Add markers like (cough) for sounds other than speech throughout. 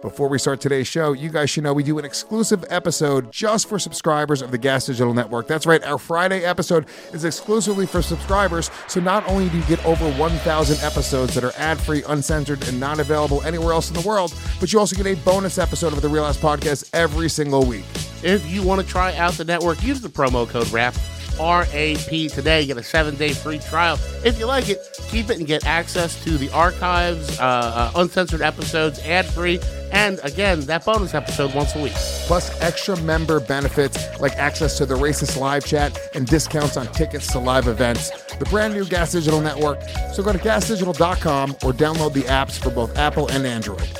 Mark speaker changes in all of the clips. Speaker 1: Before we start today's show, you guys should know we do an exclusive episode just for subscribers of the Gas Digital Network. That's right, our Friday episode is exclusively for subscribers. So not only do you get over 1,000 episodes that are ad free, uncensored, and not available anywhere else in the world, but you also get a bonus episode of the Real Ass Podcast every single week.
Speaker 2: If you want to try out the network, use the promo code RAP, R A P today. Get a seven day free trial. If you like it, keep it and get access to the archives, uh, uh, uncensored episodes, ad free, and again, that bonus episode once a week.
Speaker 1: plus extra member benefits like access to the racist live chat and discounts on tickets to live events. The brand new Gas Digital Network. So go to gasdigital.com or download the apps for both Apple and Android.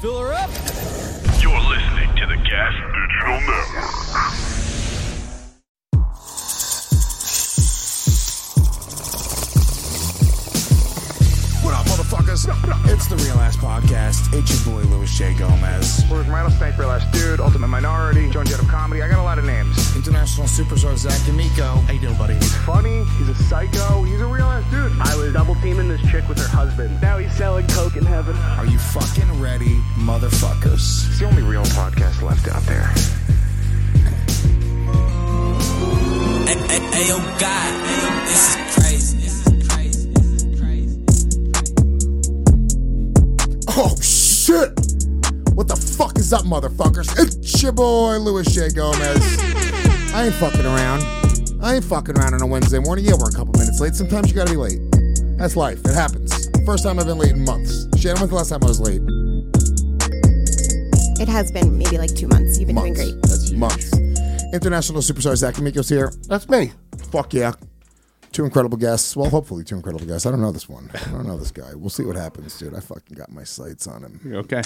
Speaker 3: Fill her up.
Speaker 4: You're listening to the Gas Digital Network.
Speaker 5: What up, motherfuckers? It's the Real Ass Podcast. It's your boy Louis J. Gomez.
Speaker 6: We're Rattlesnake, Real Ass Dude, Ultimate Minority, Joan Jett of Comedy. I got a lot of names.
Speaker 5: International superstar Zach D'Amico. How you doing, buddy?
Speaker 6: Funny, he's a psycho, he's a real ass dude. I was double teaming this chick with her husband. Now he's selling coke in heaven.
Speaker 5: Are you fucking ready, motherfuckers?
Speaker 6: It's the only real podcast left out there.
Speaker 3: Ayo, God, this is crazy. This is crazy.
Speaker 1: Oh shit! What the fuck is up, motherfuckers? It's your boy Louis J. Gomez. I ain't fucking around. I ain't fucking around on a Wednesday morning. Yeah, we're a couple minutes late. Sometimes you gotta be late. That's life. It happens. First time I've been late in months. Shannon, when's the last time I was late?
Speaker 7: It has been maybe like two months. You've been
Speaker 1: months.
Speaker 7: doing great.
Speaker 1: That's months. International superstar Zach Amiko's here.
Speaker 2: That's me.
Speaker 1: Fuck yeah. Two incredible guests. Well, hopefully two incredible guests. I don't know this one. I don't know this guy. We'll see what happens, dude. I fucking got my sights on him.
Speaker 8: Okay.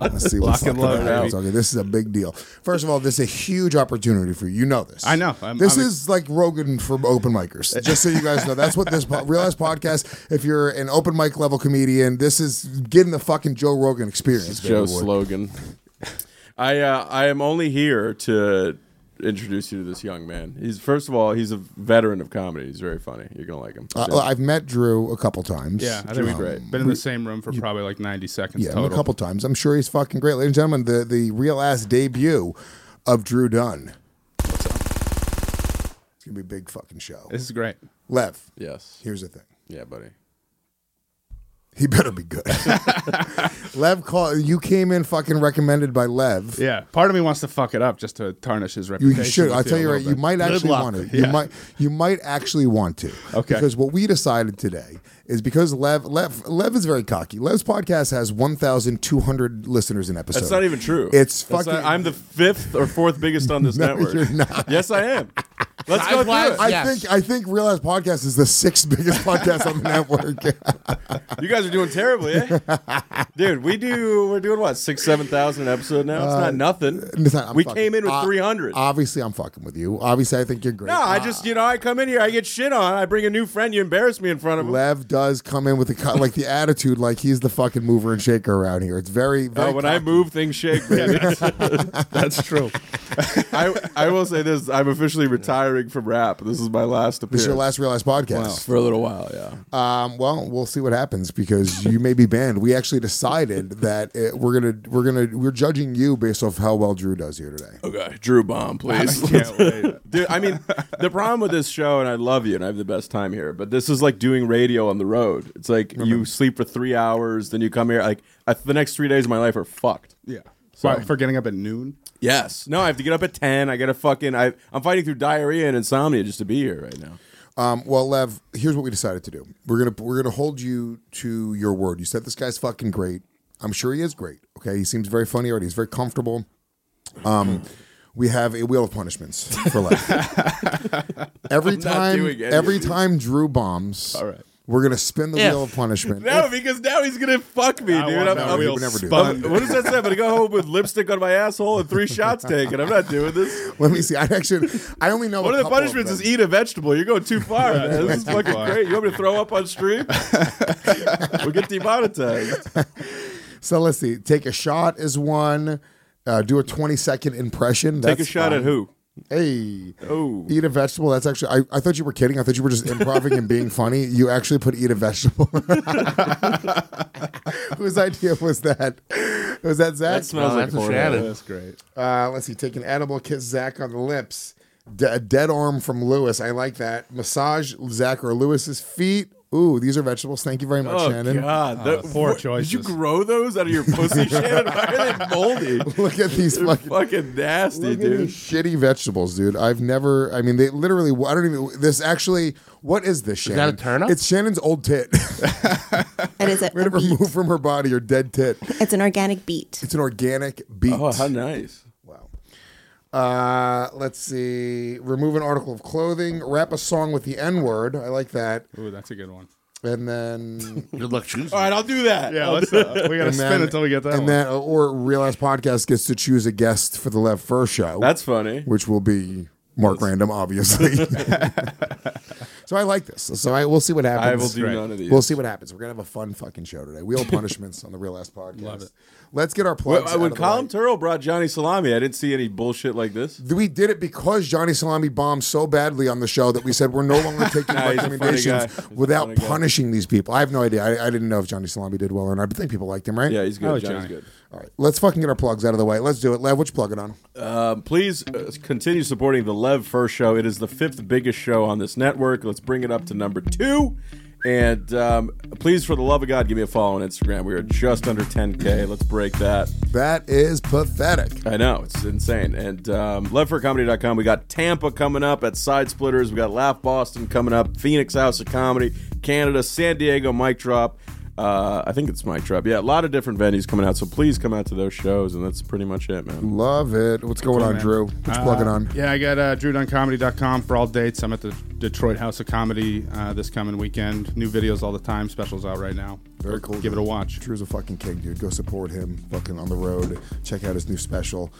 Speaker 1: Let's see what's
Speaker 8: Lock
Speaker 1: fucking
Speaker 8: and load,
Speaker 1: happens.
Speaker 8: baby.
Speaker 1: Okay, this is a big deal. First of all, this is a huge opportunity for you. You know this.
Speaker 8: I know. I'm-
Speaker 1: this
Speaker 8: I'm-
Speaker 1: is like Rogan for open micers. Just so you guys know, that's what this po- Realize podcast. If you're an open mic level comedian, this is getting the fucking Joe Rogan experience. baby
Speaker 8: Joe
Speaker 1: boy.
Speaker 8: Slogan. I uh, I am only here to introduce you to this young man. He's first of all, he's a veteran of comedy. He's very funny. You're gonna like him.
Speaker 1: Uh, I've met Drew a couple times.
Speaker 8: yeah, I think we've
Speaker 1: Um,
Speaker 8: been in the same room for probably like 90 seconds
Speaker 1: Yeah,
Speaker 8: total.
Speaker 1: a couple times. I'm sure he's fucking great, ladies and gentlemen. The the real ass debut of Drew Dunn. It's gonna be a big fucking show.
Speaker 8: This is great.
Speaker 1: Lev,
Speaker 8: Yes.
Speaker 1: here's the thing.
Speaker 8: Yeah, buddy.
Speaker 1: He better be good. (laughs) Lev, call you came in fucking recommended by Lev.
Speaker 8: Yeah, part of me wants to fuck it up just to tarnish his
Speaker 1: You,
Speaker 8: reputation.
Speaker 1: you should.
Speaker 8: with
Speaker 1: I'll tell
Speaker 8: a
Speaker 1: you right.
Speaker 8: little
Speaker 1: You
Speaker 8: bit.
Speaker 1: might
Speaker 8: Good
Speaker 1: actually
Speaker 8: luck.
Speaker 1: want to.
Speaker 8: Yeah.
Speaker 1: You might. You might actually want to.
Speaker 8: Okay.
Speaker 1: Because what we decided today is because Lev Lev Lev is very cocky. Lev's podcast has 1,200 listeners an episode.
Speaker 8: That's not even true.
Speaker 1: It's
Speaker 8: That's
Speaker 1: fucking.
Speaker 8: not- I'm the fifth or fourth biggest on
Speaker 1: (laughs)
Speaker 8: this
Speaker 1: No,
Speaker 8: network.
Speaker 1: you're not.
Speaker 8: Yes, I am. Let's go
Speaker 2: Five
Speaker 8: through
Speaker 1: I
Speaker 8: it.
Speaker 2: Yes.
Speaker 1: think I think Real Ass Podcast is the sixth
Speaker 8: (laughs)
Speaker 1: biggest podcast on the network. (laughs)
Speaker 8: You guys are doing terribly, eh? Dude, we do. We're doing what six, seven thousand an episode now. It's not nothing.
Speaker 1: Uh, It's not- I'm
Speaker 8: we
Speaker 1: fucking-
Speaker 8: came in with
Speaker 1: uh,
Speaker 8: three hundred.
Speaker 1: Obviously, I'm fucking with you. Obviously, I think you're great.
Speaker 8: No, I just you know I come in here, I get shit on. I bring a new friend, you embarrass me in front of him.
Speaker 1: Uh, Lev does come in with the co- like the (laughs) attitude, like he's the fucking mover and shaker around here. It's very, very
Speaker 8: Uh, when I
Speaker 1: cocky.
Speaker 8: move, things shake. baby.
Speaker 1: (laughs)
Speaker 3: That's true.
Speaker 8: I I will say this: I'm officially retiring from rap. This is my last appearance
Speaker 1: This is your last Real Ass podcast.
Speaker 8: for a little while. Yeah.
Speaker 1: Um, well, we'll see what happens because you may be banned. We actually decided
Speaker 2: (laughs)
Speaker 1: that it, we're gonna we're gonna we're judging you based off how well Drew does here today.
Speaker 8: Okay, Drew Bomb, please. Dude, I mean, the problem with this show, and I love you, and I have the best time here, but this is like doing radio on the road. It's like you sleep for three hours, then you come here. Like I, the next three days of my life are fucked.
Speaker 9: Yeah.
Speaker 8: So-
Speaker 9: Why, for getting up at noon?
Speaker 8: Yes. No, I have to get up at ten. I got to fucking. I, I'm fighting through diarrhea and insomnia just to be here right now.
Speaker 1: Um, well, Lev, here's what we decided to do. We're gonna we're gonna hold you to your word. You said this guy's fucking great. I'm sure he is great. Okay, he seems very funny already. He's very comfortable. Um, we have a wheel of punishments for Lev. every
Speaker 8: not (laughs)
Speaker 1: time,
Speaker 8: doing any
Speaker 1: every
Speaker 8: of these.
Speaker 1: time Drew bombs,
Speaker 8: All right.
Speaker 1: We're gonna spin the
Speaker 2: Yeah.
Speaker 1: wheel of
Speaker 8: (laughs)
Speaker 1: punishment.
Speaker 8: No, because now he's gonna fuck me,
Speaker 9: I
Speaker 8: dude.
Speaker 9: want
Speaker 8: I'm,
Speaker 9: that
Speaker 8: I'm-
Speaker 9: wheel
Speaker 1: would never do
Speaker 8: I'm-
Speaker 9: spun.
Speaker 8: what does that say? I'm gonna go home with lipstick on my asshole and three shots taken. I'm not doing this.
Speaker 1: Let me see. I actually, I only know
Speaker 8: One
Speaker 1: a
Speaker 8: of the
Speaker 1: couple
Speaker 8: punishments
Speaker 1: them.
Speaker 8: is eat a vegetable. You're
Speaker 1: (laughs)
Speaker 8: going too far.
Speaker 9: Yeah,
Speaker 8: man. This is
Speaker 9: that's too
Speaker 8: fucking
Speaker 9: far.
Speaker 8: great. You want me to throw up on stream? we'll get demonetized.
Speaker 1: So let's see. Take a shot is one. Uh, do a twenty second impression.
Speaker 8: Take a
Speaker 1: That's
Speaker 8: shot
Speaker 1: fine.
Speaker 8: at who?
Speaker 1: Hey.
Speaker 8: Oh,
Speaker 1: Eat a vegetable. That's actually. I, I thought you were kidding. I thought you were just improving and being funny. You actually put eat a vegetable. (laughs) Whose idea was that? Was that Zach?
Speaker 8: that smells
Speaker 2: Oh,
Speaker 8: like
Speaker 2: that's a
Speaker 8: porno.
Speaker 2: Shannon.
Speaker 9: That's great.
Speaker 1: Uh, let's see. Take an edible, kiss Zach on the lips. D- a dead arm from Lewis. I like that. Massage Zach or Lewis's feet. Ooh, these are vegetables. Thank you very much,
Speaker 8: Oh
Speaker 1: Shannon. Uh,
Speaker 8: God! that-
Speaker 9: poor
Speaker 8: what- Did you
Speaker 9: choices.
Speaker 8: grow those out of your pussy, Shannon? Why
Speaker 1: (laughs)
Speaker 8: are they moldy?
Speaker 1: (laughs) Look at these
Speaker 8: They're
Speaker 1: fucking.
Speaker 8: fucking nasty,
Speaker 1: Look at
Speaker 8: dude.
Speaker 1: these shitty vegetables, dude. I've never. I mean, they literally. I don't even. This actually. What is this?
Speaker 2: that
Speaker 1: Shannon?
Speaker 2: a turnip?
Speaker 1: It's Shannon's old tit. (laughs)
Speaker 7: And it's a,
Speaker 1: Made
Speaker 7: a
Speaker 1: it
Speaker 2: (laughs)
Speaker 7: beet.
Speaker 1: removed from her body. Her dead tit.
Speaker 7: It's an organic beet.
Speaker 1: It's an organic beet.
Speaker 8: Oh, how nice!
Speaker 1: Wow. Uh, let's see. Remove an article of clothing. Wrap a song with the N word. I like that.
Speaker 9: Ooh, that's a good one.
Speaker 1: And then
Speaker 2: Good luck choosing.
Speaker 8: All right, I'll do that. Oh,
Speaker 9: Yeah, let's, uh, we gotta
Speaker 1: And
Speaker 9: spin
Speaker 1: then-
Speaker 9: until we get (laughs) that
Speaker 1: and
Speaker 9: one.
Speaker 1: then or Real Ass Podcast gets to choose a guest for the Left First show,
Speaker 8: that's funny.
Speaker 1: which will be Mark Random,
Speaker 8: (laughs)
Speaker 1: obviously. so I like this. So I we'll see what happens.
Speaker 8: I will do none of these.
Speaker 1: We'll see what happens. We're gonna have a fun fucking show today.
Speaker 8: (laughs)
Speaker 1: Wheel of punishments on the Real Ass Podcast. Love it. Let's get our plugs.
Speaker 8: When, when
Speaker 1: out of the
Speaker 8: Colin
Speaker 1: way.
Speaker 8: Turrell brought Johnny Salami, I didn't see any bullshit like this.
Speaker 1: we did it because Johnny Salami bombed so badly on the show that we said we're no
Speaker 8: (laughs)
Speaker 1: longer taking
Speaker 8: Nah, he's a funny guy.
Speaker 1: recommendations
Speaker 8: He's a
Speaker 1: without
Speaker 8: funny guy.
Speaker 1: punishing these people. I have no idea. I, I didn't know if Johnny Salami did well or not, but I think people liked him, right?
Speaker 8: Yeah, he's good.
Speaker 9: Oh,
Speaker 8: Johnny's
Speaker 9: Johnny.
Speaker 8: good.
Speaker 1: All right, let's fucking get our plugs out of the way. Let's do it. Lev, which plug it on?
Speaker 8: Um, please uh, continue supporting the Lev First Show. It is the fifth biggest show on this network. Let's bring it up to number two. And um, please, for the love of God, give me a follow on Instagram. We are just under 10K. Let's break that.
Speaker 1: That is pathetic.
Speaker 8: I know, it's insane. And um, leftforcomedy.com. We got Tampa coming up at Side Splitters. We got Laugh Boston coming up, Phoenix House of Comedy, Canada, San Diego, Mic Drop. Uh, I think it's Mic Drop. Yeah, a lot of different venues coming out. So please come out to those shows. And that's pretty much it, man.
Speaker 1: Love it. What's going on,
Speaker 9: man.
Speaker 1: Drew? Which plug it on?
Speaker 9: Yeah, I got uh, drewduncomedy.com for all dates. I'm at the Detroit House of Comedy uh, this coming weekend. New videos all the time. Specials out right now.
Speaker 1: Very cool.
Speaker 9: Give it a watch.
Speaker 1: Drew's a fucking king, dude. Go support him. Fucking on the road. Check out his new special.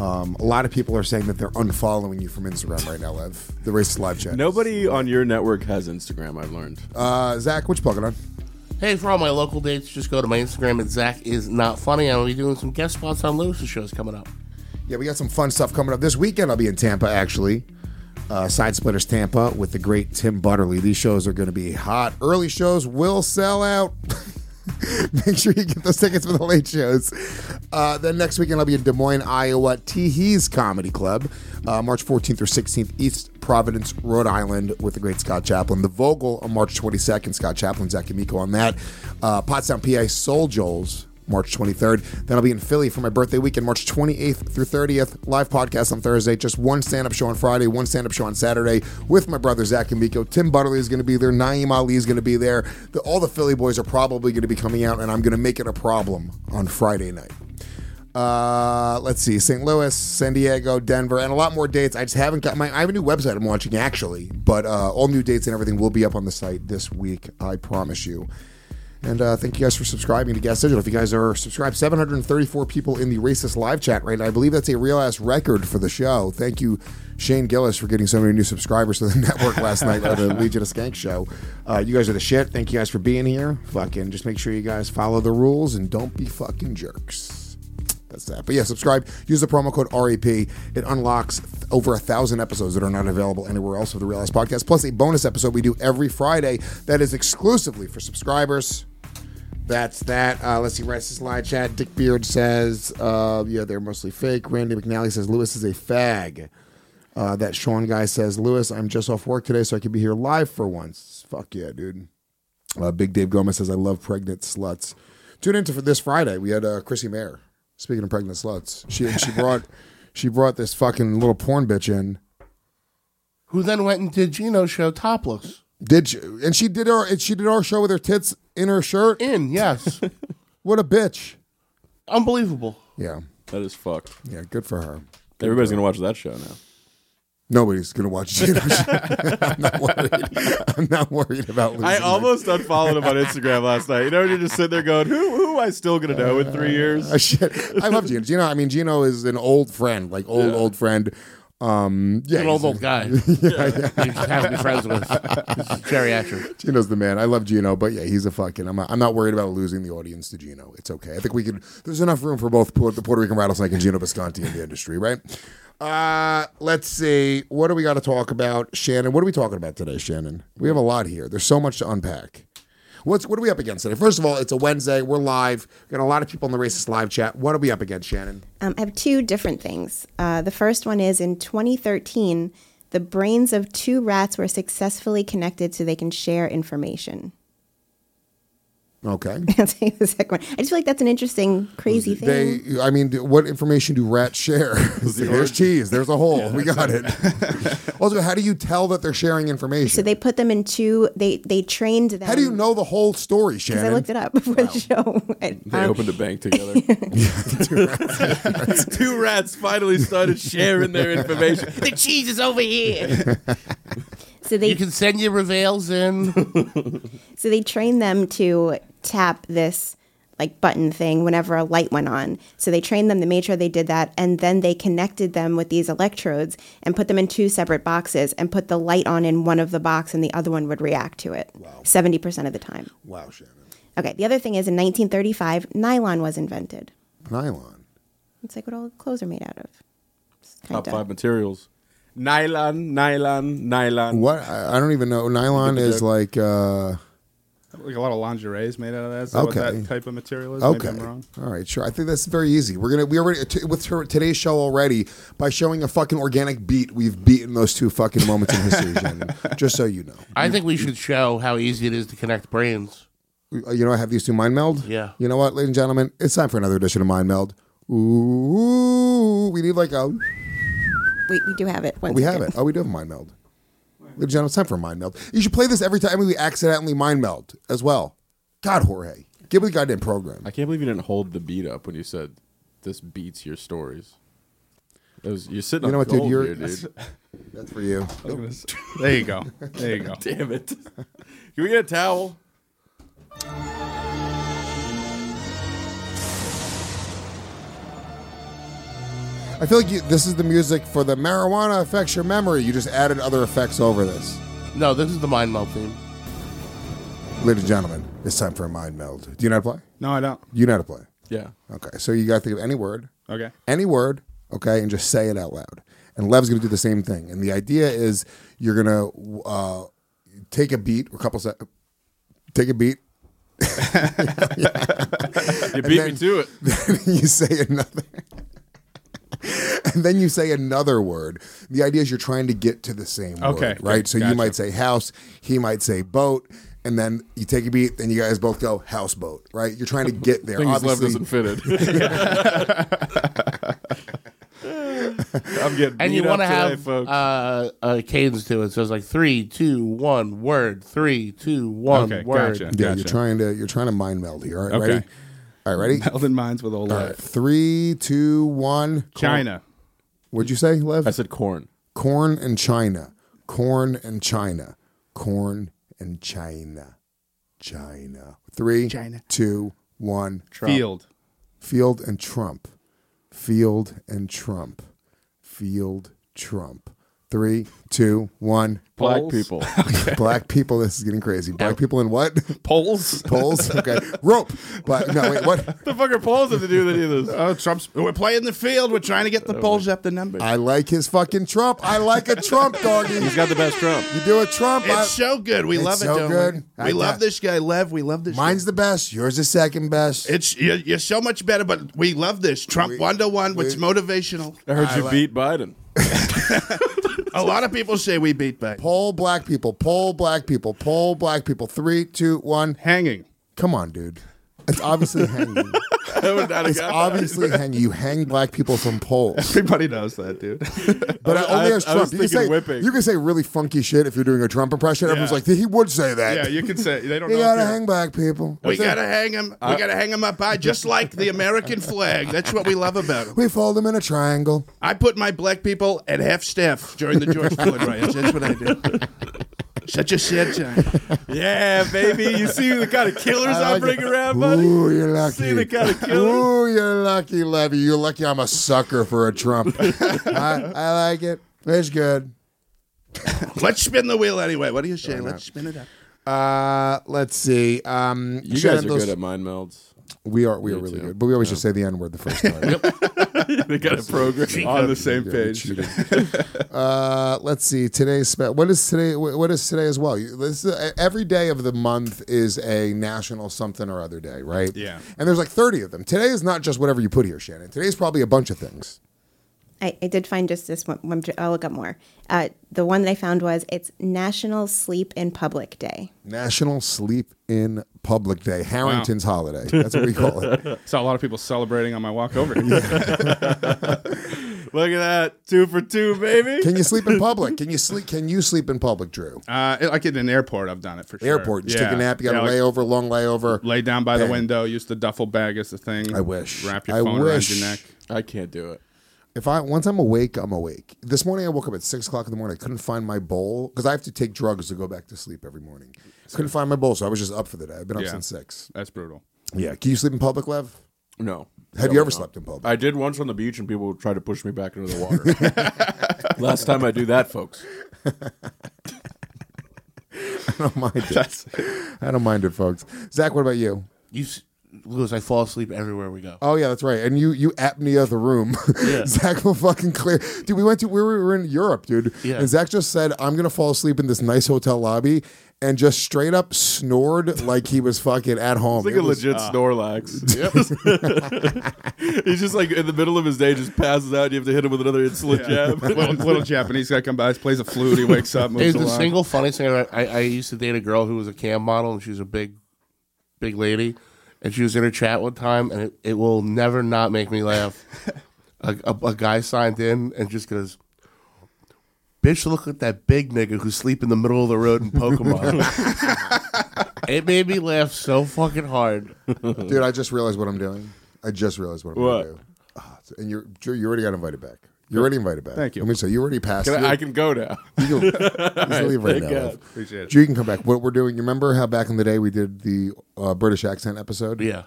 Speaker 1: Um, a lot of people are saying that they're unfollowing you from Instagram right now, Lev. The racist live chat.
Speaker 8: Nobody on your network has Instagram, I've learned.
Speaker 1: Uh, Zach, which plug it on?
Speaker 2: Hey, for all my local dates, just go to my Instagram at Zach is not funny. I'll be doing some guest spots on Lewis's shows coming up.
Speaker 1: Yeah, we got some fun stuff coming up this weekend. I'll be in Tampa, actually. Uh, Side Splitters Tampa with the great Tim Butterly. These shows are going to be hot. Early shows will sell out. (laughs) Make sure you get those tickets for the late shows. Uh, then next weekend, I'll be in Des Moines, Iowa, Teehees Comedy Club, uh, March 14th through 16th, East Providence, Rhode Island, with the great Scott Chaplin. The Vogel on March 22nd, Scott Chaplin, Zach Amico on that. Uh, Potsdam, PA, Soul Joel's. March 23rd. Then I'll be in Philly for my birthday weekend, March 28th through 30th. Live podcast on Thursday, just one stand up show on Friday, one stand up show on Saturday with my brother Zach and Miko. Tim Butterly is going to be there. Naeem Ali is going to be there. The, all the Philly boys are probably going to be coming out, and I'm going to make it a problem on Friday night. Uh, let's see, St. Louis, San Diego, Denver, and a lot more dates. I just haven't got my. I have a new website I'm launching actually, but uh, all new dates and everything will be up on the site this week. I promise you. And uh, thank you guys for subscribing to Gas Digital. If you guys are subscribed, 734 people in the racist live chat right now. I believe that's a real ass record for the show. Thank you, Shane Gillis, for getting so many new subscribers to the (laughs) network last night at the Legion of Skank show. Uh, you guys are the shit. Thank you guys for being here. Fucking just make sure you guys follow the rules and don't be fucking jerks. That's that. But yeah, subscribe. Use the promo code REP. It unlocks th- over a thousand episodes that are not available anywhere else of the Real Ass Podcast, plus a bonus episode we do every Friday that is exclusively for subscribers. That's that. Uh, let's see. Rest is live chat. Dick Beard says, uh, yeah, they're mostly fake. Randy McNally says, Lewis is a fag. Uh, that Sean guy says, Lewis, I'm just off work today, so I could be here live for once. Fuck yeah, dude. Uh, Big Dave Gomez says, I love pregnant sluts. Tune in to for this Friday. We had uh, Chrissy Mayer. Speaking of pregnant sluts, she she brought she brought this fucking little porn bitch in.
Speaker 2: Who then went and did Gino's show topless?
Speaker 1: Did she, and she did our and she did our show with her tits in her shirt.
Speaker 2: In,
Speaker 8: (laughs)
Speaker 2: yes.
Speaker 1: What a bitch!
Speaker 2: Unbelievable.
Speaker 1: Yeah,
Speaker 8: That is fucked.
Speaker 1: yeah, good for her.
Speaker 8: Everybody's going to watch that show now.
Speaker 1: Nobody's gonna
Speaker 8: (laughs)
Speaker 1: watch Gino. (laughs) I'm not worried. I'm not worried about losing.
Speaker 8: I
Speaker 1: my- (laughs)
Speaker 8: almost unfollowed him on Instagram last night. You know, when you're just sitting there going, "Who, who am I still gonna know in three years?"
Speaker 1: Uh, shit. I love Gino. Gino. I mean, Gino is an old friend, like old
Speaker 8: Yeah.
Speaker 1: old friend. Um, yeah,
Speaker 2: an old
Speaker 1: he's-
Speaker 2: old guy.
Speaker 8: (laughs)
Speaker 1: yeah, yeah.
Speaker 2: You just have to be friends with. He's geriatric.
Speaker 1: Gino's the man. I love Gino, but yeah, he's a fucking. I'm not, I'm not worried about losing the audience to Gino. It's okay. I think we could. There's enough room for both Pu- the Puerto Rican rattlesnake and Gino Visconti in the industry, right? Uh, let's see. What do we got to talk about, Shannon? What are we talking about today, Shannon? We have a lot here. There's so much to unpack. What's what are we up against today? First of all, it's a Wednesday. We're live. We got a lot of people in the racist live chat. What are we up against, Shannon?
Speaker 7: Um, I have two different things. Uh, the first one is in 2013, the brains of two rats were successfully connected so they can share information. (laughs)
Speaker 1: Okay.
Speaker 7: I'll take the second one. I just feel like that's an interesting, crazy thing.
Speaker 1: They, I mean, do- what information do rats share? (laughs) there's cheese. There's a hole. we got it. (laughs) also, how do you tell that they're sharing information?
Speaker 7: so they put them in two. They they trained them.
Speaker 1: how do you know the whole story,
Speaker 7: Because um, I
Speaker 1: Shannon?
Speaker 7: looked it up (laughs) before the show. I-
Speaker 8: They
Speaker 7: um,
Speaker 8: opened a bank together. (laughs) Two rats (laughs) finally started sharing their information.
Speaker 2: The cheese is over here.
Speaker 7: so
Speaker 2: You
Speaker 7: they
Speaker 2: can send your reveals in.
Speaker 7: So they trained them to tap this like button thing whenever a light went on. So they trained them to make sure they did that and then they connected them with these electrodes and put them in two separate boxes and put the light on in one of the box and the other one would react to it. Wow. 70% of the time.
Speaker 1: wow, Shannon.
Speaker 7: Okay, the other thing is in 1935 nylon was invented.
Speaker 1: Nylon.
Speaker 7: It's like what all clothes are made out of. It's
Speaker 8: Top
Speaker 7: kinda-
Speaker 8: five materials: nylon, nylon, nylon.
Speaker 1: What? I, I don't even know. Nylon
Speaker 8: Get the
Speaker 1: is
Speaker 8: joke.
Speaker 1: like. uh
Speaker 9: Like a lot of lingerie is made out of that. Is that what
Speaker 1: Okay.
Speaker 9: that type of material is?
Speaker 1: Okay.
Speaker 9: Maybe I'm wrong.
Speaker 1: All right. Sure. I think that's very easy. We're gonna. We already t- with t- today's show already by showing a fucking organic beat. We've beaten those two fucking moments in history, Shannon. Just so you know.
Speaker 2: I think we should show how easy it is to connect brains.
Speaker 1: uh, you know, I have these two mind meld.
Speaker 2: Yeah.
Speaker 1: You know what, ladies and gentlemen, it's time for another edition of mind meld. Ooh, we need like a.
Speaker 7: We, we do have it. One
Speaker 1: We have
Speaker 7: second.
Speaker 1: it. Oh, we do have mind meld. Ladies and gentlemen, it's time for mind meld. You should play this every time we accidentally mind meld as well. God, Jorge, give me the goddamn program.
Speaker 8: I can't believe you didn't hold the beat up when you said this beats your stories. It was, you're sitting.
Speaker 1: You know
Speaker 8: on
Speaker 1: what, dude?
Speaker 8: gold
Speaker 1: You're-
Speaker 8: here, dude.
Speaker 1: That's for you.
Speaker 9: There you go. There you go.
Speaker 8: Damn
Speaker 9: (laughs)
Speaker 8: it! Can we get a towel?
Speaker 1: I feel like you, this is the music for the marijuana affects your memory. You just added other effects over this.
Speaker 2: No, this is the mind meld theme.
Speaker 1: Ladies and gentlemen, it's time for a mind meld. Do you know how to play?
Speaker 9: No, I don't.
Speaker 1: You know how to play.
Speaker 8: Yeah.
Speaker 1: Okay, so you got to think of any word.
Speaker 9: Okay.
Speaker 1: any word, okay, and just say it out loud. And Lev's going to do the same thing. And the idea is you're going to uh, take a beat or a couple sec take a beat. (laughs)
Speaker 8: You beat
Speaker 1: then-
Speaker 8: me to it.
Speaker 1: you say another. (laughs) and then you say another word. The idea is you're trying to get to the same
Speaker 9: Okay,
Speaker 1: word, right?
Speaker 9: good,
Speaker 1: So you
Speaker 9: gotcha.
Speaker 1: might say house, he might say boat, and then you take a beat, and you guys both go houseboat, right? You're trying to get there.
Speaker 8: Things love
Speaker 1: Obviously,
Speaker 8: doesn't fit (laughs) it. I'm getting
Speaker 2: And you
Speaker 8: beat
Speaker 2: want
Speaker 8: up
Speaker 2: to
Speaker 8: today,
Speaker 2: have
Speaker 8: folks.
Speaker 2: uh, a cadence to it. So it's like three, two, one, word. Three, two, one,
Speaker 9: Okay,
Speaker 2: word.
Speaker 9: gotcha.
Speaker 1: yeah, you're trying to you're trying to mind meld here. All right,
Speaker 9: Okay.
Speaker 1: ready? All right,
Speaker 9: (laughs)
Speaker 1: ready?
Speaker 9: Held in minds with old
Speaker 1: All right,
Speaker 9: life.
Speaker 1: three, two, one.
Speaker 9: China.
Speaker 1: What'd you say, Lev?
Speaker 8: I said corn.
Speaker 1: corn and China. Corn and China. Corn and China. China. Three,
Speaker 9: China.
Speaker 1: two, one.
Speaker 9: Field.
Speaker 1: Field and Trump. Field and Trump. Field Trump. Three, two, one.
Speaker 8: Black
Speaker 9: Poles.
Speaker 8: people.
Speaker 1: (laughs) Black people. This is getting crazy. Black people in what? (laughs)
Speaker 9: (laughs) Poles.
Speaker 1: Poles. Okay. Rope. But no, wait. What?
Speaker 8: the fucking poles have to do with any of this.
Speaker 9: Oh, Trump's. We're playing the field. We're trying to get the polls up the (laughs) numbers.
Speaker 1: I like his fucking Trump. I like a Trump, doggy.
Speaker 8: He's got the best Trump.
Speaker 1: You do a Trump. I-
Speaker 9: It's so good. We
Speaker 1: It's
Speaker 9: love it.
Speaker 1: so
Speaker 9: don't we?
Speaker 1: good.
Speaker 9: We
Speaker 1: I
Speaker 9: love
Speaker 1: got-
Speaker 9: this guy, Lev. We love this.
Speaker 1: Mine's the best. Yours is second best.
Speaker 9: guy. It's you're, you're so much better, but we love this Trump one to one. It's motivational.
Speaker 8: I heard you beat
Speaker 9: (laughs)
Speaker 8: Biden.
Speaker 9: A lot of people say we beat back.
Speaker 1: poll black people. Poll black people. Poll black people. Three, two, one.
Speaker 9: Hanging.
Speaker 1: Come on, dude. It's obviously
Speaker 9: (laughs)
Speaker 1: hanging. it's obviously hanging. You hang black people from
Speaker 9: (laughs)
Speaker 1: poles.
Speaker 9: Everybody knows that, dude.
Speaker 1: But I, only as
Speaker 9: I was
Speaker 1: Trump. You can,
Speaker 9: thinking
Speaker 1: say,
Speaker 9: whipping.
Speaker 1: you can say really funky shit if you're doing a Trump impression.
Speaker 9: Yeah.
Speaker 1: Everyone's like, he would say that.
Speaker 9: Yeah, you can say they don't
Speaker 1: You
Speaker 9: know.
Speaker 1: gotta hang back, people.
Speaker 9: We
Speaker 1: That's it.
Speaker 9: gotta hang him. We
Speaker 8: Uh,
Speaker 1: I-
Speaker 9: gotta hang him up high, just like the American flag. That's what we love about him.
Speaker 1: We fold them in a triangle.
Speaker 9: I put my black people at half staff during the George
Speaker 8: (laughs)
Speaker 9: Floyd riots. That's what I did. Such a sad time.
Speaker 8: Yeah, baby. You see the kind of killers I,
Speaker 1: like
Speaker 8: bring
Speaker 1: it.
Speaker 8: around, buddy.
Speaker 1: Ooh, you're lucky.
Speaker 8: See the kind of killers.
Speaker 1: Ooh, you're lucky, Levy. You're lucky I'm a sucker for a
Speaker 8: (laughs)
Speaker 1: Trump. I, I like it. It's good.
Speaker 9: Let's spin the wheel anyway. What do you say? Let's spin it up.
Speaker 1: Uh, let's see. Um,
Speaker 8: You
Speaker 1: Shannon,
Speaker 8: guys are
Speaker 1: those-
Speaker 8: good at mind melds.
Speaker 1: We are. We are really good. But we always just say the N word the first time.
Speaker 8: (laughs) they got a program on the same page. (laughs)
Speaker 1: uh, let's see. Today's spe- what is today? wh- What is today as well? You- This uh, every day of the month is a national something or other day, right?
Speaker 9: Yeah.
Speaker 1: And there's like 30 of them. Today is not just whatever you put here, Shannon. Today's probably a bunch of things.
Speaker 7: I, I did find just this one. one- I'll look up more. Uh, the one that I found was it's National Sleep in Public Day.
Speaker 1: National Sleep in Public Day, Harrington's holiday. That's what we call it.
Speaker 9: Saw a lot of people celebrating on my walk over.
Speaker 8: Look at that. Two for two, baby.
Speaker 1: Can you sleep in public? Can you sleep? Can you sleep in public, Drew?
Speaker 9: Uh, it- like in an airport, I've done it for sure.
Speaker 1: Airport, just take a nap. You got
Speaker 9: Yeah,
Speaker 1: a
Speaker 9: like,
Speaker 1: layover, long layover.
Speaker 9: Lay down by the
Speaker 1: Bang.
Speaker 9: window. Use the duffel bag as the thing.
Speaker 1: I wish.
Speaker 9: Wrap your
Speaker 1: I
Speaker 9: phone
Speaker 1: wish.
Speaker 9: around your neck.
Speaker 8: I can't do it.
Speaker 1: If I once I'm awake, I'm awake. This morning I woke up at six o'clock in the morning. I couldn't find my bowl because I have to take drugs to go back to sleep every morning. Couldn't find my bowl, so I was just up for the day. I've been up
Speaker 9: Yeah.
Speaker 1: since six.
Speaker 9: That's brutal.
Speaker 1: Yeah. Can you sleep in public, Lev?
Speaker 8: No.
Speaker 1: Have
Speaker 8: No,
Speaker 1: you ever
Speaker 8: no.
Speaker 1: slept in public?
Speaker 8: I did once on the beach, and people tried to push me back into the
Speaker 9: (laughs)
Speaker 8: water. Last time I do that, folks.
Speaker 1: (laughs) I don't mind it. (laughs) I don't mind it, folks. Zach, what about you?
Speaker 2: You, s- Lewis, I fall asleep everywhere we go.
Speaker 1: Oh yeah, that's right. And you you apnea the room. (laughs) Zach will fucking clear. Dude, we went to we were, we were in Europe, dude.
Speaker 2: Yeah.
Speaker 1: And Zach just said, "I'm gonna fall asleep in this nice hotel lobby," and just straight up snored like he was fucking at home.
Speaker 8: It's like
Speaker 1: It
Speaker 8: a
Speaker 1: was-
Speaker 8: legit
Speaker 9: uh,
Speaker 8: Snorlax. (laughs) He's just like in the middle of his day, just passes out. And you have to hit him with another insulin jab.
Speaker 9: (laughs) little, little Japanese guy come by, plays a flute. He wakes up, moves
Speaker 2: It's the
Speaker 9: along.
Speaker 2: single funniest thing. I, I, I used to date a girl who was a cam model, and she was a big, big lady, and she was in her chat one time, and it, it will never not make me
Speaker 9: (laughs)
Speaker 2: laugh. a, a, a guy signed in and just goes, "Bitch, look at that big nigga who sleep in the middle of the road in
Speaker 9: (laughs)
Speaker 2: Pokemon." it made me laugh so fucking hard.
Speaker 1: dude. I just realized what I'm doing. I just realized what I'm
Speaker 8: What?
Speaker 1: gonna do. Ah, so- and you're Drew, you already got invited back. You're already invited back.
Speaker 9: Thank you.
Speaker 1: Let me say you already passed.
Speaker 8: Can I, I
Speaker 1: You-
Speaker 8: can go now.
Speaker 1: (laughs)
Speaker 8: (laughs)
Speaker 1: you can- just leave right
Speaker 8: thank
Speaker 1: now.
Speaker 8: God.
Speaker 1: Lev.
Speaker 9: Appreciate it.
Speaker 1: Drew, you can come back. What we're doing? You remember how back in the day we did the uh, British accent episode?
Speaker 2: Yeah,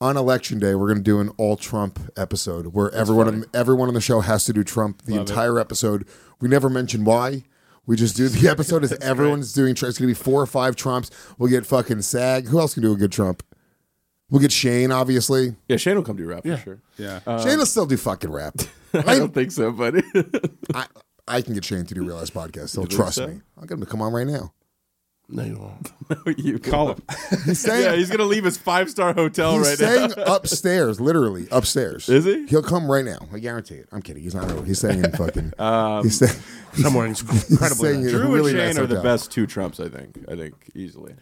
Speaker 1: on election day we're going to do an all Trump episode where everyone on, everyone on the show has to do Trump the entire episode. We never mention why. We just do the (laughs) episode as everyone's doing Trump. It's going to be four or five Trumps. We'll get fucking SAG. Who else can do a good Trump? We'll get Shane, obviously.
Speaker 8: Yeah, Shane will come to your rap for sure.
Speaker 9: Yeah.
Speaker 1: Shane will still do fucking
Speaker 8: (laughs)
Speaker 1: rap.
Speaker 8: I don't think so, buddy. (laughs)
Speaker 1: I, I can get Shane to do Real Life Podcast. He'll trust
Speaker 8: so?
Speaker 1: me. I'll get him to come on right
Speaker 8: (laughs)
Speaker 1: now.
Speaker 2: no, you
Speaker 9: (laughs)
Speaker 2: won't.
Speaker 8: you
Speaker 9: Call him.
Speaker 1: He's saying,
Speaker 8: Yeah, he's gonna leave his five star hotel
Speaker 1: he's
Speaker 8: right
Speaker 1: staying
Speaker 8: now.
Speaker 1: upstairs, literally upstairs.
Speaker 8: Is he?
Speaker 1: He'll come right now. I guarantee it. I'm kidding. He's not. really- He's staying in
Speaker 8: (laughs)
Speaker 1: fucking. he's staying.
Speaker 2: Somewhere incredibly.
Speaker 1: saying
Speaker 2: nice.
Speaker 1: it.
Speaker 8: Um, Drew
Speaker 1: really
Speaker 8: and
Speaker 1: nice
Speaker 8: Shane are the
Speaker 1: hotel.
Speaker 8: best two Trumps, I think. I think easily.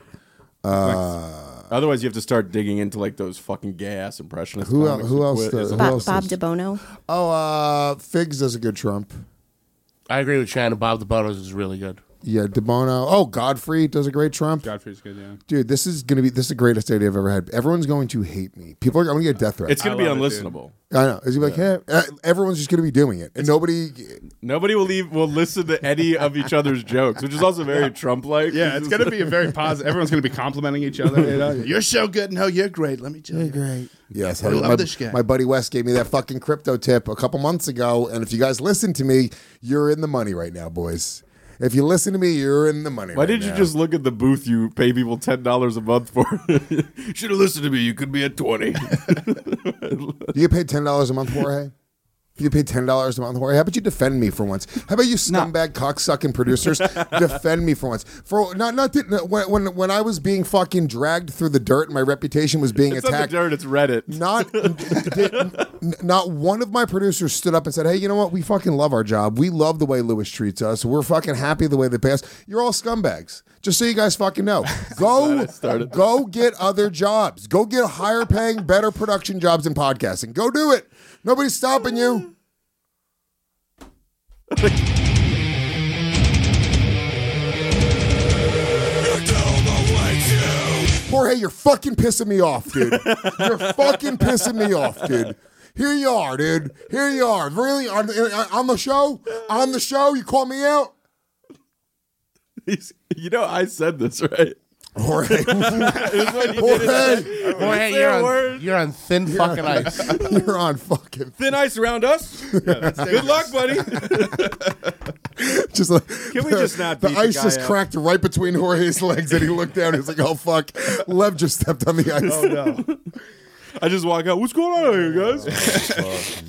Speaker 8: Otherwise, you have to start digging into like those fucking gay ass impressionists.
Speaker 1: Who el- who else does- Who
Speaker 7: Bob,
Speaker 1: else
Speaker 7: Bob
Speaker 1: is-
Speaker 7: DeBono.
Speaker 1: Oh, uh, Figs does a good Trump.
Speaker 2: I agree with Shannon. Bob the Bonos is really good.
Speaker 1: Yeah, DeBono. Oh, Godfrey does a great Trump.
Speaker 9: Godfrey's good. Yeah.
Speaker 1: Dude, this is gonna be this is the greatest idea I've ever had. Everyone's going to hate me. People are going to get death threats.
Speaker 8: It's gonna
Speaker 9: I
Speaker 8: be
Speaker 9: love it, dude.
Speaker 8: unlistenable.
Speaker 1: I know. Is he like, yeah? uh, Everyone's just gonna be doing it, and nobody.
Speaker 8: Nobody will leave. Will listen to any of each other's jokes, which is also very Trump like.
Speaker 9: Yeah, it's gonna be a very positive. Everyone's gonna be complimenting each other. You know? You're so good. No, you're great. Let me tell you.
Speaker 1: Great. Yes,
Speaker 9: I love
Speaker 1: my,
Speaker 9: this guy.
Speaker 1: My buddy West gave me that fucking crypto tip a couple months ago, and if you guys listen to me, you're in the money right now, boys. If you listen to me, you're in the money.
Speaker 8: Why
Speaker 1: right
Speaker 8: did you
Speaker 1: now.
Speaker 8: just look at the booth you pay people ten dollars a month for? (laughs) Should have listened to me. You could be at twenty. (laughs)
Speaker 1: Do you get paid ten dollars a month, Jorge? Do you get paid ten dollars a month, Jorge? How about you defend me for once? How about you scumbag cocksucking producers defend me for once? For not not that- no, when, when when I was being fucking dragged through the dirt and my reputation was being
Speaker 8: it's not the
Speaker 1: attacked.
Speaker 8: dirt.
Speaker 1: (laughs)
Speaker 8: It's Reddit.
Speaker 1: Not did, n- not one of my producers stood up and said, "Hey, you know what? We fucking love our job. We love the way Lewis treats us. We're fucking happy the way they pay us. You're all scumbags.
Speaker 10: Just so you guys fucking know, go go get other jobs. Go get higher paying, better production jobs in podcasting. Go do it. Nobody's stopping you. Jorge, you're fucking pissing me off, dude. You're fucking pissing me off, dude. Here you are, dude. Here you are. Really? On, on the show? On the show? You call me out?
Speaker 8: He's, you know, I said this right.
Speaker 10: Jorge, (laughs)
Speaker 8: (laughs) Jorge,
Speaker 2: Jorge, you're on, you're on thin fucking ice.
Speaker 10: you're on fucking
Speaker 8: thin ice around us. Good luck, buddy.
Speaker 1: (laughs)
Speaker 10: just like
Speaker 8: Can we
Speaker 10: the,
Speaker 8: just not
Speaker 10: the
Speaker 8: beat the
Speaker 10: ice
Speaker 8: guy
Speaker 10: just
Speaker 8: up?
Speaker 10: cracked right between Jorge's legs, and he looked down. He's like, "Oh fuck, Lev just stepped on the ice."
Speaker 8: Oh, I just walk out. What's going on here, guys?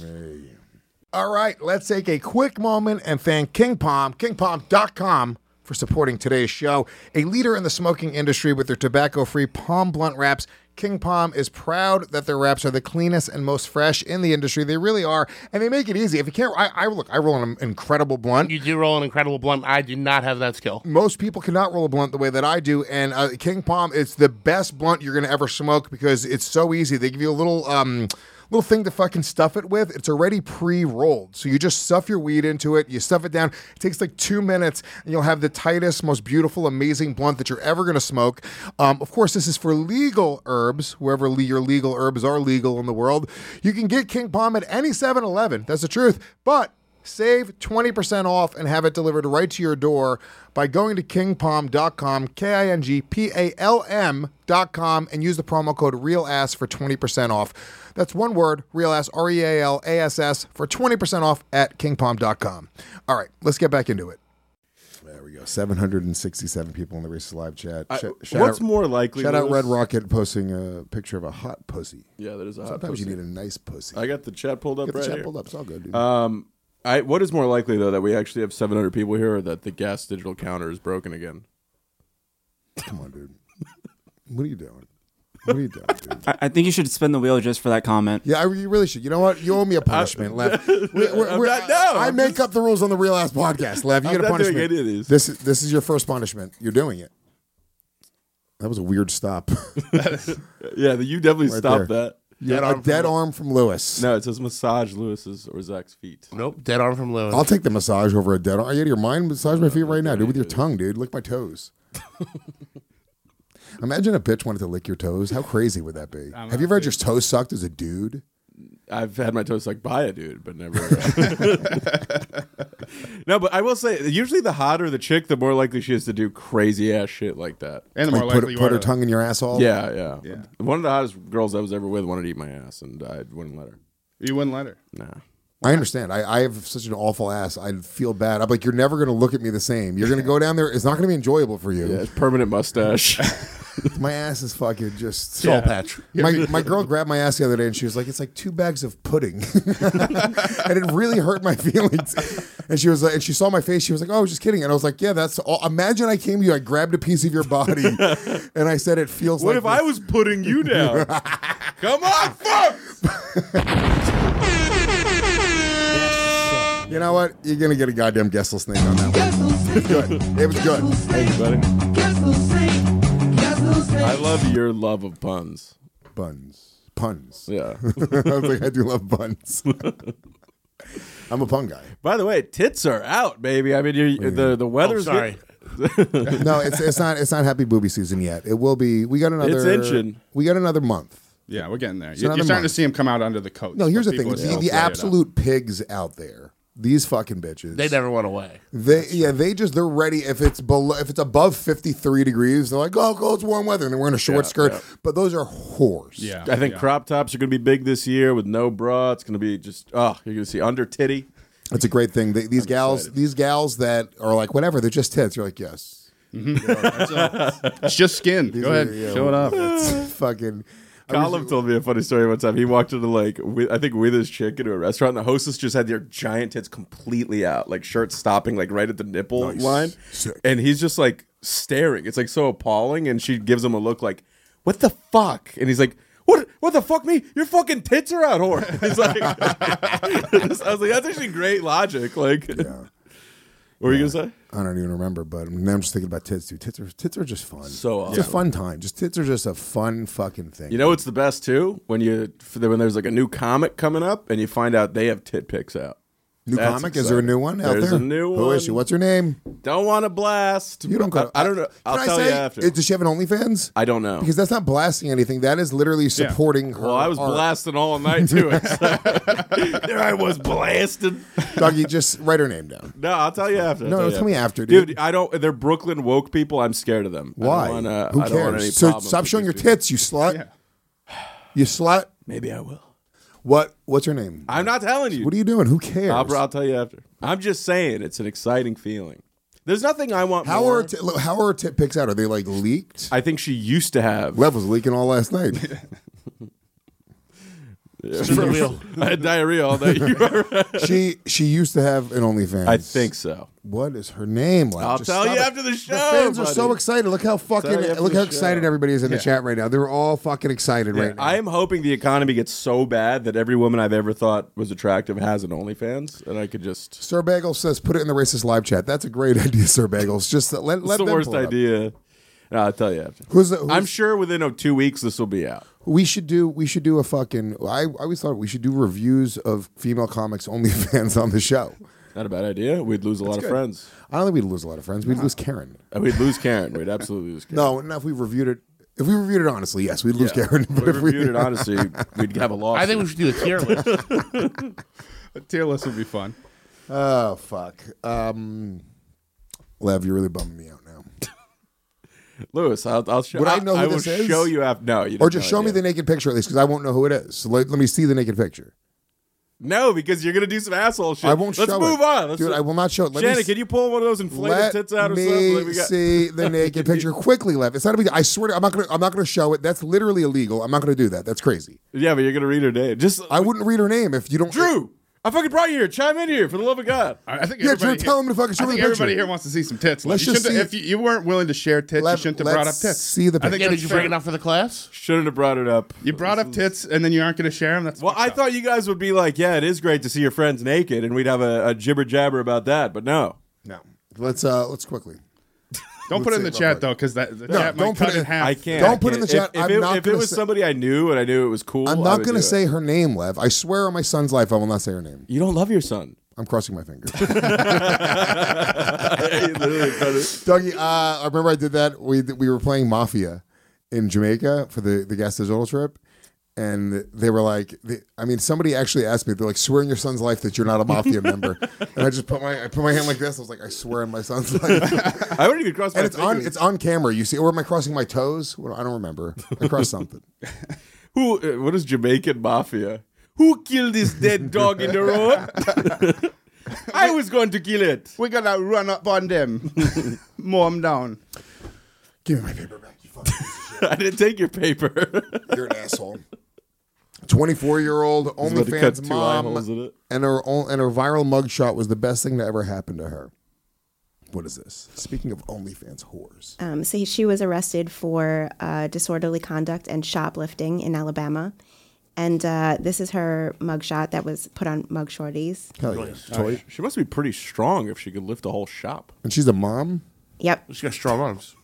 Speaker 10: All right, let's take a quick moment and thank King Palm, kingpalm.com for supporting today's show. A leader in the smoking industry with their tobacco free palm blunt wraps, King Palm is proud that their wraps are the cleanest and most fresh in the industry. They really are, and they make it easy. If you can't, I, I look, I roll an incredible blunt.
Speaker 2: You do roll an incredible blunt. I do not have that skill.
Speaker 10: most people cannot roll a blunt the way that I do, and uh, King Palm it's the best blunt you're gonna ever smoke because it's so easy. They give you a little um, little thing to fucking stuff it with. It's already pre-rolled, so you just stuff your weed into it. You stuff it down. It takes like two minutes, and you'll have the tightest, most beautiful, amazing blunt that you're ever gonna smoke. Um, of course, this is for legal herbs, wherever le- your legal herbs are legal in the world. You can get King Palm at any 7-Eleven. That's the truth, but Save 20% off and have it delivered right to your door by going to kingpalm.com, K I N G P A L M.com, and use the promo code REALASS for 20% off. That's one word, REALASS, R E A L A S S, for 20% off at kingpalm.com. All right, let's get back into it. There we go. 767 people in the Races Live chat.
Speaker 8: I-
Speaker 10: Sh-
Speaker 8: (laughs) what's more likely,
Speaker 10: Shout out
Speaker 8: Lewis?
Speaker 10: Red Rocket posting a picture of a hot pussy.
Speaker 8: Yeah, that is a hot
Speaker 10: Sometimes you
Speaker 8: pussy.
Speaker 10: need a nice pussy.
Speaker 8: I got the chat pulled up
Speaker 10: Get the
Speaker 8: right
Speaker 10: chat
Speaker 8: here.
Speaker 10: pulled up. It's all good, dude.
Speaker 8: Um, I what is more likely though that we actually have 700 people here, or that the gas digital counter is broken again?
Speaker 10: Come on, dude. What are you doing? What are you doing, dude?
Speaker 11: I, I think you should spin the wheel just for that comment.
Speaker 10: Yeah, I, you really should. You know what? You owe me a punishment, Lev. We- we-
Speaker 8: I'm
Speaker 10: we-
Speaker 8: not- no,
Speaker 10: I
Speaker 8: I'm
Speaker 10: make up the rules on the Real Ass Podcast, Lev. You
Speaker 8: I'm
Speaker 10: get a
Speaker 8: not doing
Speaker 10: punishment.
Speaker 8: any of these.
Speaker 10: This is this is your first punishment. You're doing it. That was a weird stop. (laughs)
Speaker 8: Yeah, the, you definitely
Speaker 10: Right
Speaker 8: stopped
Speaker 10: there.
Speaker 8: that.
Speaker 10: Yeah, a dead arm from Lewis.
Speaker 8: No, it says massage Lewis's or Zach's feet.
Speaker 2: Nope, dead arm from Lewis.
Speaker 10: I'll take the massage over a dead arm. Are you out of your mind? Massage my feet right now, dude, with your tongue, dude. Lick my
Speaker 8: (laughs)
Speaker 10: toes. Imagine a bitch wanted to lick your toes. How crazy would that be? Have you ever had your toes sucked as a dude?
Speaker 8: I've had my toes like by a dude,
Speaker 10: (laughs)
Speaker 8: but never. (laughs) no, but I will say, usually the hotter the chick, the more likely she is to do crazy ass shit like that.
Speaker 1: And the more
Speaker 10: Like, put
Speaker 1: likely you
Speaker 10: put
Speaker 1: are
Speaker 10: her
Speaker 1: to-
Speaker 10: tongue in your asshole?
Speaker 8: Yeah, yeah, One of the hottest girls I was ever with wanted to eat my ass, and I wouldn't let her.
Speaker 1: You wouldn't let her.
Speaker 8: Nah.
Speaker 10: I understand. I, I have such an awful ass. I feel bad. I'm like, you're never going to look at me the same. You're going to go down there. It's not going to be enjoyable for you.
Speaker 8: Yeah, it's permanent (laughs) mustache.
Speaker 10: My ass is fucking just
Speaker 2: Soul patch.
Speaker 10: My, my girl grabbed my ass the other day and she was like, it's like two bags of pudding. (laughs) and it really hurt my (laughs) feelings. And she was like, and she saw my face. She was like, oh, I was just kidding. And I was like, yeah, that's all. Imagine I came to you. I grabbed a piece of your body
Speaker 8: (laughs)
Speaker 10: and I said, it feels
Speaker 8: what
Speaker 10: like.
Speaker 8: if I was putting you down? (laughs) Come on, fuck!
Speaker 10: I. You know what? You're going to get a goddamn Gessel snake on that one. Good. It was good.
Speaker 8: Thanks, buddy. I love your love of puns.
Speaker 10: Buns. Puns.
Speaker 8: Yeah.
Speaker 10: (laughs) I was like, I do love (laughs) buns. I'm a pun guy.
Speaker 8: By the way, tits are out, baby. I mean, you the the
Speaker 2: Oh,
Speaker 8: weather's
Speaker 2: sorry.
Speaker 10: No, it's it's not it's not happy booby season yet. It will be. We got another.
Speaker 8: inching.
Speaker 10: We got another month.
Speaker 1: Yeah, we're getting there.
Speaker 10: So
Speaker 1: You- you're
Speaker 10: another
Speaker 1: starting to
Speaker 10: month.
Speaker 1: see him come out under the coat.
Speaker 10: No, here's the thing: the,
Speaker 1: "Oh,
Speaker 10: the absolute pigs out there, these fucking bitches.
Speaker 2: They never went away.
Speaker 10: They yeah, they just they're ready. If it's below, if it's above 53 degrees, they're like, oh, cool, it's warm weather, and they're wearing a short skirt. But those are whores.
Speaker 1: Yeah,
Speaker 8: I think
Speaker 1: yeah.
Speaker 8: crop tops are going to be big this year with no bra. It's going to be just oh, you're going to see under titty.
Speaker 10: It's a great thing. They, these gals, these gals that are like whatever, they're just tits. You're like, yes.
Speaker 1: it's just skin. Go ahead,
Speaker 10: Yeah,
Speaker 1: show it off.
Speaker 10: It's (laughs) fucking. I was-
Speaker 8: Colin told me a funny story one time. He walked into like with, I think with his chick into a restaurant. And the hostess just had their giant tits completely out, like shirt stopping like right at the nipple
Speaker 10: Nice.
Speaker 8: line,
Speaker 10: Sick.
Speaker 8: and he's just like staring. It's like so appalling, and she gives him a look like, "What the fuck?" And he's like. What, what the fuck me? Your fucking tits are out, whore. (laughs) He's like, I was like, that's actually great logic. Like, what were you gonna say?
Speaker 10: I don't even remember, but now I'm just thinking about tits, dude. Tits are tits are just fun.
Speaker 8: So
Speaker 10: it's a
Speaker 8: awesome.
Speaker 10: fun time. Just tits are just a fun fucking thing.
Speaker 8: You know what's the best too? When you for the- when there's like a new comic coming up and you find out they have tit pics out.
Speaker 10: New
Speaker 8: That's
Speaker 10: comic? Is there a
Speaker 8: exciting.
Speaker 10: new one out
Speaker 8: There's
Speaker 10: there?
Speaker 8: a new one.
Speaker 10: Who is she? What's her name?
Speaker 8: Don't want to blast.
Speaker 10: You don't go.
Speaker 8: I, I don't know. I'll
Speaker 10: Can I
Speaker 8: tell
Speaker 10: say,
Speaker 8: you after.
Speaker 10: it- Does she have an OnlyFans?
Speaker 8: I don't know.
Speaker 10: Because that's not blasting anything. That is literally
Speaker 8: Yeah.
Speaker 10: supporting her.
Speaker 8: Well, I was
Speaker 10: art.
Speaker 8: blasting all night too.
Speaker 10: (laughs)
Speaker 8: (laughs) there I was blasted.
Speaker 10: Doggy, just write her
Speaker 8: (laughs)
Speaker 10: name down.
Speaker 8: No, I'll tell you after. I'll
Speaker 10: No,
Speaker 8: you
Speaker 10: no, tell me after, dude.
Speaker 8: I don't. They're Brooklyn woke people. I'm scared of them. I don't
Speaker 10: Why?
Speaker 8: wanna-
Speaker 10: Who
Speaker 8: I
Speaker 10: cares?
Speaker 8: don't want any
Speaker 10: so
Speaker 8: problems
Speaker 10: stop
Speaker 8: with
Speaker 10: showing your
Speaker 8: these people.
Speaker 10: tits, you slut. You slut.
Speaker 8: Maybe I will.
Speaker 10: What? What's her name?
Speaker 8: I'm not telling you.
Speaker 10: What are you doing? Who cares?
Speaker 8: I'll, I'll tell you after. I'm just saying it's an exciting feeling. There's nothing I want
Speaker 10: How
Speaker 8: more.
Speaker 10: are t- look, how are tit pics out? Are they like leaked?
Speaker 8: I think she used to have.
Speaker 10: Lev was leaking all last night.
Speaker 8: (laughs) It's been real. I had (laughs) diarrhea
Speaker 10: (laughs)
Speaker 8: all night. You are right.
Speaker 10: she she used to have an OnlyFans.
Speaker 8: I think so.
Speaker 10: What is her name? Like,
Speaker 8: I'll
Speaker 10: just
Speaker 8: tell
Speaker 10: stop
Speaker 8: you
Speaker 10: it.
Speaker 8: after the show.
Speaker 10: The fans are
Speaker 8: buddy.
Speaker 10: so excited. Look how
Speaker 8: Tell you
Speaker 10: fucking
Speaker 8: after
Speaker 10: look
Speaker 8: the
Speaker 10: how
Speaker 8: show.
Speaker 10: excited everybody is in
Speaker 8: Yeah.
Speaker 10: the chat right now. They're all fucking excited
Speaker 8: Yeah,
Speaker 10: right now.
Speaker 8: I am hoping the economy gets so bad that every woman I've ever thought was attractive has an OnlyFans, and I could just.
Speaker 10: Sir Bagel says, "Put it in the racist live chat." That's a great (laughs) idea, Sir Bagels. Just let
Speaker 8: It's
Speaker 10: let
Speaker 8: the
Speaker 10: them
Speaker 8: worst
Speaker 10: pull it up.
Speaker 8: idea. No, I'll tell you after.
Speaker 10: Who's the- who's-
Speaker 8: I'm sure within oh, two weeks this will be out.
Speaker 10: We should do we should do a fucking. I, I always thought we should do reviews of female comics (laughs) OnlyFans on the show.
Speaker 8: Not a bad idea. We'd lose a lot
Speaker 10: That's
Speaker 8: of
Speaker 10: good.
Speaker 8: friends.
Speaker 10: I don't think we'd lose a lot of friends. We'd lose Karen.
Speaker 8: Uh, We'd lose Karen. We'd absolutely lose Karen.
Speaker 10: No, not if we reviewed it. If we reviewed it honestly, yes, we'd lose
Speaker 8: Yeah.
Speaker 10: Karen. (laughs)
Speaker 8: If we reviewed it honestly,
Speaker 10: honestly,
Speaker 8: we'd have
Speaker 10: (laughs)
Speaker 8: a loss.
Speaker 2: I think we should do a tier list.
Speaker 9: a tier list would be fun.
Speaker 10: Oh fuck, um, Lev, you're really bumming me out
Speaker 9: (laughs)
Speaker 10: now.
Speaker 8: Lewis, I'll, I'll show.
Speaker 10: Would I know who
Speaker 8: will
Speaker 10: this is?
Speaker 8: show you after. No, you
Speaker 10: or
Speaker 8: don't
Speaker 10: just
Speaker 8: know
Speaker 10: show me
Speaker 8: yet.
Speaker 10: the naked picture at least, because I won't know who it is. So let, let me see the naked picture.
Speaker 8: No, because you're gonna do some asshole shit.
Speaker 10: I won't
Speaker 8: Let's
Speaker 10: show
Speaker 8: move
Speaker 10: it.
Speaker 8: on. Let's
Speaker 10: Dude, I will not show it. Let me
Speaker 8: Janet,
Speaker 10: s-
Speaker 8: can you pull one of those inflated
Speaker 10: Let
Speaker 8: tits out or
Speaker 10: me
Speaker 8: something? Like we got-
Speaker 10: see
Speaker 9: (laughs)
Speaker 10: the naked picture quickly, Lev. It's not a big. I swear, to, I'm not gonna. I'm not gonna show it. That's literally illegal. I'm not gonna do that. That's crazy.
Speaker 8: Yeah, but you're gonna read her name. Just
Speaker 10: I wouldn't read her name if you don't.
Speaker 8: Drew, I fucking brought you here. Chime in here for the love of God.
Speaker 9: I, think
Speaker 10: Yeah, Drew, tell him to fucking show
Speaker 9: I
Speaker 10: me
Speaker 9: think
Speaker 10: the picture.
Speaker 9: everybody here wants to see some tits. Like,
Speaker 10: Let's
Speaker 9: you
Speaker 10: just
Speaker 9: shouldn't-
Speaker 10: see-
Speaker 9: if you, you weren't willing to share tits,
Speaker 10: Let-
Speaker 9: you shouldn't have brought up
Speaker 10: let's
Speaker 9: tits.
Speaker 10: see the
Speaker 9: I think
Speaker 2: Yeah, did
Speaker 9: that's
Speaker 2: you
Speaker 9: fair.
Speaker 2: bring it up for the class?
Speaker 8: Shouldn't have brought it up.
Speaker 9: You brought up tits, and then you aren't going to share them. That's
Speaker 8: Well, I thought you guys would be like, yeah, it is great to see your friends naked, and we'd have a, a jibber jabber about that. But no,
Speaker 10: No. Let's uh. Let's quickly.
Speaker 9: don't put it in the
Speaker 10: Let's see
Speaker 9: chat
Speaker 10: real quick.
Speaker 9: though, because that the
Speaker 10: No,
Speaker 9: chat
Speaker 10: don't put
Speaker 9: might cut
Speaker 10: it
Speaker 9: in
Speaker 10: in-
Speaker 9: half.
Speaker 8: I can't.
Speaker 10: Don't put it in
Speaker 8: I
Speaker 10: the
Speaker 8: can't.
Speaker 10: chat. I'm
Speaker 8: If, it,
Speaker 10: not
Speaker 8: if it
Speaker 10: gonna
Speaker 8: was
Speaker 10: say-
Speaker 8: somebody I knew and I knew it was cool,
Speaker 10: I'm
Speaker 8: I
Speaker 10: not
Speaker 8: would
Speaker 10: gonna
Speaker 8: do
Speaker 10: say
Speaker 8: It.
Speaker 10: her name, Lev. I swear on my son's life, I will not say her name.
Speaker 8: You don't love your son.
Speaker 10: (laughs) I'm crossing my
Speaker 8: (laughs)
Speaker 10: fingers.
Speaker 8: You literally cut it.
Speaker 10: Dougie, uh, I remember I did that. We we were playing Mafia in Jamaica for the the Gaston trip, and they were like, they, I mean, somebody actually asked me, they're like, swear in your son's life that you're not a Mafia member, and I just put my I put my hand like this. I was like, I swear in my son's
Speaker 8: (laughs)
Speaker 10: life,
Speaker 8: I wouldn't even cross my
Speaker 10: and it's on
Speaker 8: fingers.
Speaker 10: it's on camera. You see, or am I crossing my toes? Well, I don't remember. I crossed something.
Speaker 8: Who? uh, What is Jamaican mafia? Who killed this dead
Speaker 10: (laughs)
Speaker 8: dog in the road? I was going to kill it.
Speaker 9: We're gonna run up
Speaker 8: (laughs)
Speaker 9: on them, mow them down.
Speaker 10: Give me my paper back. You fucking piece of
Speaker 8: I didn't take your paper. (laughs)
Speaker 10: shit. You're an asshole. Twenty four year old
Speaker 8: about to cut
Speaker 10: OnlyFans
Speaker 8: two eye holes in
Speaker 10: mom,
Speaker 8: it.
Speaker 10: and her own, and her viral mugshot was the best thing to ever happen to her. What is this? Speaking of OnlyFans whores.
Speaker 7: Um, so she was arrested for uh, disorderly conduct and shoplifting in Alabama. And uh, this is her mugshot that was put on Mug Shorties.
Speaker 10: Hell yeah. Toy.
Speaker 8: She must be pretty strong if she could lift a whole shop.
Speaker 10: And she's a mom?
Speaker 7: Yep.
Speaker 2: She's got strong arms.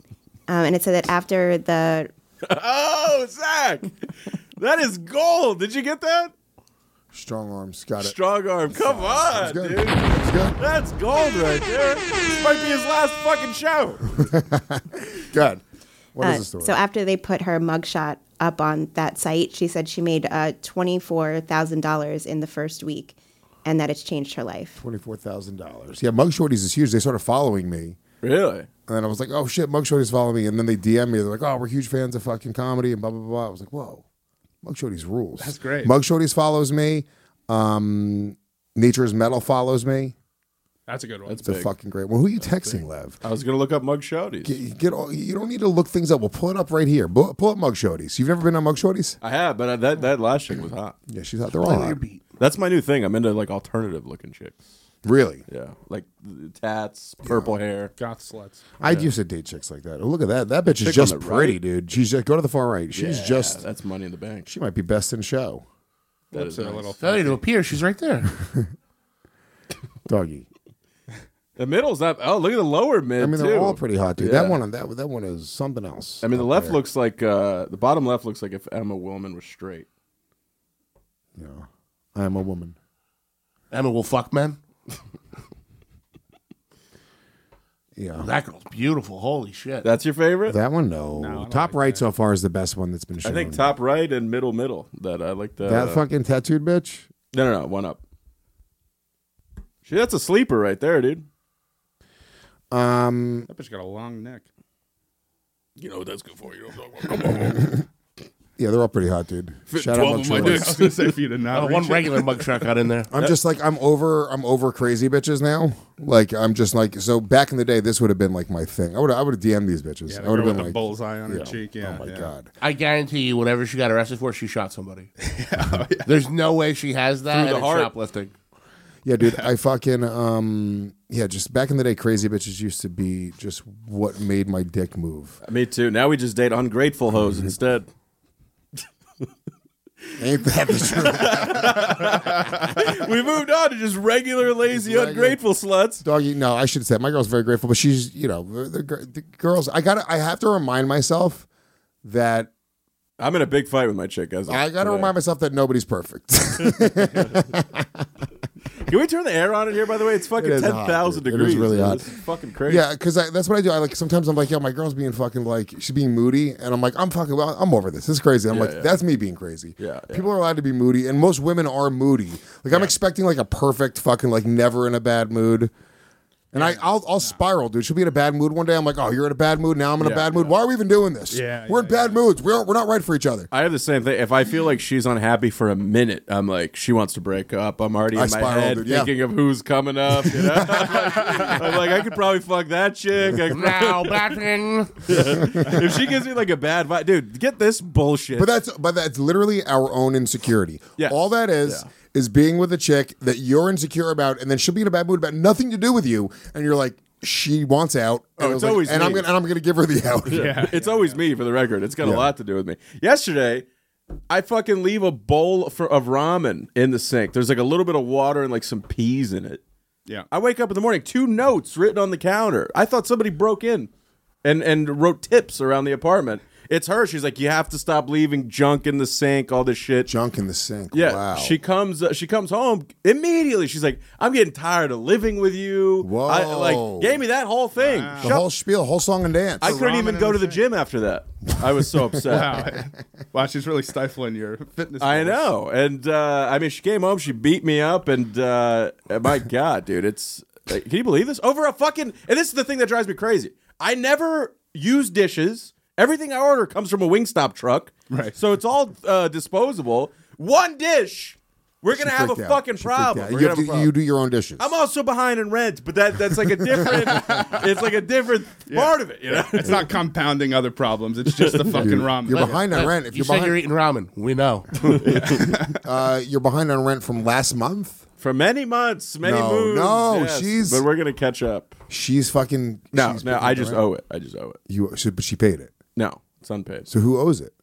Speaker 7: Um, and it said that after the
Speaker 8: oh, Zach, that is gold. Did you get that?
Speaker 10: Strong arms. Got it.
Speaker 8: Strong arm. Come on,
Speaker 10: good.
Speaker 8: dude. That's gold right there. This might be his last fucking show.
Speaker 10: God. What is
Speaker 7: uh,
Speaker 10: the story?
Speaker 7: so after they put her mugshot up on that site, she said she made uh, twenty four thousand dollars in the first week, and that it's changed her life.
Speaker 10: $24,000. Yeah, Mug Shorties is huge. They started following me.
Speaker 8: Really?
Speaker 10: And then I was like, oh shit, Mug Shorties follow me. And then they DM me. They're like, oh, we're huge fans of fucking comedy and blah, blah, blah. I was like, whoa, Mug Shorties rules.
Speaker 9: That's great.
Speaker 10: Mug Shorties follows me. Um, Nature's Metal follows me.
Speaker 9: That's a good one.
Speaker 8: That's
Speaker 10: It's a
Speaker 8: big.
Speaker 10: fucking great one. Who are you texting, Lev?
Speaker 8: I was gonna look up mug shouties.
Speaker 10: Get, get all, you don't need to look things up. We'll pull it up right here. Pull, pull up Mug Shorties. You've never been on Mug Shorties?
Speaker 8: I have, but I, that that last chick was hot.
Speaker 10: Yeah, she's out there all hot.
Speaker 8: That's my new thing. I'm into like alternative looking chicks.
Speaker 10: Really?
Speaker 8: Yeah, like the tats, purple hair.
Speaker 9: Goth sluts.
Speaker 10: I used to date chicks like that. Oh, look at that. That bitch
Speaker 8: Chick on
Speaker 10: is just
Speaker 8: the
Speaker 10: pretty,
Speaker 8: right.
Speaker 10: dude. She's just, go to the far right. She's
Speaker 8: Yeah,
Speaker 10: just,
Speaker 8: that's money in the bank.
Speaker 10: she might be best in show.
Speaker 8: That is
Speaker 9: a
Speaker 8: nice.
Speaker 9: little
Speaker 2: Failure to appear. She's right there.
Speaker 10: Doggy.
Speaker 8: The middle's not. Oh, look at the lower mid.
Speaker 10: I mean, they're
Speaker 8: too.
Speaker 10: all pretty hot, dude.
Speaker 8: Yeah.
Speaker 10: That one, that that one is something else.
Speaker 8: I mean, the
Speaker 10: out
Speaker 8: left
Speaker 10: there.
Speaker 8: looks like uh, the bottom left looks like if Emma Willman was straight.
Speaker 10: I am a woman.
Speaker 2: Emma will fuck men.
Speaker 10: Yeah,
Speaker 2: That girl's beautiful. Holy shit.
Speaker 8: That's your favorite?
Speaker 10: That one, no. top right so far is the best one that's been shown.
Speaker 8: I think top uh, right and middle middle. That I like the
Speaker 10: that fucking tattooed bitch.
Speaker 8: no no no one up. Shit, that's a sleeper right there, dude.
Speaker 10: Um,
Speaker 9: That bitch got a long neck.
Speaker 8: You know what that's good for? You know
Speaker 10: yeah, they're all pretty hot, dude.
Speaker 9: Fit
Speaker 10: Shout out
Speaker 9: 12 of my
Speaker 10: Montreal.
Speaker 9: dicks. I was gonna say, if you did not Uh, one reach it. regular
Speaker 2: mug shot got in
Speaker 9: (laughs)
Speaker 2: there.
Speaker 10: I'm just like I'm over. I'm over crazy bitches now. Like I'm just like so. Back in the day, this would have been like my thing. I would I would have DM'd these bitches.
Speaker 9: Yeah,
Speaker 10: I
Speaker 9: the
Speaker 10: would have been
Speaker 9: girl with the
Speaker 10: like
Speaker 9: bullseye on
Speaker 10: yeah.
Speaker 9: her cheek. Yeah. Oh my god.
Speaker 2: I guarantee you, whatever she got arrested for, she shot
Speaker 9: (laughs)
Speaker 2: somebody.
Speaker 9: oh,
Speaker 2: There's no way she has that.
Speaker 8: Through
Speaker 2: and it's
Speaker 8: the heart.
Speaker 9: (laughs)
Speaker 2: shoplifting.
Speaker 10: Yeah, dude, I fucking um yeah, just back in the day crazy bitches used to be just what made my dick move.
Speaker 8: Me too. Now we just date ungrateful hoes
Speaker 10: Mm-hmm.
Speaker 8: instead.
Speaker 10: Ain't that
Speaker 8: the truth? we moved on to just regular lazy ungrateful sluts.
Speaker 10: Doggy, no, I should say my girl's very grateful, but she's, you know, the, the, the girls, I got to I have to remind myself that
Speaker 8: I'm in a big fight with my chick. As of
Speaker 10: I got to
Speaker 8: today.
Speaker 10: remind myself that nobody's perfect. (laughs)
Speaker 8: Can we turn the air on in here? By the way, it's fucking
Speaker 10: It is
Speaker 8: ten
Speaker 10: hot,
Speaker 8: thousand
Speaker 10: dude.
Speaker 8: degrees.
Speaker 10: It is really
Speaker 8: dude.
Speaker 10: hot.
Speaker 8: This is fucking crazy.
Speaker 10: Yeah, because that's what I do. I like sometimes I'm like, yo, my girl's being fucking like she's being moody, and I'm like, I'm fucking well, I'm over this. This is crazy. I'm
Speaker 8: Yeah,
Speaker 10: like,
Speaker 8: yeah.
Speaker 10: that's me being crazy.
Speaker 8: Yeah, yeah.
Speaker 10: People are allowed to be moody, and most women are moody. Like I'm expecting like a perfect fucking like never in a bad mood. And I, I'll, I'll spiral, dude. She'll be in a bad mood one day. I'm like, oh, you're in a bad mood. Now I'm in a
Speaker 8: Yeah,
Speaker 10: bad mood. Why are we even doing this?
Speaker 8: Yeah,
Speaker 10: we're in bad moods. We're, we're not right for each other.
Speaker 8: I have the same thing. If I feel like she's unhappy for a minute, I'm like, she wants to break up. I'm already in
Speaker 10: I
Speaker 8: my
Speaker 10: spiral,
Speaker 8: head
Speaker 10: dude, yeah.
Speaker 8: thinking of who's coming up. You know? (laughs) I'm like, I could probably fuck that chick. I could
Speaker 2: Now,
Speaker 8: probably-
Speaker 2: Batman.
Speaker 8: (laughs) if she gives me like a bad vibe, dude, get this bullshit.
Speaker 10: But that's but that's literally our own insecurity.
Speaker 8: Yes.
Speaker 10: All that is is being with a chick that you're insecure about, and then she'll be in a bad mood about nothing to do with you, and you're like, she wants out. And I
Speaker 8: Oh, it's
Speaker 10: was like-
Speaker 8: always
Speaker 10: and I'm
Speaker 8: me.
Speaker 10: gonna and I'm gonna give her the out.
Speaker 8: (laughs) it's always me for the record. It's got
Speaker 10: Yeah.
Speaker 8: a lot to do with me. Yesterday, I fucking leave a bowl for, of ramen in the sink. There's like a little bit of water and like some peas in it.
Speaker 9: Yeah.
Speaker 8: I wake up in the morning, two notes written on the counter. I thought somebody broke in and and wrote tips around the apartment. It's her. She's like, you have to stop leaving junk in the sink, all this shit.
Speaker 10: Junk in the sink.
Speaker 8: Yeah,
Speaker 10: Wow.
Speaker 8: she comes. Uh, she comes home immediately. She's like, "I'm getting tired of living with you." Whoa! I,
Speaker 10: Whoa.
Speaker 8: like, gave me that whole thing.
Speaker 10: the
Speaker 8: Shut
Speaker 10: whole spiel, whole song and dance.
Speaker 8: I couldn't even go to the gym after that. I
Speaker 10: (laughs)
Speaker 8: was so upset.
Speaker 9: Wow. wow, she's really stifling your fitness.
Speaker 8: I
Speaker 9: goals.
Speaker 8: know. And uh, I mean, she came home, she beat me up, and uh, my God, dude, it's. like, Can you believe this? Over a fucking. And this is the thing that drives me crazy. I never use dishes. Everything I order comes from a Wingstop truck. Right. So it's all uh, disposable. One dish. We're going to
Speaker 10: She
Speaker 8: have a
Speaker 10: freaked out.
Speaker 8: fucking
Speaker 10: She freaked out.
Speaker 8: problem. We're
Speaker 10: You,
Speaker 8: gonna
Speaker 10: have
Speaker 8: have a
Speaker 10: to-
Speaker 8: problem.
Speaker 10: you do your own dishes.
Speaker 8: I'm also behind in rent, but that that's like
Speaker 10: (laughs)
Speaker 8: a different. it's like a different part of it. You know,
Speaker 9: it's not compounding other problems. It's just the fucking ramen.
Speaker 10: You're behind on rent. If
Speaker 2: you
Speaker 10: you're
Speaker 2: said
Speaker 10: behind,
Speaker 2: you're eating ramen. We know.
Speaker 10: uh, you're behind on rent from last month.
Speaker 8: For many months, many
Speaker 10: No,
Speaker 8: moons.
Speaker 10: no,
Speaker 8: yes.
Speaker 10: she's-
Speaker 8: But we're gonna catch up.
Speaker 10: She's fucking.
Speaker 8: No,
Speaker 10: she's
Speaker 8: no,
Speaker 10: behind
Speaker 8: I
Speaker 10: on
Speaker 8: just
Speaker 10: rent.
Speaker 8: owe it. I just owe it.
Speaker 10: You, so, but she paid it.
Speaker 8: No, it's unpaid.
Speaker 10: So who owes it?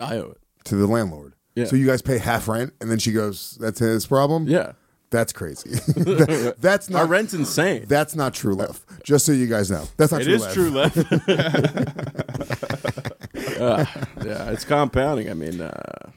Speaker 8: I owe it.
Speaker 10: to the landlord.
Speaker 8: Yeah.
Speaker 10: So you guys pay half rent, and then she goes, "That's his problem."
Speaker 8: Yeah.
Speaker 10: That's
Speaker 8: (laughs)
Speaker 10: crazy. (laughs) That- that's not
Speaker 8: Our rent's insane.
Speaker 10: That's not true love. Just so you guys know, that's not
Speaker 8: It
Speaker 10: true
Speaker 8: is
Speaker 10: love.
Speaker 8: true love. (laughs) Uh, yeah, it's compounding. I mean, uh,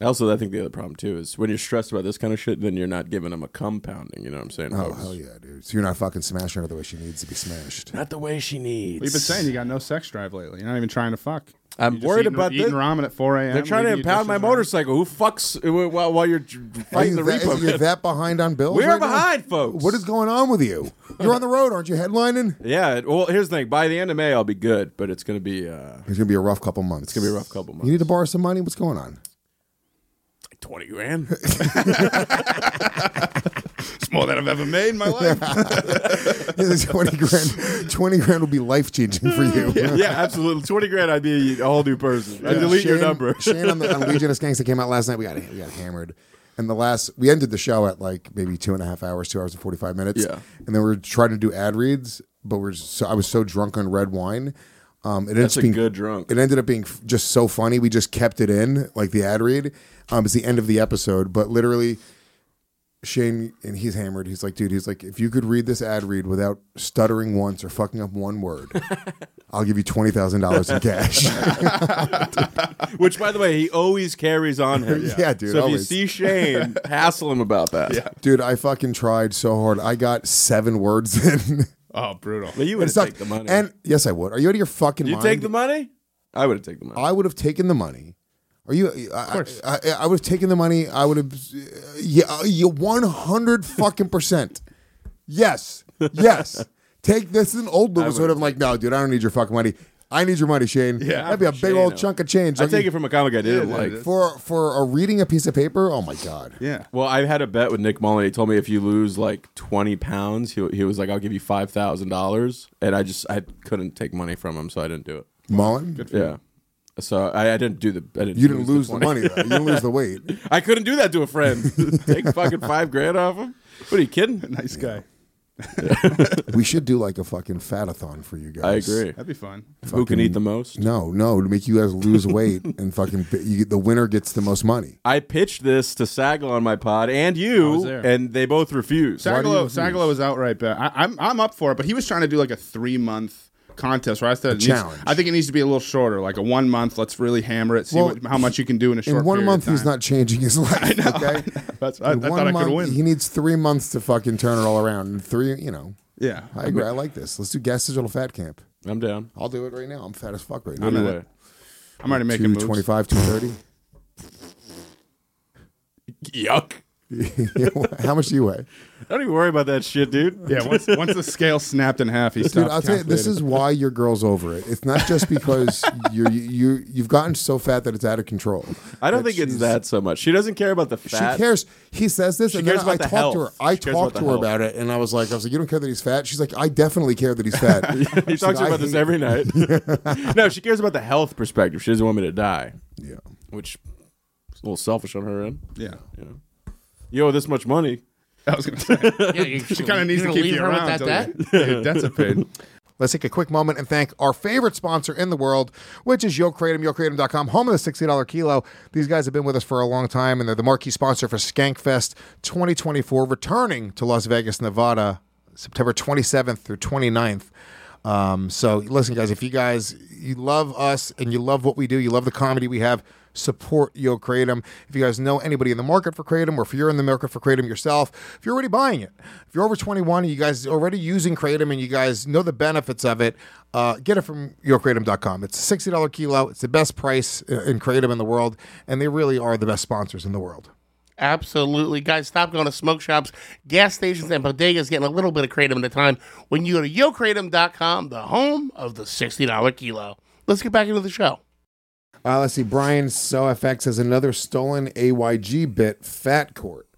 Speaker 8: also, I think the other problem too is when you're stressed about this kind of shit, then you're not giving them a compounding. You know what I'm saying?
Speaker 10: oh
Speaker 8: folks?
Speaker 10: hell yeah, dude! So you're not fucking smashing her the way she needs to be smashed.
Speaker 8: Not the way she needs.
Speaker 9: We've been saying you got no sex drive lately. You're not even trying to fuck.
Speaker 8: I'm
Speaker 9: You're just
Speaker 8: worried
Speaker 9: eating-
Speaker 8: about
Speaker 9: eating
Speaker 8: this.
Speaker 9: ramen at 4 a.m.
Speaker 8: They're trying to
Speaker 9: leaving your
Speaker 8: impound my
Speaker 9: dishes
Speaker 8: motorcycle. Who fucks uh, while, while you're dr-
Speaker 10: Are
Speaker 8: fighting
Speaker 10: you
Speaker 8: the
Speaker 10: that,
Speaker 8: repo?
Speaker 10: You're
Speaker 8: man?
Speaker 10: that behind on bills.
Speaker 8: We're
Speaker 10: right now?
Speaker 8: behind, folks.
Speaker 10: oh, What is going on with you? You're on the road, aren't you? Headlining.
Speaker 8: Yeah. Well, here's the thing. By the end of May, I'll be good, but it's gonna be uh,
Speaker 10: It's gonna be a rough couple months. It's
Speaker 8: gonna be a rough couple months.
Speaker 10: You need to borrow some money. What's going on?
Speaker 8: twenty (laughs) grand.
Speaker 9: It's more than I've ever made in my life.
Speaker 10: Yeah, the (laughs) twenty grand. Twenty grand will be life changing for you.
Speaker 8: (laughs) yeah, absolutely. Twenty grand, I'd be a whole new person. I
Speaker 10: Yeah.
Speaker 8: delete your
Speaker 10: Shane- (laughs)
Speaker 8: number.
Speaker 10: Shane on,
Speaker 8: (laughs)
Speaker 10: the, on Legionist Gangs that came out last night, we got we got hammered. And the last, we ended the show at like maybe two and a half hours, two hours and forty five minutes.
Speaker 8: Yeah.
Speaker 10: And then we were trying to do ad reads, but we're just, so I was so drunk on red wine. Um, it ended
Speaker 8: That's
Speaker 10: up
Speaker 8: a
Speaker 10: being,
Speaker 8: good drunk.
Speaker 10: It ended up being f- just so funny. We just kept it in like the ad read. Um, it's the end of the episode, but literally Shane and he's hammered. He's like, dude, he's like, if you could read this ad read without stuttering once or fucking up one
Speaker 8: (laughs)
Speaker 10: word, I'll give you twenty thousand dollars in cash.
Speaker 8: Which, by the way, he always carries on him.
Speaker 10: Yeah, dude,
Speaker 8: So if
Speaker 10: always.
Speaker 8: you see Shane, hassle him about that.
Speaker 10: Dude, I fucking tried so hard. I got seven words (laughs) in.
Speaker 9: Oh, brutal.
Speaker 8: But you would
Speaker 10: It sucked.
Speaker 8: take the money.
Speaker 10: And yes, I would. Are you out of your fucking
Speaker 8: you
Speaker 10: mind?
Speaker 8: take the money? I would have taken the money.
Speaker 10: I would have taken the money. Are you? Of
Speaker 8: course.
Speaker 10: I, I, I would have taken the money. I would have. Yeah, you one hundred fucking percent. Yes, yes. Take this is an old Lewis would have like, no, dude, I don't need your fucking money. I need your money, Shane.
Speaker 8: Yeah,
Speaker 10: that'd be a big
Speaker 8: Shane,
Speaker 10: old
Speaker 8: uh,
Speaker 10: chunk of change.
Speaker 8: I
Speaker 10: Like,
Speaker 8: take it from a comic I didn't like.
Speaker 10: for for a reading a piece of paper. Oh my god.
Speaker 9: Yeah.
Speaker 8: Well, I had a bet with Nick Mullen. He told me if you lose like twenty pounds, he he was like, "I'll give you five thousand dollars," and I just I couldn't take money from him, so I didn't do it.
Speaker 10: Mullen? Good for
Speaker 8: yeah. So I, I didn't do the. I didn't
Speaker 10: You didn't lose the
Speaker 8: 20.
Speaker 10: money, though. You didn't lose the
Speaker 9: (laughs)
Speaker 10: weight.
Speaker 8: I couldn't do that to a friend.
Speaker 10: (laughs)
Speaker 8: (laughs) Take fucking five grand off him. What are you kidding?
Speaker 9: Nice guy.
Speaker 10: we should do like a fucking fatathon for you
Speaker 8: I
Speaker 10: guys.
Speaker 8: agree.
Speaker 9: That'd be fun.
Speaker 8: Who can
Speaker 10: Fucking-
Speaker 8: eat the most?
Speaker 10: No, no, to make you guys lose
Speaker 9: (laughs)
Speaker 10: weight and fucking you, the winner gets the most money.
Speaker 8: I pitched this to Sagalo on my pod and
Speaker 9: I was
Speaker 8: you,
Speaker 9: there.
Speaker 8: and they both refused.
Speaker 9: Sagalo, Sagalo was outright bad. I, I'm I'm up for it, but he was trying to do like a three month contest where I said it needs-
Speaker 10: challenge.
Speaker 9: I think it needs to be a little shorter, like a one month. Let's really hammer it, see
Speaker 10: Well,
Speaker 9: what, how much you can do in a short.
Speaker 10: In one
Speaker 9: period
Speaker 10: month,
Speaker 9: of time.
Speaker 10: he's not changing
Speaker 9: (laughs)
Speaker 10: his life. Okay,
Speaker 9: That's I, I
Speaker 10: In
Speaker 9: thought
Speaker 10: one
Speaker 9: I
Speaker 10: month-
Speaker 9: could win.
Speaker 10: He needs three months to fucking turn it all around. And three, you know.
Speaker 9: Yeah.
Speaker 10: I agree. I like this. Let's do gas digital fat camp.
Speaker 8: I'm down.
Speaker 10: I'll do it right now. I'm fat as fuck right now.
Speaker 9: I'm, in it. I'm already making moves.
Speaker 10: 225, 230.
Speaker 8: Yuck.
Speaker 10: (laughs) How much do you weigh?
Speaker 8: I don't even worry about that shit, dude.
Speaker 9: Yeah, once once the scale snapped in half, he stopped.
Speaker 10: Dude, I'll tell you, this is
Speaker 9: calculating.
Speaker 10: why your girl's over it. It's not just because (laughs) you're, you, you, you've gotten so fat that it's out of control.
Speaker 8: I don't
Speaker 10: That
Speaker 8: think it's
Speaker 10: she's-
Speaker 8: that so much. She doesn't care about the fat.
Speaker 10: She cares. He says this,
Speaker 8: She
Speaker 10: and then
Speaker 8: cares about
Speaker 10: I
Speaker 8: the
Speaker 10: talked
Speaker 8: health.
Speaker 10: to her. I
Speaker 8: She cares
Speaker 10: talked
Speaker 8: about the
Speaker 10: to her
Speaker 8: health.
Speaker 10: about it, and I was like, I was like, you don't care that he's fat. She's like, I definitely care that he's fat.
Speaker 8: (laughs) he talks to her about this every
Speaker 10: (laughs)
Speaker 8: night. (laughs) no, she cares about the health perspective. She doesn't want me to die.
Speaker 10: Yeah.
Speaker 8: Which is a little selfish on her end.
Speaker 9: Yeah.
Speaker 8: You know. You owe this much money.
Speaker 9: I was gonna say.
Speaker 2: (laughs) Yeah, (laughs) you-
Speaker 9: she kind
Speaker 2: you
Speaker 9: of needs to
Speaker 2: gonna
Speaker 9: keep
Speaker 2: leave
Speaker 9: you
Speaker 2: her with
Speaker 9: around.
Speaker 2: that
Speaker 9: don't you?
Speaker 2: debt?
Speaker 9: (laughs) Dude, that's
Speaker 10: (laughs)
Speaker 9: a pain.
Speaker 10: Let's take a quick moment and thank our favorite sponsor in the world, which is Yo Kratom, YoKratom.com, home of the $60 kilo. These guys have been with us for a long time, and they're the marquee sponsor for Skankfest 2024, returning to Las Vegas, Nevada, September 27th through 29th. Um, so listen, guys, if you guys you love us and you love what we do, you love the comedy we have, support Yo Kratom. If you guys know anybody in the market for Kratom, or if you're in the market for Kratom yourself, if you're already buying it, if you're over 21 and you guys already using Kratom and you guys know the benefits of it, uh, get it from YoKratom.com. It's a $60 kilo. It's the best price uh, in Kratom in the world, and they really are the best sponsors in the world.
Speaker 2: Absolutely. Guys, stop going to smoke shops, gas stations, and bodegas, getting a little bit of kratom at a time when you go to yokratom.com, the home of the $60 kilo. Let's get back into the show.
Speaker 10: Uh, let's see. Brian SoFX has another stolen AYG bit, Fat Court.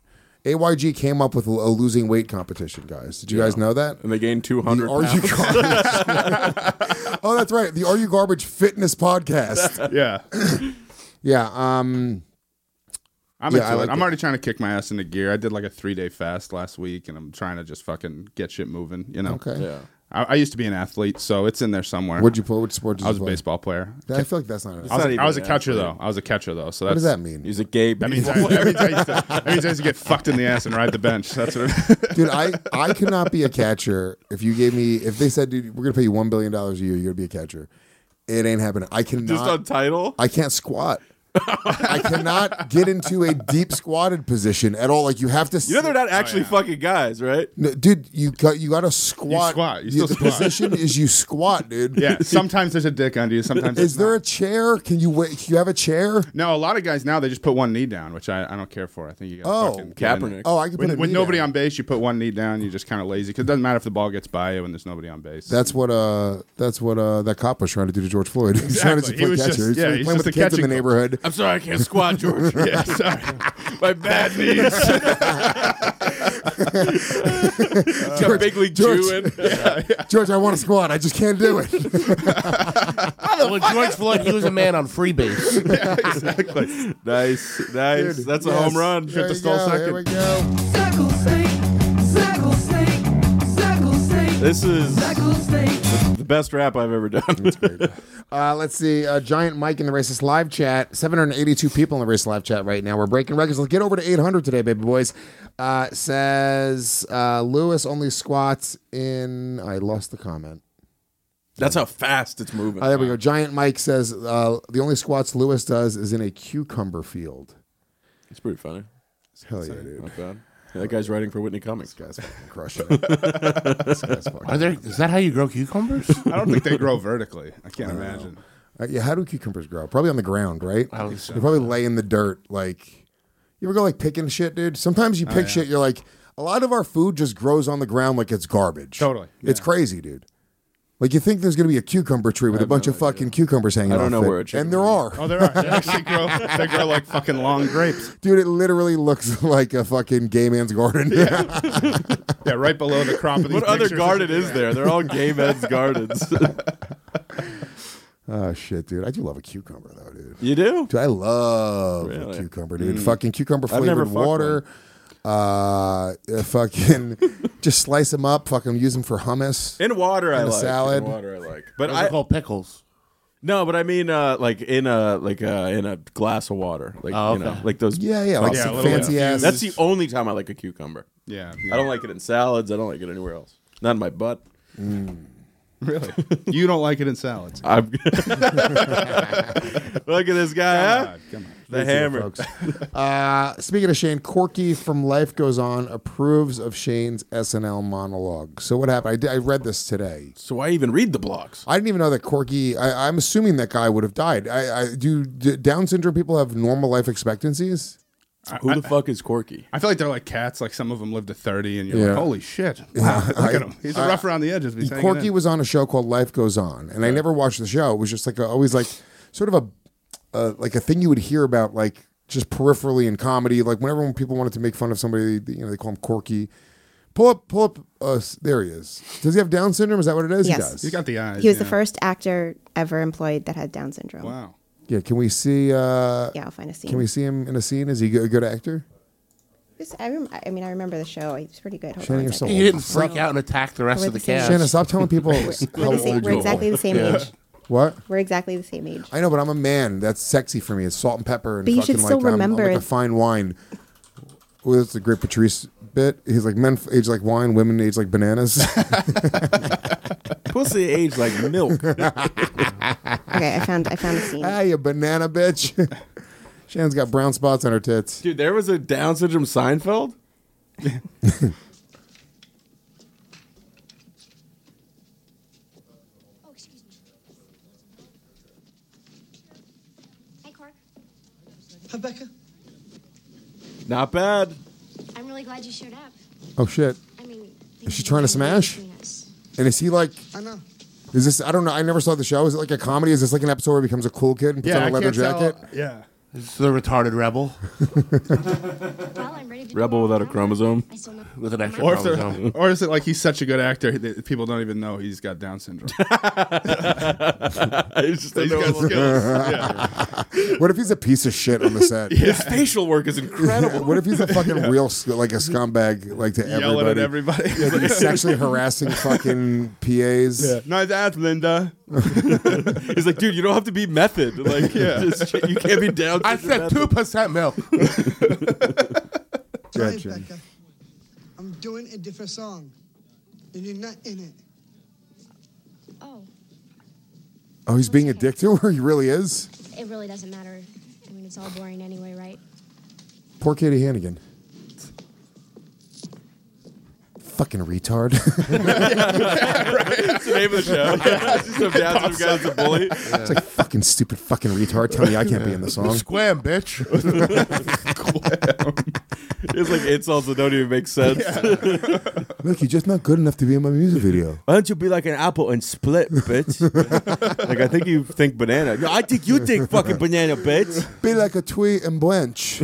Speaker 10: AYG came up with a losing weight competition, guys. Did you guys know that?
Speaker 8: And they gained 200
Speaker 10: Are you
Speaker 8: (laughs) pounds.
Speaker 9: (laughs)
Speaker 10: garbage? oh, that's right. The Are You Garbage Fitness Podcast.
Speaker 9: Yeah,
Speaker 10: Yeah. Um,
Speaker 9: I'm
Speaker 10: Yeah,
Speaker 9: into
Speaker 10: I like
Speaker 9: it. I'm
Speaker 10: it.
Speaker 9: already trying to kick my ass into gear. I did like a three day fast last week, and I'm trying to just fucking get shit moving. You know.
Speaker 10: Okay. Yeah.
Speaker 9: I, I used to be an athlete, so it's in there somewhere.
Speaker 10: What'd you play? Which sport did
Speaker 9: I was
Speaker 10: you
Speaker 9: a
Speaker 10: play?
Speaker 9: baseball player.
Speaker 10: I feel like that's not.
Speaker 9: I was,
Speaker 8: not even
Speaker 9: I was a
Speaker 8: an
Speaker 9: catcher
Speaker 8: athlete.
Speaker 9: though. I was a catcher though. So
Speaker 10: What does
Speaker 9: that's-
Speaker 10: that
Speaker 9: (laughs)
Speaker 10: mean?
Speaker 8: He's a gay.
Speaker 9: That means I, that means I used to, that (laughs) means I used to get fucked in the ass and ride the bench. (laughs) That's what. It,
Speaker 10: Dude, I, I could not be a catcher if you gave me, if they said, dude, we're going to pay you $1 billion a year, you're going to be a catcher. It ain't happening. I cannot.
Speaker 8: (laughs) Just on title?
Speaker 10: I can't squat. I cannot get into a deep squatted position at all. Like you have to.
Speaker 8: You know they're
Speaker 9: Oh,
Speaker 8: not actually fucking guys, right?
Speaker 10: No, dude, you got you got to squat.
Speaker 9: squat.
Speaker 10: Yeah,
Speaker 9: You still
Speaker 10: the
Speaker 9: squat.
Speaker 10: position is you squat, dude.
Speaker 9: yeah. Sometimes there's a dick under you. Sometimes
Speaker 10: Is
Speaker 9: it's
Speaker 10: there a chair? Can you wait? Can you have a chair?
Speaker 9: No, a lot of guys now they just put one knee down, which I, I don't care for. I think you got
Speaker 10: Oh.
Speaker 9: fucking get in
Speaker 8: Kaepernick.
Speaker 9: it.
Speaker 10: Oh, I can
Speaker 9: When,
Speaker 10: put a
Speaker 9: when
Speaker 10: knee
Speaker 9: nobody
Speaker 10: down.
Speaker 9: on base, you put one knee down. You're just kind of lazy because it doesn't matter if the ball gets by you when there's nobody on base.
Speaker 10: That's what uh that's what uh that cop was trying to do to George Floyd. (laughs) He's trying to just
Speaker 9: Exactly. He
Speaker 10: play
Speaker 9: was
Speaker 10: catcher.
Speaker 9: just-
Speaker 10: he's
Speaker 9: yeah,
Speaker 10: playing
Speaker 9: he's
Speaker 10: with the
Speaker 9: just a
Speaker 10: kids in the
Speaker 9: catching-
Speaker 10: neighborhood.
Speaker 8: I'm sorry, I
Speaker 10: (laughs)
Speaker 8: can't squat, George. (laughs)
Speaker 9: yeah, sorry.
Speaker 8: My bad knees. (laughs) Got big league
Speaker 10: George-
Speaker 8: Jew (laughs) in.
Speaker 10: George, I want to squat. I just can't do it.
Speaker 2: Well, George Floyd, he was a man on (laughs) freebase.
Speaker 8: exactly. Nice, nice.
Speaker 10: Dude,
Speaker 8: That's a
Speaker 10: yes.
Speaker 8: home run.
Speaker 10: There
Speaker 8: Shit the
Speaker 10: you
Speaker 8: stall
Speaker 10: go, there we
Speaker 8: second.
Speaker 10: go.
Speaker 3: Circle snake, circle snake, circle snake,
Speaker 8: This is
Speaker 3: circle snake.
Speaker 8: the best rap I've ever done.
Speaker 10: Uh, let's see. Uh, Giant Mike in the Racist Live Chat. 782 people in the Racist Live Chat right now. We're breaking records. Let's get over to 800 today, baby boys. Uh, says uh, Lewis only squats in. I lost the comment.
Speaker 8: (laughs) That's how fast it's moving.
Speaker 10: Uh, there we go. Giant Mike says uh, the only squats Lewis does is in a cucumber field.
Speaker 8: It's pretty funny.
Speaker 10: Hell yeah,
Speaker 8: dude. Not bad. Yeah, that guy's writing for Whitney Cummings.
Speaker 10: This (laughs) guy's fucking crushing it. This guy's fucking-
Speaker 2: Are there? Is that how you grow cucumbers?
Speaker 9: I don't think they grow vertically. I can't imagine.
Speaker 10: Uh, yeah, how do cucumbers grow? Probably on the ground, right?
Speaker 2: I would say
Speaker 10: They probably lay in the dirt. Like, you ever go like picking shit, dude? Sometimes you pick shit. You're like, a lot of our food just grows on the ground like it's garbage.
Speaker 9: Totally.
Speaker 10: it's crazy, dude. Like you think there's gonna be a cucumber tree with a bunch of fucking cucumbers hanging.
Speaker 8: I don't
Speaker 10: off
Speaker 8: know
Speaker 10: it.
Speaker 8: where a chicken
Speaker 10: and there are,
Speaker 9: Oh, there are. They actually grow. They grow like fucking long grapes.
Speaker 10: dude. It literally looks (laughs) like a fucking gay man's garden.
Speaker 9: Yeah, right below the crop of these
Speaker 8: What other
Speaker 9: pictures.
Speaker 8: garden is there? They're all gay men's gardens. (laughs)
Speaker 10: oh shit, dude. I do love a cucumber though, dude.
Speaker 8: you do?
Speaker 10: Dude, I love a
Speaker 8: Really?
Speaker 10: cucumber,
Speaker 9: Mm.
Speaker 10: dude. Fucking cucumber
Speaker 8: I've never
Speaker 10: flavored
Speaker 8: fucked
Speaker 10: water. Uh, uh, fucking (laughs) just slice them up. Fucking use them for hummus.
Speaker 8: In water, I
Speaker 10: And a
Speaker 8: like.
Speaker 10: salad.
Speaker 8: In water, I like. But
Speaker 2: Those are
Speaker 8: I
Speaker 2: called pickles.
Speaker 8: no, but I mean, uh, like in a like uh, in a glass of water, like
Speaker 2: Oh,
Speaker 8: you know,
Speaker 2: okay.
Speaker 8: like those.
Speaker 10: Yeah, yeah, like
Speaker 9: Yeah, a
Speaker 10: some
Speaker 9: little
Speaker 10: fancy
Speaker 9: bit.
Speaker 10: ass.
Speaker 8: That's the only time I like a cucumber.
Speaker 9: Yeah.
Speaker 8: I don't like it in salads. I don't like it anywhere else. Not in my butt.
Speaker 9: really. You don't like it
Speaker 10: (laughs)
Speaker 9: in salads.
Speaker 8: I'm (laughs) Look at this guy, huh?
Speaker 9: God, come on.
Speaker 8: The hammer.
Speaker 10: Uh, speaking of Shane Corky from Life Goes On approves of Shane's SNL monologue. So what happened? I, did, I read this today.
Speaker 8: So why even read the blogs?
Speaker 10: I didn't even know that Corky. I, I'm assuming that guy would have died. I, I do, do Down syndrome people have normal life expectancies?
Speaker 8: Who the fuck is Corky?
Speaker 9: I feel like they're like cats. Like some of them live to thirty, and you're
Speaker 10: Yeah.
Speaker 9: like, holy shit! Wow, look at him. He's rough around the edges. but He's hanging
Speaker 10: Corky
Speaker 9: in.
Speaker 10: was on a show called Life Goes On, and I never watched the show. It was just like a, always like sort of a uh, like a thing you would hear about like just peripherally in comedy. Like whenever when people wanted to make fun of somebody, they- you know, they call him Corky. Pull up, pull up. Uh, s- there he is. Does he have Down syndrome? Is that what it is? He
Speaker 7: Yes.
Speaker 10: does.
Speaker 9: He's got the eyes.
Speaker 7: He was the
Speaker 9: yeah.
Speaker 7: first actor ever employed that had Down syndrome.
Speaker 9: Wow.
Speaker 10: yeah. Can we see? Uh,
Speaker 7: Yeah, I'll find a scene.
Speaker 10: Can we see him in a scene? Is he go- a good actor?
Speaker 7: This- I, rem- I mean, I remember the show. It's pretty good. Hold
Speaker 10: Shannon,
Speaker 7: on
Speaker 10: you're
Speaker 7: a
Speaker 10: so
Speaker 7: second.
Speaker 2: You didn't
Speaker 10: Stop.
Speaker 2: freak out and attack the rest
Speaker 7: We're
Speaker 2: of the
Speaker 7: the same.
Speaker 2: cast.
Speaker 10: Shanna, stop telling
Speaker 9: (laughs)
Speaker 10: people how
Speaker 7: We're, the same,
Speaker 10: old
Speaker 7: we're
Speaker 10: you
Speaker 7: exactly
Speaker 10: are.
Speaker 7: the same age.
Speaker 10: What?
Speaker 7: We're exactly the same age.
Speaker 10: I know, but I'm a man. That's sexy for me. It's salt and pepper and
Speaker 7: But you
Speaker 10: fucking
Speaker 7: should
Speaker 10: like,
Speaker 7: still
Speaker 10: I'm- I'm
Speaker 7: remember
Speaker 10: like a
Speaker 7: it.
Speaker 10: fine wine. Well, that's the great Patrice bit. He's like men f- age like wine, women age like bananas.
Speaker 9: (laughs)
Speaker 8: Pussy aged like milk.
Speaker 7: Okay, I found I found a
Speaker 10: (laughs)
Speaker 7: scene.
Speaker 10: ah, you banana bitch. (laughs) Shannon's got brown spots on her tits.
Speaker 8: (laughs) Dude, there was a Down
Speaker 12: (laughs)
Speaker 8: syndrome Seinfeld?
Speaker 12: Oh, excuse me. Hey, Cork.
Speaker 13: Hi, Becca.
Speaker 8: Not bad.
Speaker 12: I'm really glad you showed up.
Speaker 10: Oh shit!
Speaker 12: I mean,
Speaker 10: Is she trying to smash?
Speaker 12: between us.
Speaker 10: And is he like?
Speaker 13: I know.
Speaker 10: Is this? I don't know. I never saw the show. Is it like a comedy? Is this like an episode where he becomes a cool kid and puts
Speaker 9: Yeah,
Speaker 10: on
Speaker 9: I
Speaker 10: a leather
Speaker 9: can't
Speaker 10: jacket?
Speaker 9: tell. Yeah.
Speaker 2: It's the retarded rebel
Speaker 12: Well, I'm ready to do
Speaker 8: Rebel
Speaker 12: it.
Speaker 8: without a chromosome.
Speaker 12: I
Speaker 8: (laughs)
Speaker 12: still know-
Speaker 2: with an extra
Speaker 9: Or, if they're-
Speaker 2: chromosome.
Speaker 9: or is it like he's such a good actor that people don't even know he's got Down syndrome?
Speaker 8: It's just
Speaker 9: he's got skills.
Speaker 8: adorable. (laughs)
Speaker 9: Yeah.
Speaker 10: What if he's a piece of shit on the
Speaker 9: (laughs)
Speaker 10: set?
Speaker 8: His facial work is incredible.
Speaker 10: What if he's a fucking real sc- like a scumbag like to
Speaker 9: Yelling at
Speaker 10: everybody?
Speaker 9: everybody.
Speaker 10: He's sexually harassing fucking PAs.
Speaker 9: nice ass, Linda.
Speaker 8: (laughs) He's like, dude, you don't have to be method. Like,
Speaker 9: (laughs) Yeah.
Speaker 8: just- you can't be down.
Speaker 2: I
Speaker 8: syndrome
Speaker 2: said
Speaker 8: method.
Speaker 2: two percent milk.
Speaker 13: Giant
Speaker 10: Gotcha.
Speaker 13: Becca. I'm doing a different song, and you're not in it.
Speaker 12: Oh,
Speaker 10: Oh, he's being a dick to her. He really is.
Speaker 12: it really doesn't matter. I mean, it's all boring anyway, right?
Speaker 10: Poor Katie Hannigan. Fucking retard. (laughs)
Speaker 8: That's the name of (laughs) the show. It's just some Down syndrome guy that's a
Speaker 9: (laughs)
Speaker 8: bully.
Speaker 10: it's like fucking stupid fucking retard. Tell me I can't be in the song.
Speaker 2: Squam, bitch.
Speaker 8: It's like insults that don't even make sense.
Speaker 10: Look, you're just not good enough to be in my music video.
Speaker 8: (laughs) Why don't you be like an apple and split, bitch? (laughs) like I think you think banana. No, I think you think fucking banana, bitch.
Speaker 10: Be like a tweet and
Speaker 8: (laughs)
Speaker 10: blench.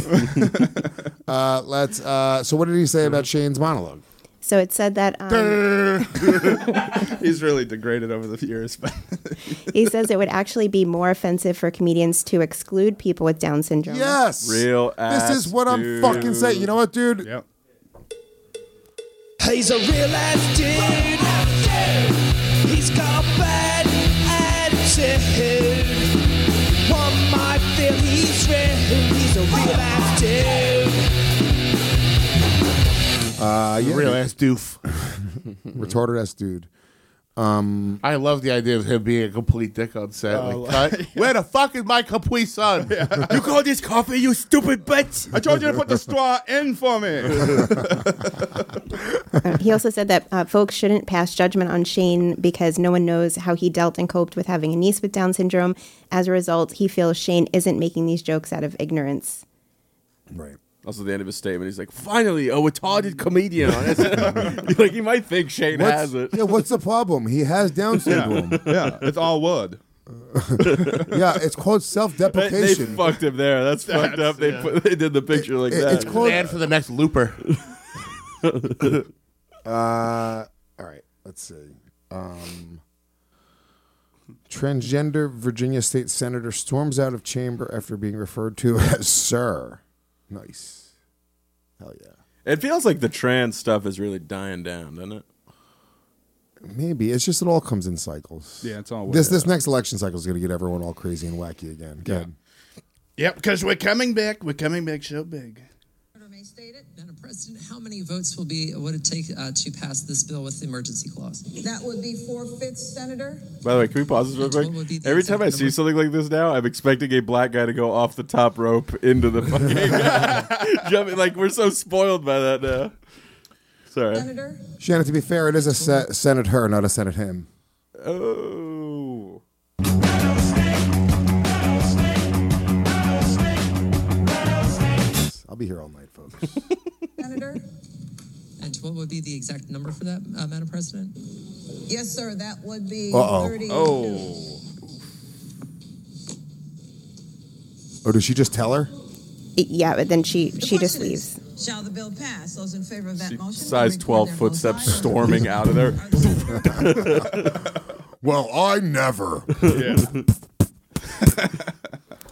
Speaker 10: uh, let's. Uh, so, what did he say about Shane's monologue?
Speaker 7: So it said that um,
Speaker 9: He's really degraded over the
Speaker 8: (laughs)
Speaker 9: years, but
Speaker 7: he says it would actually be more offensive for comedians to exclude people with Down syndrome.
Speaker 10: Yes.
Speaker 8: Real
Speaker 10: This
Speaker 8: ass
Speaker 10: is what I'm fucking
Speaker 8: dude.
Speaker 10: saying. You know what, dude?
Speaker 9: yep.
Speaker 13: He's a real ass dude. He's
Speaker 14: He's got bad attitude. One might feel he's real. He's a real ass dude.
Speaker 10: Uh, yeah.
Speaker 2: Real ass doof.
Speaker 10: Retarded ass dude. Um,
Speaker 2: I love the idea of him being a complete dick on set.
Speaker 10: Oh,
Speaker 2: like, cut.
Speaker 9: (laughs)
Speaker 2: Where the fuck is my Capri Sun? You call this coffee, you stupid bitch?
Speaker 9: I told you to put the straw in
Speaker 8: (laughs)
Speaker 9: for me.
Speaker 7: Uh, he also said that uh, folks shouldn't pass judgment on Shane because no one knows how he dealt and coped with having a niece with Down syndrome. As a result, he feels Shane isn't making these jokes out of ignorance.
Speaker 10: Right.
Speaker 8: Also, the end of his statement, he's like, "Finally, a retarded comedian on it." (laughs) like, you might think Shane
Speaker 10: What's-
Speaker 8: has it.
Speaker 10: Yeah, what's the problem? He has
Speaker 8: (laughs)
Speaker 10: Down syndrome.
Speaker 9: yeah, it's all wood.
Speaker 10: yeah, it's called
Speaker 8: They, they
Speaker 10: self-deprecation.
Speaker 8: fucked him there. That's, fucked
Speaker 2: That's-
Speaker 8: up. They
Speaker 2: yeah.
Speaker 8: put, they did the picture like
Speaker 10: it-
Speaker 8: that.
Speaker 10: it's called-
Speaker 2: Man for the next looper.
Speaker 10: uh, all right, let's see. Um, transgender Virginia state senator storms out of chamber after being referred to (laughs) as sir. Nice. Hell yeah.
Speaker 8: It feels like the trans stuff is really dying down, doesn't it?
Speaker 10: Maybe it's just it all comes in cycles.
Speaker 9: Yeah, it's all
Speaker 10: This
Speaker 9: weird.
Speaker 10: this next election cycle is going to get everyone all crazy and wacky again. Go ahead.
Speaker 15: (laughs) Yep, because we're coming back. We're coming back so
Speaker 9: (laughs)
Speaker 15: big.
Speaker 16: Madam President, how many votes will be would it take uh, to pass this bill with the emergency clause?
Speaker 17: That would be four fifths, Senator.
Speaker 8: By the way, can we pause this real quick? Every time I see something like this now, I'm expecting a black guy to go off the top rope into the fucking (laughs) jump. Like we're so spoiled by that now. Sorry.
Speaker 10: Shannon, to be fair, it is a se- Senate her, not a Senate him.
Speaker 8: Oh.
Speaker 10: I'll be here all night, folks.
Speaker 17: (laughs) Senator?
Speaker 16: And what would be the exact number for that, uh, Madam President?
Speaker 17: Yes, sir, that would be
Speaker 10: Uh-oh.
Speaker 17: 30.
Speaker 10: Oh. Oh, did she just tell her?
Speaker 7: I- Yeah, but then she
Speaker 17: The
Speaker 7: she just
Speaker 17: question
Speaker 7: leaves.
Speaker 17: is, Shall the bill pass? Those in favor of that motion?
Speaker 8: Size 12 footsteps storming out of there.
Speaker 10: well, I
Speaker 8: (laughs)
Speaker 10: never.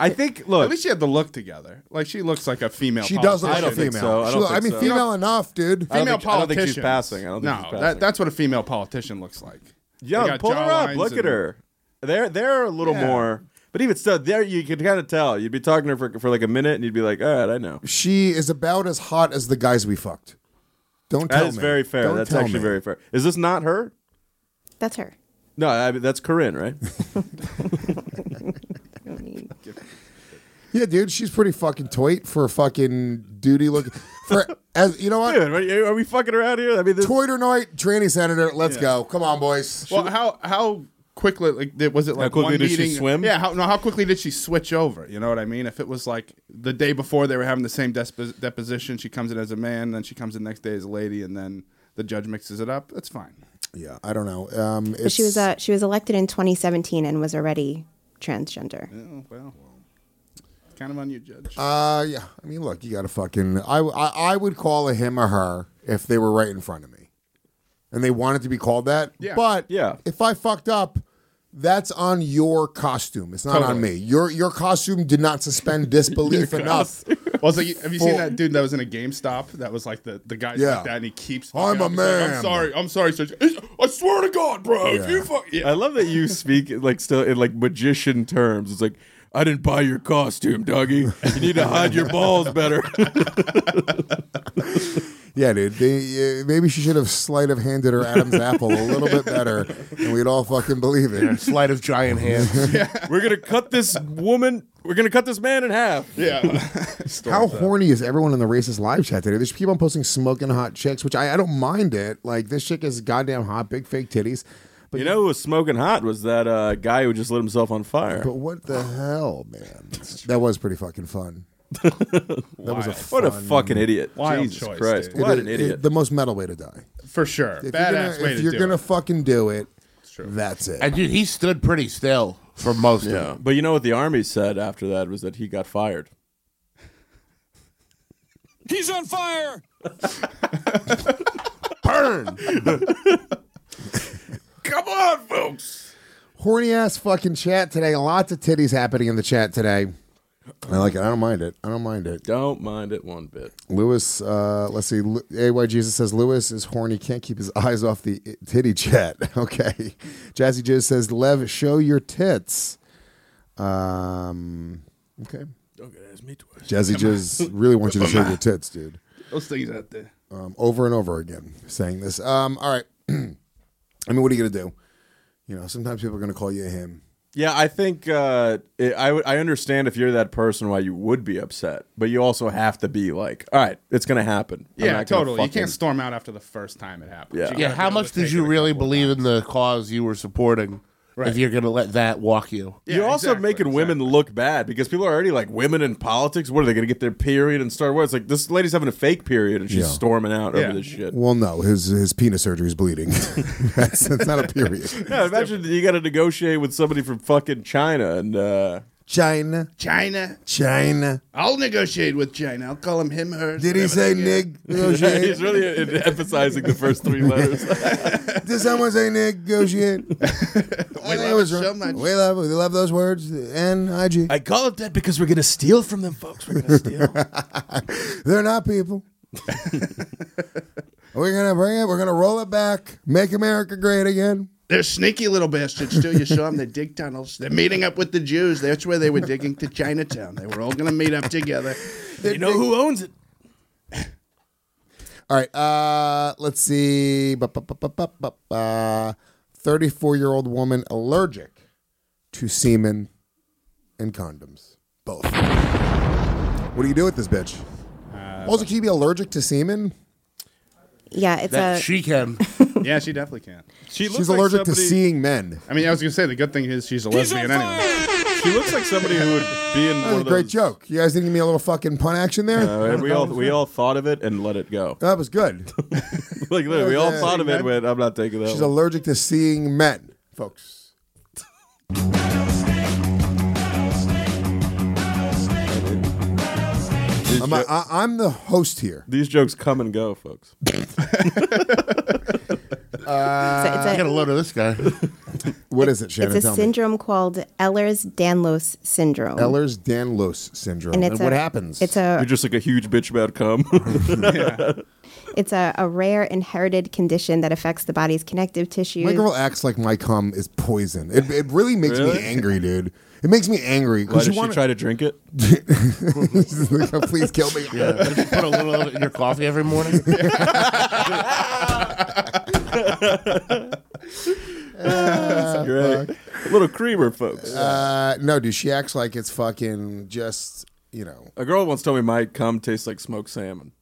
Speaker 8: I think. Look,
Speaker 9: at least she had the look together. Like she looks like a female.
Speaker 10: She does look
Speaker 9: politician.
Speaker 10: like a female. She look- I mean, female enough, dude.
Speaker 9: Female politician.
Speaker 8: passing. I don't think
Speaker 9: no,
Speaker 8: she's passing.
Speaker 9: That, that's what a female politician looks like. They
Speaker 8: Yeah,
Speaker 9: got
Speaker 8: pull her up.
Speaker 9: jawlines
Speaker 8: Look at
Speaker 9: and-
Speaker 8: her. They're they're a little
Speaker 9: Yeah.
Speaker 8: more. But even still, there you could kind of tell. You'd be talking to her for, for like a minute, and you'd be like, "All right, I know."
Speaker 10: She is about as hot as the guys we fucked. Don't tell
Speaker 8: That
Speaker 10: me.
Speaker 8: is very fair.
Speaker 10: Don't
Speaker 8: that's
Speaker 10: tell
Speaker 8: actually
Speaker 10: me.
Speaker 8: very fair. Is this not her?
Speaker 7: That's her.
Speaker 8: No, I mean, that's Corinne,
Speaker 9: (laughs)
Speaker 8: right?
Speaker 10: Yeah, dude, she's pretty fucking toit for fucking duty looking
Speaker 9: (laughs)
Speaker 10: for as you know what?
Speaker 8: Dude, are we fucking around here? I mean, this...
Speaker 10: toit or night, tranny senator. Let's
Speaker 9: Yeah.
Speaker 10: go. Come on, boys.
Speaker 9: Well, how how quickly like there- was it like
Speaker 8: quickly
Speaker 9: one
Speaker 8: did she
Speaker 9: meeting?
Speaker 8: swim?
Speaker 9: Yeah, how no, how quickly did she switch over? You know what I mean? If it was like the day before they were having the same desp- deposition, she comes in as a man, then she comes in the next day as a lady, and then the judge mixes it up. That's fine.
Speaker 10: Yeah, I don't know. Um,
Speaker 7: But she
Speaker 10: it's-
Speaker 7: was uh, she was elected in 2017 and was already transgender.
Speaker 9: Oh, well, kind of on you, judge.
Speaker 10: Uh, yeah. I mean, look, you got to fucking. I, I I would call a him or her if they were right in front of me, and they wanted to be called that.
Speaker 9: Yeah.
Speaker 10: But
Speaker 8: Yeah.
Speaker 10: if I fucked up, that's on your costume. It's not on me.
Speaker 9: Totally.
Speaker 10: Your your costume did not suspend
Speaker 9: (laughs)
Speaker 10: disbelief enough.
Speaker 9: Well, it's like, have you
Speaker 10: For-
Speaker 9: seen that dude that was in a GameStop? That was like the, the guy's
Speaker 10: Yeah.
Speaker 9: like that, and he keeps.
Speaker 10: I'm
Speaker 9: fucking
Speaker 10: a
Speaker 9: up. He's like,
Speaker 10: man.
Speaker 9: I'm sorry. I'm sorry, sir. I swear to God, bro. If
Speaker 8: Yeah.
Speaker 9: you fuck.
Speaker 15: Uh,
Speaker 9: Yeah.
Speaker 8: I love that you speak like still in like magician terms. It's like I didn't buy your costume, doggy. You need to hide your balls better. (laughs)
Speaker 10: Yeah, dude. They, uh, maybe she should have sleight of handed her Adam's apple a little bit better, and we'd all fucking believe it.
Speaker 2: Sleight of giant
Speaker 10: (laughs)
Speaker 2: hands.
Speaker 8: we're gonna cut this woman. We're gonna cut this man in half.
Speaker 9: Yeah.
Speaker 10: How horny is everyone in the racist live chat today? They just keep on posting smoking hot chicks, which I, I don't mind it. Like this chick is goddamn hot, big fake titties.
Speaker 8: you know who was smoking hot was that uh, guy who just lit himself on fire.
Speaker 10: But what the hell, man? That was pretty fucking fun. That was a
Speaker 8: what a
Speaker 10: fun-
Speaker 8: fucking idiot!
Speaker 9: Wild
Speaker 8: Jesus
Speaker 9: choice,
Speaker 8: Christ,
Speaker 9: dude.
Speaker 8: what
Speaker 10: It-
Speaker 8: an
Speaker 10: it-
Speaker 8: idiot!
Speaker 10: the most metal way to die.
Speaker 9: For sure.
Speaker 10: If
Speaker 9: Badass
Speaker 10: you're gonna,
Speaker 9: way
Speaker 10: if
Speaker 9: to
Speaker 10: you're
Speaker 9: do
Speaker 10: gonna
Speaker 9: it.
Speaker 10: fucking do it, that's it.
Speaker 2: And dude, he stood pretty still for most of
Speaker 8: yeah, but you know what the army said after that was that he got fired.
Speaker 14: He's on fire.
Speaker 2: Burn!
Speaker 9: Come on, folks.
Speaker 10: Horny ass fucking chat today. Lots of titties happening in the chat today. I like it. I don't mind it. I don't mind it.
Speaker 8: Don't mind it one bit.
Speaker 10: Lewis, uh, let's see. Lu- AY Jesus says Lewis is horny, can't keep his (laughs) eyes off the i- titty chat. (laughs) Okay. Jazzy Jizz says, Lev, show your tits. Um, okay.
Speaker 8: Don't get ass me twice.
Speaker 10: Jazzy
Speaker 8: Come on.
Speaker 10: Jizz really wants
Speaker 9: (laughs)
Speaker 10: you to show your tits, dude.
Speaker 9: Those things out there.
Speaker 10: Um, over and over again saying this. Um, all right. (clears throat) I mean, what are you going to do? You know, sometimes people are going to call you a him.
Speaker 8: Yeah, I think uh, it, I would- I understand if you're that person why you would be upset, but you also have to be like, all right, it's gonna happen. I'm
Speaker 9: Yeah,
Speaker 8: not gonna
Speaker 9: totally. You
Speaker 8: fucking-
Speaker 9: can't storm out after the first time it happens.
Speaker 8: Yeah.
Speaker 9: You
Speaker 2: Yeah,
Speaker 9: gotta
Speaker 2: how
Speaker 9: be able
Speaker 2: much
Speaker 9: to
Speaker 2: did
Speaker 9: take
Speaker 2: you
Speaker 9: it.
Speaker 2: really believe in the cause you were supporting if you're going to let that walk you?
Speaker 8: You're also making women look bad because people are already like women in politics. What are they going to get their period and start? What it's like this lady's having a fake period and she's
Speaker 10: Yeah.
Speaker 8: storming out over this shit.
Speaker 10: Well, no, his his penis surgery is
Speaker 9: (laughs)
Speaker 10: bleeding. (laughs) that's, that's not a period.
Speaker 8: Yeah, imagine you got to negotiate with somebody from fucking China and uh,
Speaker 10: China,
Speaker 9: China,
Speaker 10: China.
Speaker 9: I'll negotiate with China. I'll call him him, her.
Speaker 10: Did he say
Speaker 9: (laughs)
Speaker 10: nig? negotiate? (laughs)
Speaker 8: He's really uh, emphasizing the first three letters.
Speaker 10: Did someone say
Speaker 9: (laughs)
Speaker 10: negotiate? we
Speaker 8: love it so much.
Speaker 10: We love we love those words. N I G.
Speaker 8: I call it that because we're gonna steal from them, folks. We're (laughs) gonna steal.
Speaker 10: They're not
Speaker 9: (laughs)
Speaker 10: people. we're gonna bring it. We're gonna roll it back. Make America great again.
Speaker 9: They're sneaky little bastards too. You saw them. They dig tunnels. They're meeting up with the Jews. That's where they were digging to Chinatown. They were all going to meet up together.
Speaker 8: you know who owns it?
Speaker 10: All right. Uh, let's see. Thirty-four-year-old woman allergic to semen and condoms. Both. What do you do with this bitch?
Speaker 8: Uh,
Speaker 10: also, can you be allergic to semen?
Speaker 7: Yeah, it's
Speaker 9: That
Speaker 7: a.
Speaker 9: she can. yeah, she definitely can.
Speaker 8: She
Speaker 10: She's allergic to seeing men.
Speaker 9: I mean, I was going to say the good thing is she's a lesbian anyway.
Speaker 8: She looks like somebody who would be in
Speaker 10: That was
Speaker 8: one
Speaker 10: a
Speaker 8: of
Speaker 10: great
Speaker 8: those.
Speaker 10: joke. You guys didn't give me a little fucking pun action there.
Speaker 8: Uh, we all we all thought of it and let it go. (laughs)
Speaker 10: That was good.
Speaker 8: like literally, we all
Speaker 10: Yeah.
Speaker 8: thought of it. When I'm not taking that.
Speaker 10: She's
Speaker 8: one.
Speaker 10: allergic to seeing men, folks. I'm, a, I, I'm the host here.
Speaker 8: These jokes come and go, folks.
Speaker 7: It's a- it's a- I got a load
Speaker 2: of this guy.
Speaker 10: what is it, Shannon?
Speaker 7: It's a
Speaker 10: Tell me.
Speaker 7: syndrome called Ehlers-Danlos syndrome.
Speaker 10: Ehlers-Danlos syndrome.
Speaker 7: And it's
Speaker 10: what
Speaker 7: a-
Speaker 10: happens?
Speaker 7: it's a-
Speaker 8: You're just like a huge bitch about cum. (laughs)
Speaker 7: It's a, a rare inherited condition that affects the body's connective tissues.
Speaker 10: My girl acts like my cum is poison. It, it really makes
Speaker 8: Really?
Speaker 10: me angry, dude. It makes me angry
Speaker 8: Why
Speaker 10: because you
Speaker 8: did she
Speaker 10: want
Speaker 8: try to drink it? (laughs)
Speaker 10: to. Please kill me.
Speaker 2: (laughs) Yeah. Did you put a little of it in your coffee every morning?
Speaker 8: Great. A little creamer, folks.
Speaker 10: Uh, no, dude. She acts like it's fucking just you know.
Speaker 8: a girl once told me my cum tastes like smoked salmon.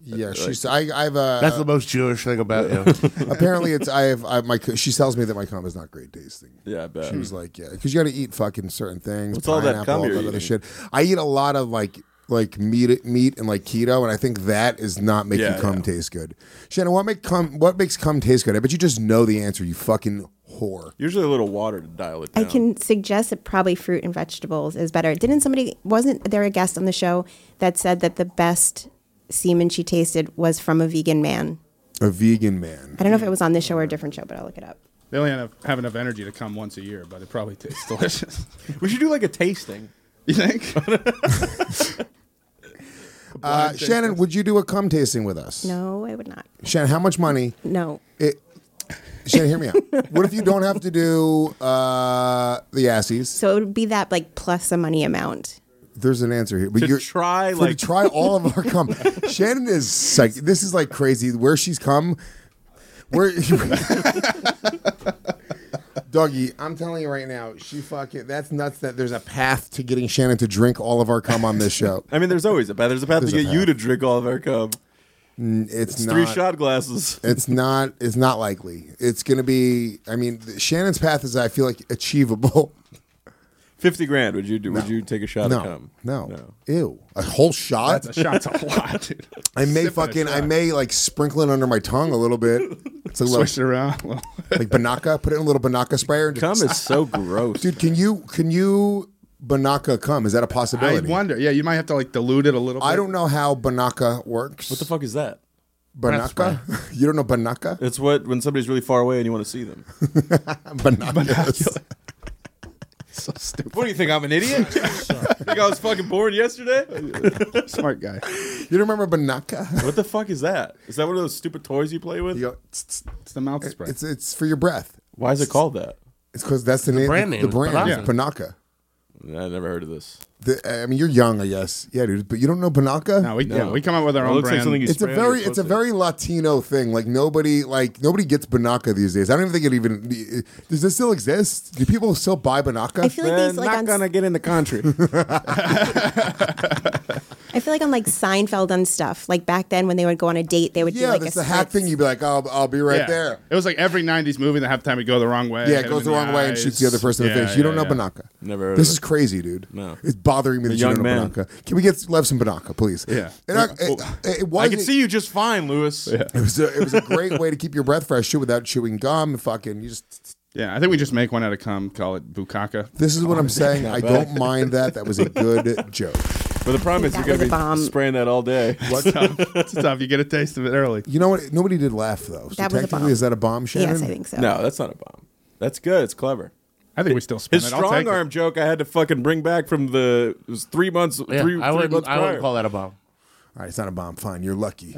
Speaker 10: Yeah,
Speaker 8: Like-
Speaker 10: she's. I, I've. Uh,
Speaker 2: That's the most Jewish thing about you.
Speaker 10: (laughs) apparently, it's. I've. I, my. co- She tells me that my cum is not great tasting.
Speaker 8: Yeah, I bet.
Speaker 10: She was like, yeah, because you got to eat fucking certain things.
Speaker 8: What's all that
Speaker 10: pineapple,
Speaker 8: cum
Speaker 10: all
Speaker 8: you're
Speaker 10: that other
Speaker 8: eating?
Speaker 10: shit. I eat a lot of like like meat, meat and like keto, and I think that is not making
Speaker 8: Yeah,
Speaker 10: cum taste good. Shannon, what make cum? What makes cum taste good? I bet you just know the answer. You fucking whore.
Speaker 8: Usually a little water to dial it
Speaker 7: I
Speaker 8: down.
Speaker 7: can suggest that probably fruit and vegetables is better. Didn't somebody wasn't there a guest on the show that said that the best semen she tasted was from a vegan man?
Speaker 10: A vegan man.
Speaker 7: I don't know if it was on this show or a different show, but I'll look it up.
Speaker 9: They only have, have enough energy to come once a year, but it probably tastes delicious.
Speaker 8: (laughs) we should do like a tasting.
Speaker 9: (laughs) You think?
Speaker 10: Uh, Shannon, would you do a cum tasting with us?
Speaker 7: No, I would not.
Speaker 10: Shannon, how much money?
Speaker 7: No.
Speaker 10: It. Shannon, hear me
Speaker 7: (laughs)
Speaker 10: out. What if you don't have to do uh, the assies?
Speaker 7: So it would be that like plus a money amount.
Speaker 10: There's an answer here. But
Speaker 8: To
Speaker 10: you're,
Speaker 8: try,
Speaker 10: for,
Speaker 8: like-
Speaker 10: to try all of our
Speaker 8: (laughs)
Speaker 10: cum. Shannon is psych. This is like crazy. Where she's come, where. (laughs) Dougie, I'm telling you right now, she fucking. That's nuts. That there's a path to getting Shannon to drink all of our cum on this show.
Speaker 8: I mean, there's always a path. There's a path
Speaker 10: There's a
Speaker 8: to get you
Speaker 10: path.
Speaker 8: to drink all of our cum.
Speaker 10: N- It's,
Speaker 8: It's
Speaker 10: not.
Speaker 8: three shot glasses. (laughs)
Speaker 10: It's not. It's not likely. It's gonna be. I mean, th- Shannon's path is. I feel like achievable.
Speaker 8: Fifty grand. Would you do? Would you take a shot
Speaker 10: No.
Speaker 8: of cum?
Speaker 10: No. Ew. A whole shot.
Speaker 9: That's a shot's a lot, dude.
Speaker 10: (laughs) I may
Speaker 9: Sipping a
Speaker 10: fucking. I
Speaker 9: shot.
Speaker 10: may like sprinkle it under my tongue a little bit. It's a
Speaker 1: (laughs)
Speaker 10: little,
Speaker 9: Swish it around. (laughs) a little.
Speaker 10: like Banaka. Put it in a little Banaka sprayer. And
Speaker 8: Cum
Speaker 10: just,
Speaker 8: is so gross.
Speaker 10: dude, can you can you Banaka cum? Is that a
Speaker 9: I
Speaker 10: possibility? I,
Speaker 9: wonder. Yeah, you might have to like dilute it a little. bit.
Speaker 10: don't know how Banaka works.
Speaker 8: What the fuck is that?
Speaker 2: Breath
Speaker 10: Banaka? (laughs) you don't know Banaka?
Speaker 8: It's
Speaker 9: (laughs)
Speaker 8: what when somebody's really far away and you want to see them.
Speaker 10: Bananas.
Speaker 9: so stupid.
Speaker 8: What do you think? I'm an
Speaker 9: (laughs)
Speaker 8: idiot? think I was fucking born yesterday?
Speaker 9: Smart guy.
Speaker 10: You remember Banaka? (laughs)
Speaker 8: What the fuck is that? Is that one of those stupid toys you play with?
Speaker 10: it's
Speaker 9: the mouth
Speaker 8: spray.
Speaker 10: It's it's for your breath.
Speaker 8: Why is it called that?
Speaker 10: It's because that's the, name.
Speaker 8: brand
Speaker 10: the-
Speaker 8: name
Speaker 10: The
Speaker 8: is
Speaker 10: brand
Speaker 8: Banaka.
Speaker 10: is Banaka.
Speaker 8: I never heard of this.
Speaker 10: The, I mean, you're young, I guess. Yeah, dude. But you don't know Banaka?
Speaker 9: No, we- yeah, No. we come up with our It own looks like brand. something you
Speaker 10: it's a
Speaker 9: spray on your
Speaker 10: very, it's a very Latino thing. Like nobody, like nobody gets Banaka these days. I don't even think it even does. This still exist? Do people still buy Banaka?
Speaker 7: I feel like these, like, on s-
Speaker 8: get in the country.
Speaker 7: I feel like on like Seinfeld and stuff. Like back then when they would go on a date, they would do
Speaker 10: yeah,
Speaker 7: like
Speaker 10: that's
Speaker 7: a
Speaker 10: the hack thing. You'd be like, I'll, I'll be right
Speaker 9: Yeah.
Speaker 10: there.
Speaker 9: It was like every '90s movie that half the time would go the wrong way.
Speaker 10: Yeah,
Speaker 9: hit
Speaker 10: it
Speaker 9: him
Speaker 10: goes
Speaker 9: in
Speaker 10: the wrong way and shoots the other
Speaker 9: eyes.
Speaker 10: person in the
Speaker 9: Yeah,
Speaker 10: face. You don't
Speaker 9: yeah,
Speaker 10: know
Speaker 9: yeah.
Speaker 10: Banaka.
Speaker 8: Never heard
Speaker 10: This
Speaker 8: of
Speaker 10: is
Speaker 8: it.
Speaker 10: crazy, dude.
Speaker 8: No.
Speaker 10: It's bothering me
Speaker 8: A
Speaker 10: that you don't
Speaker 8: young
Speaker 10: know
Speaker 8: man.
Speaker 10: Banaka. Can we get some- left some Banaka, please?
Speaker 8: Yeah.
Speaker 10: It, it, it, it was
Speaker 8: I can see you just fine, Lewis.
Speaker 10: It was a, it was a great way to keep your breath fresh too, without chewing gum. Fucking, you just.
Speaker 9: Yeah, I think we just make one out of cum, call it (laughs) bukaka.
Speaker 10: This is what I'm saying. I don't mind that. That was a good joke.
Speaker 8: But the problem is
Speaker 9: That
Speaker 8: you're
Speaker 9: was a
Speaker 8: going to
Speaker 9: bomb.
Speaker 8: be spraying that all day.
Speaker 9: It's tough. It's tough. You get a taste of it early.
Speaker 10: You know what? Nobody did laugh though. So
Speaker 7: That was a
Speaker 10: technically,
Speaker 7: bomb.
Speaker 10: is that a bomb,
Speaker 7: Yes,
Speaker 10: Shannon?
Speaker 7: I think so.
Speaker 8: No, that's not a bomb. That's good. It's clever.
Speaker 9: I think we still spin
Speaker 8: His
Speaker 9: it. I'll take
Speaker 8: strong
Speaker 9: it.
Speaker 8: arm joke I had to fucking bring back from the it was three months.
Speaker 2: Yeah,
Speaker 8: three,
Speaker 2: I
Speaker 8: three
Speaker 2: wouldn't-
Speaker 8: months
Speaker 2: I wouldn't
Speaker 8: prior. (laughs)
Speaker 2: call that a bomb.
Speaker 10: All right, it's not a bomb. Fine, you're lucky.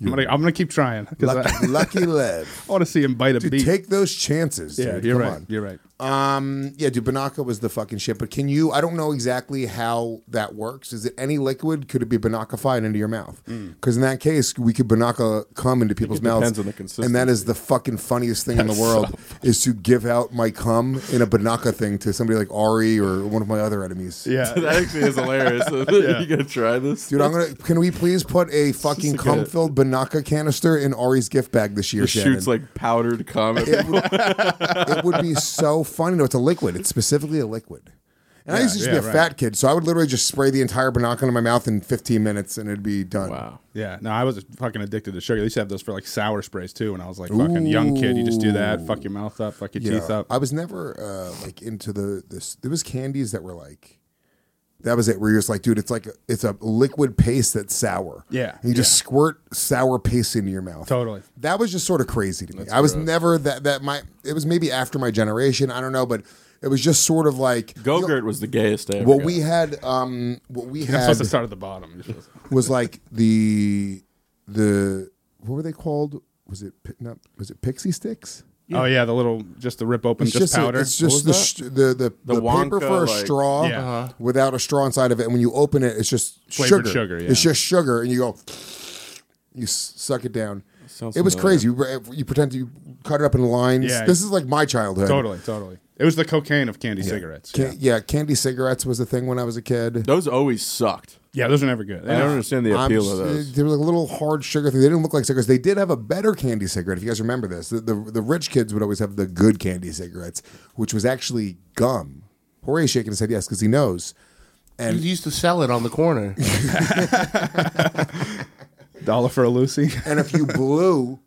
Speaker 9: I'm gonna, I'm gonna keep trying. 'cause
Speaker 10: Lucky,
Speaker 9: I,
Speaker 10: lucky Lev.
Speaker 9: I want to see him bite a
Speaker 10: Dude,
Speaker 9: bee.
Speaker 10: take those chances.
Speaker 9: Yeah,
Speaker 10: dude.
Speaker 9: you're
Speaker 10: Come
Speaker 9: right.
Speaker 10: on.
Speaker 9: You're right.
Speaker 10: Um, yeah, dude, Banaka was the fucking shit. But can you? I don't know exactly how that works. Is it any liquid? Could it be Banakafied into your mouth?
Speaker 8: Hmm.
Speaker 10: Because in that case, we could Banaka cum into people's mouths.
Speaker 8: depends on the
Speaker 10: And that is the fucking funniest thing in the
Speaker 8: That's
Speaker 10: world is to give out my cum in a Banaka thing to somebody like Ari or one of my other enemies.
Speaker 8: that actually is hilarious.
Speaker 9: (laughs)
Speaker 8: (laughs)
Speaker 10: Yeah.
Speaker 8: You gonna try this,
Speaker 10: Dude, I'm gonna. Can we please put a fucking
Speaker 8: like
Speaker 10: cum
Speaker 8: a-
Speaker 10: filled Banaka canister in Ari's gift bag this year?
Speaker 8: It
Speaker 10: Shannon?
Speaker 8: shoots like powdered cum.
Speaker 10: It would, it would be so funny. No, it's a liquid. It's specifically a liquid. And I
Speaker 8: Yeah,
Speaker 10: used to just
Speaker 8: yeah,
Speaker 10: be a
Speaker 8: right.
Speaker 10: fat kid, so I would literally just spray the entire Banaka into my mouth in 15 minutes, and it'd be done. Wow.
Speaker 9: Yeah, no, I was fucking addicted to sugar. They used to have those for like sour sprays too. When I was like fucking young kid, you just do that, fuck your mouth up, fuck your teeth up.
Speaker 10: I was never uh, like into the this. There was candies that were like. That was it. Where you're just like, dude, it's like a, it's a liquid paste that's sour.
Speaker 9: Yeah,
Speaker 10: And you just squirt sour paste into your mouth.
Speaker 9: Totally.
Speaker 10: That was just sort of crazy to me.
Speaker 9: That's
Speaker 10: I was
Speaker 9: gross.
Speaker 10: never that that my. It was maybe after my generation. I don't know, but it was just sort of like
Speaker 8: Gogurt was the gayest I ever
Speaker 10: what
Speaker 8: got.
Speaker 10: we had. Um, what we
Speaker 9: You're
Speaker 10: had
Speaker 9: supposed to start at the bottom. You're supposed to-
Speaker 10: was like the the what were they called? Was it pi- not? Was it pixie sticks?
Speaker 9: Oh yeah, the little just the rip open
Speaker 10: It's
Speaker 9: just,
Speaker 10: just a-
Speaker 9: powder.
Speaker 10: it's just the, sh- the the the, paper for a straw
Speaker 9: Yeah.
Speaker 10: without a straw inside of it, and when you open it, it's just
Speaker 9: Flavored
Speaker 10: sugar.
Speaker 9: sugar, yeah.
Speaker 10: It's just sugar, and you go, you s- suck it down.
Speaker 9: Sounds
Speaker 10: it was
Speaker 9: familiar.
Speaker 10: crazy. You, re- you pretend you cut it up in lines.
Speaker 9: Yeah.
Speaker 10: This is like my childhood.
Speaker 9: Totally, totally. It was the cocaine of candy
Speaker 10: Yeah.
Speaker 9: cigarettes.
Speaker 10: Ca- yeah. candy cigarettes was a thing when I was a kid.
Speaker 8: Those always sucked.
Speaker 9: Yeah, those are never good.
Speaker 8: I don't understand the
Speaker 10: I'm
Speaker 8: appeal
Speaker 10: just-
Speaker 8: of those.
Speaker 10: They were like a little hard sugar thing. They didn't look like cigarettes. They did have a better candy cigarette. If you guys remember this, the, the the rich kids would always have the good candy cigarettes, which was actually gum. Jorge shaking his head yes because he knows. And
Speaker 2: he used to sell it on the corner.
Speaker 8: (laughs)
Speaker 9: Dollar for a Lucy.
Speaker 10: and if you blew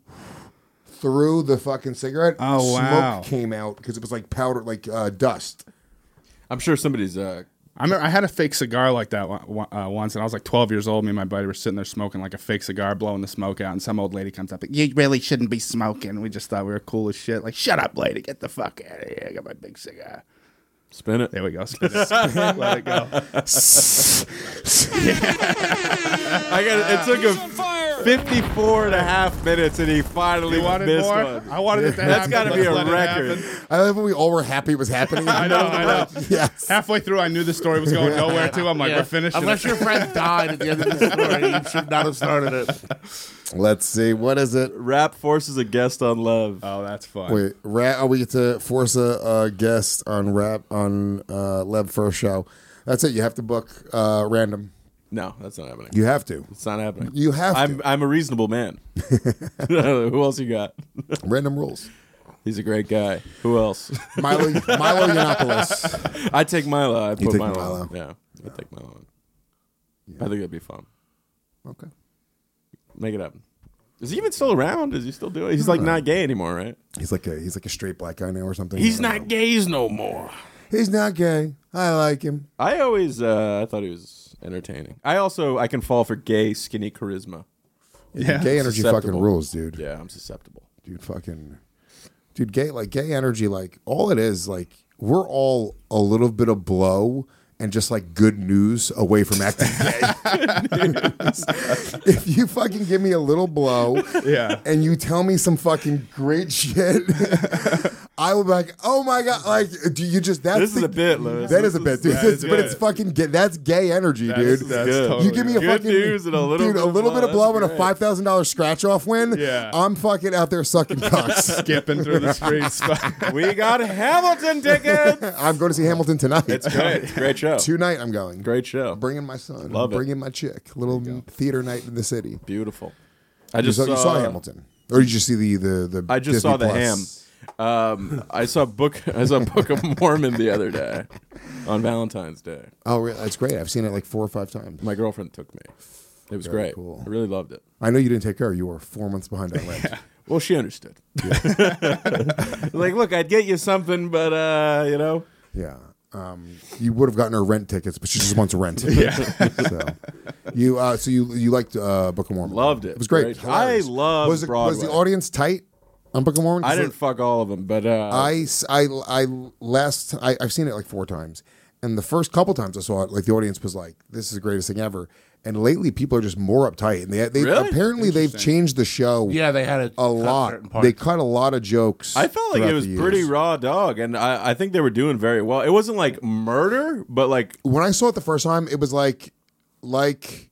Speaker 10: through the fucking cigarette,
Speaker 9: Oh,
Speaker 10: smoke
Speaker 9: wow.
Speaker 10: came out because it was like powder, like uh, dust.
Speaker 8: I'm sure somebody's. Uh,
Speaker 9: (laughs) I remember I had a fake cigar like that one- one- uh, once, and I was like 12 years old. Me and my buddy were sitting there smoking like a fake cigar, blowing the smoke out, and some old lady comes up. and, You really shouldn't be smoking. We just thought we were cool as shit. Like, shut up, lady, get the fuck out of here. I got my big cigar.
Speaker 8: Spin it.
Speaker 9: There we go. (laughs) Spin it. Let it go.
Speaker 8: I got. It took him 54 and a half minutes, and he finally
Speaker 9: You wanted
Speaker 8: missed
Speaker 9: more?
Speaker 8: one.
Speaker 9: I wanted it to
Speaker 8: That's
Speaker 9: happen.
Speaker 8: got to be
Speaker 9: Let's
Speaker 8: a
Speaker 9: let it
Speaker 8: record.
Speaker 10: I love when we all were happy it was happening.
Speaker 9: (laughs) I know, I know.
Speaker 10: (laughs) Yes.
Speaker 9: Halfway through, I knew the story was going nowhere, too. I'm like,
Speaker 2: Yeah.
Speaker 9: we're finished.
Speaker 2: Unless your friend died at the end of the story,
Speaker 8: (laughs)
Speaker 2: you should not have started it.
Speaker 10: Let's see. What is it?
Speaker 8: Rap forces a guest on love.
Speaker 9: Oh, that's fun.
Speaker 10: Wait, rap. Oh, we get to force a uh, guest on rap on uh, Leb first show. That's it. You have to book uh, random.
Speaker 8: No, that's not happening.
Speaker 10: You have to.
Speaker 8: It's not happening.
Speaker 10: You have
Speaker 8: I'm, I'm a reasonable
Speaker 10: (laughs)
Speaker 8: man. (laughs) Who else you got?
Speaker 10: Random rules.
Speaker 8: He's a great guy. Who else? (laughs)
Speaker 10: Milo, Milo Yiannopoulos.
Speaker 8: I take Milo. I put
Speaker 10: You take
Speaker 8: Milo.
Speaker 10: Milo.
Speaker 8: on. Yeah, I take Milo. On. I think that'd be fun.
Speaker 10: Okay.
Speaker 8: Make it happen. Is he even still around? Is he still doing? it? He's like not gay anymore, right?
Speaker 10: He's like a he's like a straight black guy now or something.
Speaker 8: He's not gays no more.
Speaker 10: He's not gay. I like him.
Speaker 8: I always uh, I thought he was entertaining. I also I can fall for gay skinny charisma.
Speaker 10: Yeah. Gay energy fucking
Speaker 8: Susceptible.
Speaker 10: rules, dude.
Speaker 8: Yeah, I'm susceptible.
Speaker 10: Dude, fucking, dude, gay like gay energy. Like all it is, like we're all a little bit of blow and just like good news away from acting gay.
Speaker 8: (laughs)
Speaker 10: if you fucking give me a little blow,
Speaker 9: Yeah.
Speaker 10: and you tell me some fucking great
Speaker 8: (laughs)
Speaker 10: shit, I will be like, oh my god, like do you just that's
Speaker 8: This is
Speaker 10: the-
Speaker 8: a bit, Louis.
Speaker 10: That is a bit,
Speaker 8: This is-
Speaker 10: dude.
Speaker 8: that
Speaker 10: It's-
Speaker 8: is
Speaker 10: (laughs) but
Speaker 8: good.
Speaker 10: it's fucking gay. That's gay energy,
Speaker 8: That's-
Speaker 10: dude.
Speaker 8: that's That's totally
Speaker 10: you give me a
Speaker 8: good. Good
Speaker 10: fucking
Speaker 8: news and a little
Speaker 10: dude,
Speaker 8: bit
Speaker 10: a
Speaker 8: of
Speaker 10: little bit of
Speaker 8: blow.
Speaker 10: blow and a
Speaker 8: That's
Speaker 10: five thousand dollar scratch off win.
Speaker 8: Yeah.
Speaker 10: I'm fucking out there sucking cocks,
Speaker 8: (laughs)
Speaker 9: skipping through the (laughs) streets.
Speaker 8: (laughs) we got Hamilton tickets.
Speaker 10: I'm going to see Hamilton tonight.
Speaker 8: It's great. It's a great
Speaker 10: (laughs)
Speaker 8: show.
Speaker 10: Tonight I'm going.
Speaker 8: Great show.
Speaker 10: Bringing my son.
Speaker 8: Love it.
Speaker 10: Bringing my chick. Little theater night in the city.
Speaker 8: Beautiful. I
Speaker 10: You
Speaker 8: just
Speaker 10: saw, you saw
Speaker 8: saw-
Speaker 10: Hamilton, or did you see the the the?
Speaker 8: I just
Speaker 10: Disney
Speaker 8: saw the
Speaker 10: Plus?
Speaker 8: ham. Um, I saw book. I saw Book of Mormon the other day on Valentine's Day.
Speaker 10: Oh, really? That's great. I've seen it like four or five times.
Speaker 8: My girlfriend took me. It was
Speaker 10: Very
Speaker 8: great. I really loved it.
Speaker 10: I know you didn't take care. You were four months behind on
Speaker 8: (laughs)
Speaker 10: rent.
Speaker 8: Well, she understood. (laughs) like, look, I'd get you something, but uh, you know,
Speaker 10: Yeah. Um, you would have gotten her rent tickets, but she just wants rent.
Speaker 8: (laughs) Yeah.
Speaker 10: (laughs) so you uh, so you you liked uh, Book of Mormon.
Speaker 8: Loved it.
Speaker 10: It was great.
Speaker 8: Great.
Speaker 10: Hilarious.
Speaker 8: I love
Speaker 10: was it, Was the
Speaker 8: Broadway.
Speaker 10: audience tight on Book of Mormon? 'Cause
Speaker 8: I didn't
Speaker 10: it-
Speaker 8: fuck all of them, but uh,
Speaker 10: I, s- I, I last I, I've seen it like four times, and the first couple times I saw it, like the audience was like, "This is the greatest thing ever." And lately, people are just more uptight, and they, they
Speaker 8: Really?
Speaker 10: apparently they've changed the show.
Speaker 2: Yeah, they had it
Speaker 10: a
Speaker 2: cut
Speaker 10: lot.
Speaker 2: certain parts.
Speaker 10: They cut a lot of jokes.
Speaker 8: I felt like it
Speaker 10: throughout
Speaker 8: was
Speaker 10: the
Speaker 8: pretty
Speaker 10: years.
Speaker 8: raw dog, and I, I think they were doing very well. It wasn't like murder, but like
Speaker 10: When I saw it the first time, it was like, like,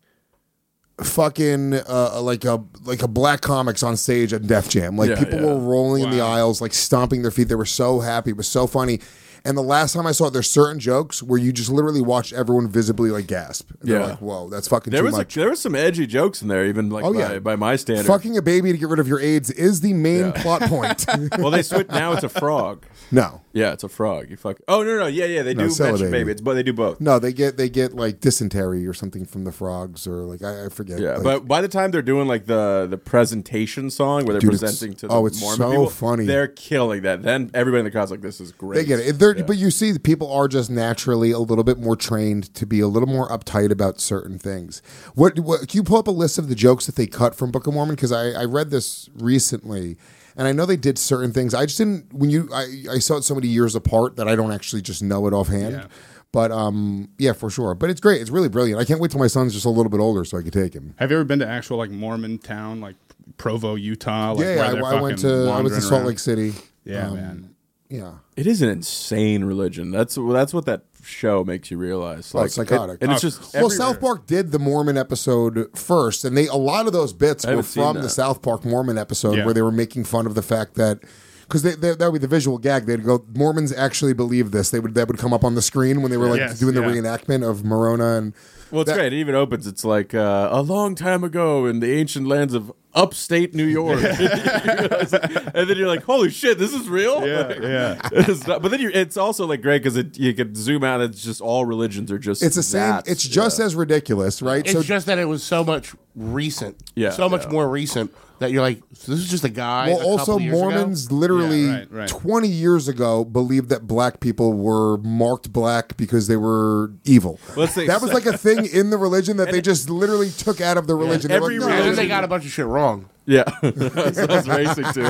Speaker 10: fucking, uh, like a like a black comics on stage at Def Jam. Like
Speaker 8: Yeah,
Speaker 10: people
Speaker 8: yeah.
Speaker 10: were rolling in the aisles, like stomping their feet. They were so happy. It was so funny. And the last time I saw it, there's certain jokes where you just literally watched everyone visibly like gasp. And they're
Speaker 8: Yeah.
Speaker 10: like, whoa, that's fucking
Speaker 8: there
Speaker 10: too
Speaker 8: was
Speaker 10: much.
Speaker 8: A, there was some edgy jokes in there, even like
Speaker 10: Oh,
Speaker 8: by,
Speaker 10: yeah.
Speaker 8: by my standard.
Speaker 10: Fucking a baby to get rid of your AIDS is the main
Speaker 8: (laughs)
Speaker 10: plot point. (laughs)
Speaker 8: well, they switched now. It's a frog.
Speaker 10: No.
Speaker 8: Yeah, it's a frog. You fuck. Oh no, no, yeah, yeah. They
Speaker 10: No,
Speaker 8: do mention
Speaker 10: celibating.
Speaker 8: baby. It's but they do both.
Speaker 10: No, they get they get like dysentery or something from the frogs or like I, I forget.
Speaker 8: Yeah,
Speaker 10: like,
Speaker 8: but by the time they're doing like the the presentation song where they're
Speaker 10: Dude, it's-
Speaker 8: presenting to the
Speaker 10: oh, it's
Speaker 8: Mormon
Speaker 10: so
Speaker 8: people,
Speaker 10: funny.
Speaker 8: They're killing that. Then everybody in the crowd's like, "This is great."
Speaker 10: They get it. They're-
Speaker 8: Yeah.
Speaker 10: But you see, the people are just naturally a little bit more trained to be a little more uptight about certain things. What, what can you pull up a list of the jokes that they cut from Book of Mormon? Because I, I read this recently, and I know they did certain things. I just didn't when you I, I saw it so many years apart that I don't actually just know it offhand. But um, yeah, for sure. But it's great. It's really brilliant. I can't wait till my son's just a little bit older so I can take him.
Speaker 9: Have you ever been to actual like Mormon town, like Provo, Utah? Like,
Speaker 10: Yeah,
Speaker 9: where
Speaker 10: I-
Speaker 9: they're
Speaker 10: I went
Speaker 9: fucking
Speaker 10: to- I was in
Speaker 9: wandering
Speaker 10: Salt
Speaker 9: around?
Speaker 10: Lake City.
Speaker 9: Yeah,
Speaker 10: Um,
Speaker 9: man.
Speaker 10: Yeah.
Speaker 8: It is an insane religion. That's well, that's what that show makes you realize.
Speaker 10: Oh, it's
Speaker 8: Like, it-
Speaker 10: psychotic. Oh.
Speaker 8: and it's just
Speaker 10: well,
Speaker 8: everywhere.
Speaker 10: South Park did the Mormon episode first, and they a lot of those bits
Speaker 8: I
Speaker 10: were
Speaker 8: haven't seen
Speaker 10: from the
Speaker 8: that.
Speaker 10: South Park Mormon episode
Speaker 8: Yeah.
Speaker 10: where they were making fun of the fact that. Because they, they, that would be the visual gag. They'd go, Mormons actually believe this. They would that would come up on the screen when they were like
Speaker 8: Yes,
Speaker 10: doing the
Speaker 8: yeah.
Speaker 10: reenactment of Morona and
Speaker 8: Well, it's great. It even opens. It's like uh, a long time ago in the ancient lands of upstate
Speaker 10: (laughs)
Speaker 8: New York, (laughs) and then you're like, "Holy shit, this is real!"
Speaker 9: Yeah,
Speaker 8: Like,
Speaker 9: yeah.
Speaker 8: (laughs) it's not- but then you it's also like great because you could zoom out. and It's just all religions are just.
Speaker 10: it's the same.
Speaker 8: that.
Speaker 10: It's just as ridiculous, right?
Speaker 2: It's just that it was so much recent.
Speaker 8: Yeah,
Speaker 2: So much
Speaker 8: yeah.
Speaker 2: more recent that you're like, so this is just a guy.
Speaker 10: well,
Speaker 2: a
Speaker 10: also
Speaker 2: couple years ago?
Speaker 10: Mormons literally twenty years ago believed that black people were marked black because they were evil.
Speaker 8: Well, it's the-
Speaker 10: that was like a
Speaker 8: (laughs)
Speaker 10: thing in the religion that they just literally took out of the religion. They're like,
Speaker 2: Every
Speaker 10: "No,
Speaker 2: and then
Speaker 10: religion-
Speaker 2: they got a bunch of shit wrong.
Speaker 8: Yeah, (laughs) that was racing to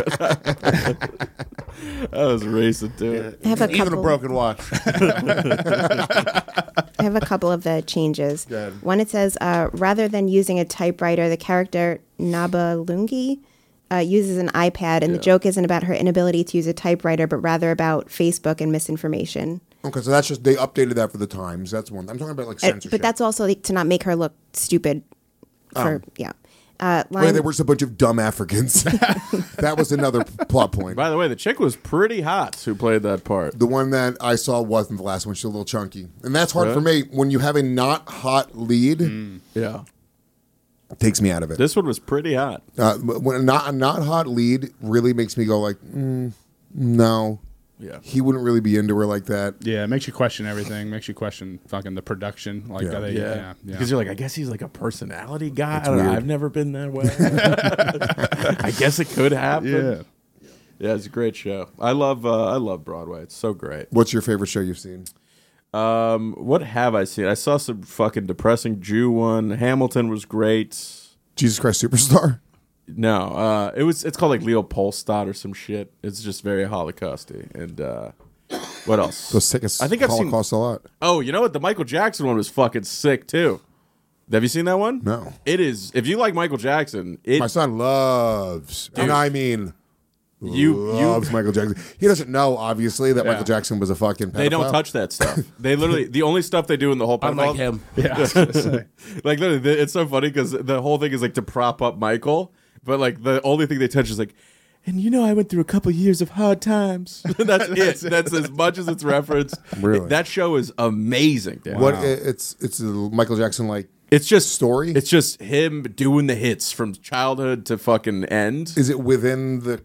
Speaker 8: (laughs) it. I was racing to it.
Speaker 7: I have a
Speaker 2: Even
Speaker 7: couple-
Speaker 2: a broken watch.
Speaker 7: I have a couple of the changes.
Speaker 2: Go ahead.
Speaker 7: One, it says uh, rather than using a typewriter, the character Nabalungi uh, uses an iPad, and the joke isn't about her inability to use a typewriter, but rather about Facebook and misinformation.
Speaker 10: Okay, so that's just they updated that for the times. That's one. I'm talking about like
Speaker 7: Uh,
Speaker 10: censorship.
Speaker 7: but that's also like, to not make her look stupid. For
Speaker 10: Oh.
Speaker 7: yeah, uh, line,
Speaker 10: Wait, they were just a bunch of dumb
Speaker 8: (laughs)
Speaker 10: Africans. (laughs) that was another plot point.
Speaker 8: By the way, the chick was pretty hot who played that part.
Speaker 10: The one that I saw wasn't the last one. She's a little chunky, and that's hard for me when you have a not hot lead.
Speaker 8: Yeah,
Speaker 10: takes me out of it.
Speaker 8: Hmm. This one was pretty hot.
Speaker 10: Uh, when a not a not hot lead really makes me go like, mm, no,
Speaker 8: Yeah.
Speaker 10: he wouldn't really be into her like that.
Speaker 9: Yeah, it makes you question everything. Makes you question fucking the production. Like,
Speaker 10: Yeah.
Speaker 9: are they,
Speaker 10: Yeah.
Speaker 9: yeah, yeah,
Speaker 8: Because you're like, I guess he's like a personality guy. I
Speaker 9: It's
Speaker 8: don't know.
Speaker 9: weird.
Speaker 8: I've never been that way. (laughs) I guess it could happen.
Speaker 9: Yeah.
Speaker 8: Yeah, it's a great show. I love uh, I love Broadway. It's so great.
Speaker 10: What's your favorite show you've seen?
Speaker 8: Um, what have I seen? I saw some fucking depressing Jew one. Hamilton was great.
Speaker 10: Jesus Christ Superstar. (laughs)
Speaker 8: No, uh, it was. It's called like Leo Polstad or some shit. It's just very Holocausty, and uh, What else?
Speaker 10: Those sick as
Speaker 8: I think I've seen
Speaker 10: Holocaust a lot.
Speaker 8: Oh, you know what? The Michael Jackson one was fucking sick too. Have you seen that one?
Speaker 10: No.
Speaker 8: It is. If you like Michael Jackson, it,
Speaker 10: My son loves,
Speaker 8: Dude.
Speaker 10: and I mean,
Speaker 8: You- you-
Speaker 10: loves Michael Jackson. He doesn't know, obviously, that
Speaker 8: Yeah.
Speaker 10: Michael Jackson was a fucking. Pedophile.
Speaker 8: they don't touch that stuff. they literally the only stuff they do in the whole
Speaker 2: Unlike
Speaker 8: pedophile-
Speaker 2: him.
Speaker 8: (laughs)
Speaker 9: Yeah, I was gonna say.
Speaker 8: like literally, the- it's so funny because the whole thing is like to prop up Michael, but like the only thing they touch is like. And you know, I went through a couple years of hard times. (laughs) That's,
Speaker 10: That's
Speaker 8: it. That's as much as it's referenced.
Speaker 10: Really?
Speaker 8: that show is amazing. dude.
Speaker 10: What i it's it's a Michael Jackson like.
Speaker 8: It's just
Speaker 10: story.
Speaker 8: It's just him doing the hits from childhood to fucking end.
Speaker 10: Is it within the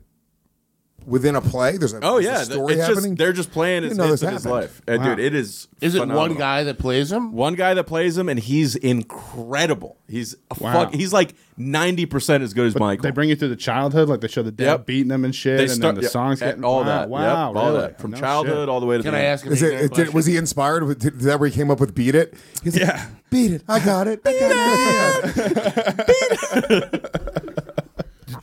Speaker 10: within a play? There's a,
Speaker 8: Oh
Speaker 10: there's a
Speaker 8: yeah, th-
Speaker 10: story
Speaker 8: it's
Speaker 10: happening.
Speaker 8: Just, they're just playing his
Speaker 10: Didn't know
Speaker 8: hits
Speaker 10: this
Speaker 8: of his
Speaker 10: happened.
Speaker 8: life, and
Speaker 10: Wow.
Speaker 8: dude, it is.
Speaker 2: Is it one
Speaker 8: phenomenal.
Speaker 2: guy that plays him?
Speaker 8: One guy that plays him, and he's incredible. He's a
Speaker 9: Wow.
Speaker 8: fuck. He's like ninety percent as good as
Speaker 9: But
Speaker 8: Michael.
Speaker 9: They bring you through the childhood, like they show the dad
Speaker 8: Yep.
Speaker 9: beating them and shit,
Speaker 8: They
Speaker 9: and
Speaker 8: start-
Speaker 9: then
Speaker 8: yeah,
Speaker 9: the songs
Speaker 8: and
Speaker 9: getting
Speaker 8: all
Speaker 9: wow,
Speaker 8: that.
Speaker 9: Wow,
Speaker 8: Yep, all
Speaker 9: really?
Speaker 8: that. From
Speaker 9: No
Speaker 8: childhood
Speaker 9: shit.
Speaker 8: all the way to Can the I end. ask him
Speaker 10: Is
Speaker 8: a
Speaker 10: it,
Speaker 8: direct
Speaker 10: it- did, was he inspired? with- Did, did that where he came up with "Beat It"? He's like,
Speaker 9: yeah.
Speaker 10: Beat it! I got it! I got it!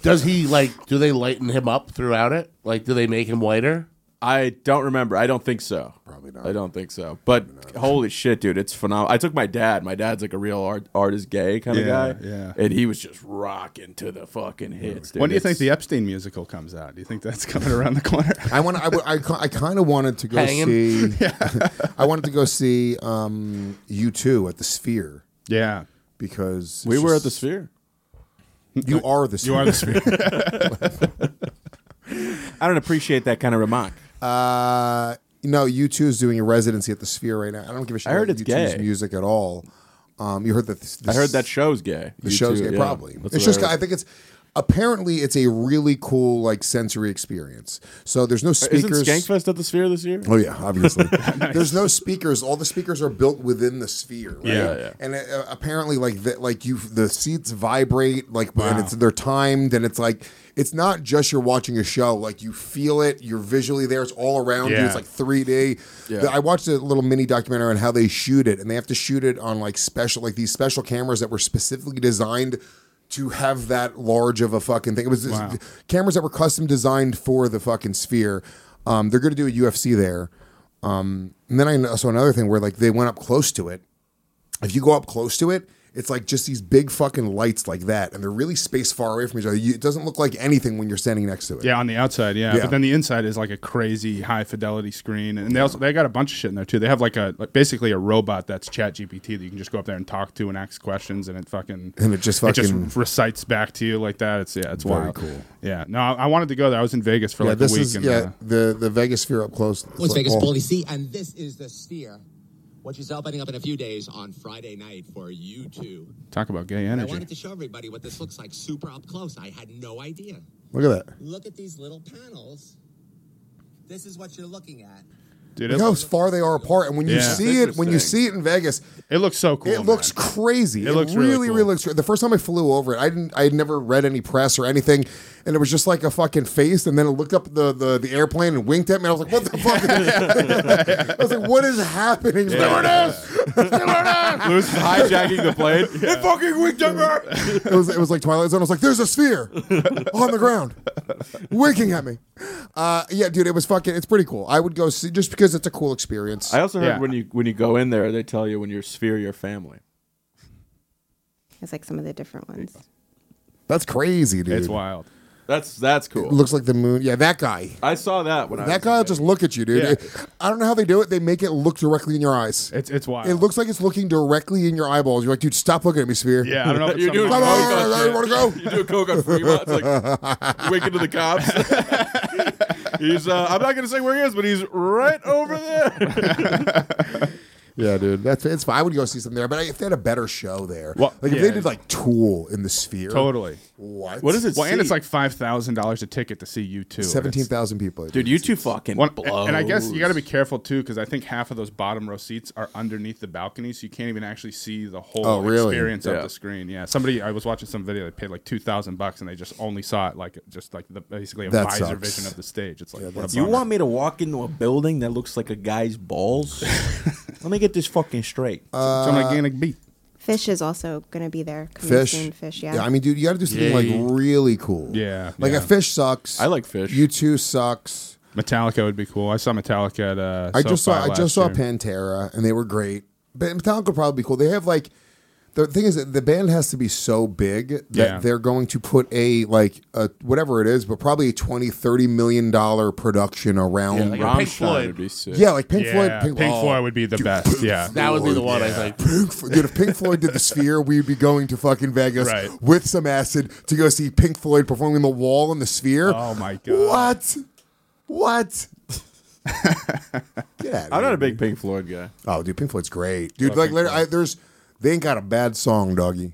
Speaker 2: Does he like? Do they lighten him up throughout it? Like, do they make him whiter?
Speaker 8: I don't remember. I don't think so. Probably not. I don't think so. But holy shit, dude, it's phenomenal. I took my dad. My dad's like a real art, artist, gay kind of
Speaker 9: Yeah,
Speaker 8: guy.
Speaker 9: yeah.
Speaker 8: and he was just rocking to the fucking hits. Dude.
Speaker 9: when do you
Speaker 8: It's-
Speaker 9: think the Epstein musical comes out? Do you think that's (laughs) coming around the corner?
Speaker 10: I want. I, would- I, ki- I kind of wanted to go
Speaker 9: Hang him.
Speaker 10: see.
Speaker 8: (laughs)
Speaker 10: (laughs) I wanted to go see um, you two at the Sphere.
Speaker 9: Yeah,
Speaker 10: because
Speaker 8: we
Speaker 10: it's
Speaker 8: were at
Speaker 10: just-
Speaker 8: the Sphere?
Speaker 10: You are the Sphere.
Speaker 9: You are the Sphere.
Speaker 8: I don't appreciate that kind of remark.
Speaker 10: (laughs) Uh, no, U two is doing a residency at the Sphere right now. I don't give a shit.
Speaker 8: I heard
Speaker 10: about
Speaker 8: it's
Speaker 10: U2's
Speaker 8: gay.
Speaker 10: music at all. Um, you heard that? This,
Speaker 8: I heard that show's gay.
Speaker 10: The
Speaker 8: You
Speaker 10: show's
Speaker 8: too,
Speaker 10: gay,
Speaker 8: yeah.
Speaker 10: probably.
Speaker 8: That's
Speaker 10: it's
Speaker 8: what
Speaker 10: just.
Speaker 8: I
Speaker 10: I,
Speaker 8: heard.
Speaker 10: think it's. Apparently, it's a really cool like sensory experience. So there's no speakers.
Speaker 8: Isn't Skankfest at the Sphere this year?
Speaker 10: Oh yeah,
Speaker 8: (laughs)
Speaker 10: obviously. There's no speakers. All the speakers are built within the sphere. Right?
Speaker 8: Yeah, yeah.
Speaker 10: And uh, apparently, like the, like you, the seats vibrate. Like
Speaker 9: Wow.
Speaker 10: and it's they're timed, and it's like it's not just you're watching a show. Like you feel it. You're visually there. It's all around you.
Speaker 9: Yeah.
Speaker 10: It's like 3D.
Speaker 9: Yeah.
Speaker 10: The- I watched a little mini documentary on how they shoot it, and they have to shoot it on like special, like these special cameras that were specifically designed. To have that large of a fucking thing, it was
Speaker 9: Wow.
Speaker 10: cameras that were custom designed for the fucking sphere. Um, they're going to do a UFC there. Um, and then I kn- saw another thing where like they went up close to it. If you go up close to it, it's like just these big fucking lights like that, and they're really spaced far away from each other. You, it doesn't look like anything when you're standing next to it.
Speaker 9: Yeah, on the outside, yeah.
Speaker 10: Yeah.
Speaker 9: But then the inside is like a crazy high fidelity screen, and they also they got a bunch of shit in there too. They have like a like basically a robot that's Chat GPT that you can just go up there and talk to and ask questions, and it fucking
Speaker 10: And it just fucking-
Speaker 9: recites back to you like that. It's yeah, it's
Speaker 10: Very
Speaker 9: wild.
Speaker 10: cool.
Speaker 9: Yeah, no, I, I wanted to go there. I was in Vegas for
Speaker 10: yeah,
Speaker 9: like
Speaker 10: this
Speaker 9: a week.
Speaker 10: is
Speaker 9: and,
Speaker 10: yeah
Speaker 9: uh,
Speaker 10: the the Vegas sphere up close. It's
Speaker 18: Las
Speaker 10: like oh.
Speaker 18: Vegas
Speaker 10: all-
Speaker 18: Police C, and this is the Sphere, which is opening up in a few days on Friday night for you two.
Speaker 9: talk about gay
Speaker 18: And I
Speaker 9: energy.
Speaker 18: wanted to show everybody what this looks like super up close. I had no idea.
Speaker 10: Look at that.
Speaker 18: Look at these little panels. This is what you're looking at.
Speaker 9: Dude,
Speaker 10: Look
Speaker 9: it
Speaker 10: how
Speaker 9: looks-
Speaker 10: far they are apart, and when you
Speaker 9: Yeah.
Speaker 10: see it, when you
Speaker 9: Interesting.
Speaker 10: see it in Vegas,
Speaker 9: it looks so cool.
Speaker 10: It looks crazy.
Speaker 9: It
Speaker 10: It,
Speaker 9: looks really
Speaker 10: really, really,
Speaker 9: cool.
Speaker 10: looks. Cra- the first time I flew over it, I didn't. I had never read any press or anything, and it was just like a fucking face. And then it looked up the the, the airplane and winked at me. I was like, "What the fuck?" (laughs) is- I was like, "What is happening?" He's like, "There it is."
Speaker 9: (laughs)
Speaker 8: Lewis is hijacking the
Speaker 10: (laughs)
Speaker 8: plane. It fucking winked at me.
Speaker 10: It was it was like Twilight Zone. I was like, "There's a sphere on the ground, winking at me." Uh, yeah, dude, it was fucking. It's pretty cool. I would go see just because it's a cool experience.
Speaker 8: I also heard
Speaker 10: Yeah.
Speaker 8: when you when you go in there, they tell you when you're sphere, your family.
Speaker 7: It's like some of the different ones.
Speaker 10: That's crazy, dude.
Speaker 9: It's wild.
Speaker 8: That's that's cool.
Speaker 10: It looks like the moon. Yeah, that guy.
Speaker 8: I saw that when I
Speaker 10: that
Speaker 8: was
Speaker 10: guy will just look at you, dude.
Speaker 8: Yeah.
Speaker 10: I don't know how they do it. They make it look directly in your eyes.
Speaker 9: It's it's wild.
Speaker 10: It looks like it's looking directly in your eyeballs. You're like, dude, stop looking at me, Sphere.
Speaker 9: Yeah, Oh, I don't know if it's
Speaker 8: You're doing
Speaker 9: something-
Speaker 10: Come on, I
Speaker 8: coke
Speaker 10: wanna
Speaker 8: on
Speaker 10: go.
Speaker 8: Fremont. You do coke on Fremont. It's
Speaker 10: (laughs)
Speaker 8: like you wink into the cops.
Speaker 9: (laughs)
Speaker 8: he's uh, I'm not gonna say where he is, but he's right over there.
Speaker 10: yeah, dude. That's it's fine. I would go see something there, but if they had a better show there,
Speaker 9: Well,
Speaker 10: like if
Speaker 9: yeah.
Speaker 10: they did like Tool in the Sphere,
Speaker 9: Totally.
Speaker 10: What?
Speaker 9: Well, and it's like five thousand dollars a ticket to see you two.
Speaker 10: seventeen thousand people.
Speaker 8: Dude, you two fucking
Speaker 9: One,
Speaker 8: blows.
Speaker 9: And I guess you got to be careful too, because I think half of those bottom row seats are underneath the balcony, so you can't even actually see the whole
Speaker 10: Oh, really?
Speaker 9: experience
Speaker 10: Yeah.
Speaker 9: of the screen. Yeah, somebody I was watching some video that paid like two thousand bucks, and they just only saw it like just like the basically a
Speaker 10: That
Speaker 9: visor
Speaker 10: sucks.
Speaker 9: vision of the stage. It's like what a
Speaker 8: You
Speaker 9: bummer.
Speaker 8: want me to walk into a building that looks like a guy's (laughs) balls? Let me get this fucking straight.
Speaker 9: it's
Speaker 10: Uh,
Speaker 9: an organic beat.
Speaker 7: Fish is also going to be there. coming
Speaker 10: Fish,
Speaker 7: soon. Fish, yeah.
Speaker 10: I mean, dude, you got to do something
Speaker 8: Yay.
Speaker 10: like really cool.
Speaker 9: Yeah,
Speaker 10: like
Speaker 9: yeah.
Speaker 10: a fish sucks.
Speaker 8: I like fish.
Speaker 10: You two sucks.
Speaker 9: Metallica would be cool. I saw Metallica at. Uh,
Speaker 10: I just
Speaker 9: SoFi
Speaker 10: saw I
Speaker 9: last
Speaker 10: just saw
Speaker 9: year.
Speaker 10: Pantera and they were great. But Metallica would probably be cool. They have like the thing is that the band has to be so big that
Speaker 9: Yeah.
Speaker 10: they're going to put a like a whatever it is, but probably a 20 30 million dollar production around
Speaker 8: Yeah, like a Pink Rammstein Floyd. would be sick.
Speaker 10: Yeah, like Pink Floyd
Speaker 9: Yeah, Pink
Speaker 10: Oh,
Speaker 9: Floyd would be the
Speaker 10: dude,
Speaker 9: best,
Speaker 10: Pink
Speaker 9: yeah. (laughs) That would be the one, I think.
Speaker 10: Pink Flo- dude, if Pink Floyd
Speaker 9: (laughs)
Speaker 10: did the Sphere, we'd be going to fucking Vegas
Speaker 9: Right.
Speaker 10: with some acid to go see Pink Floyd performing the Wall in the Sphere.
Speaker 9: Oh my god!
Speaker 10: What? What? Get out of
Speaker 8: I'm
Speaker 10: here,
Speaker 8: not a
Speaker 10: dude.
Speaker 8: big Pink Floyd guy.
Speaker 10: Oh, dude, Pink Floyd's great, dude.
Speaker 8: Love
Speaker 10: like,
Speaker 8: Pink
Speaker 10: later, I, there's they ain't got a bad song, doggy.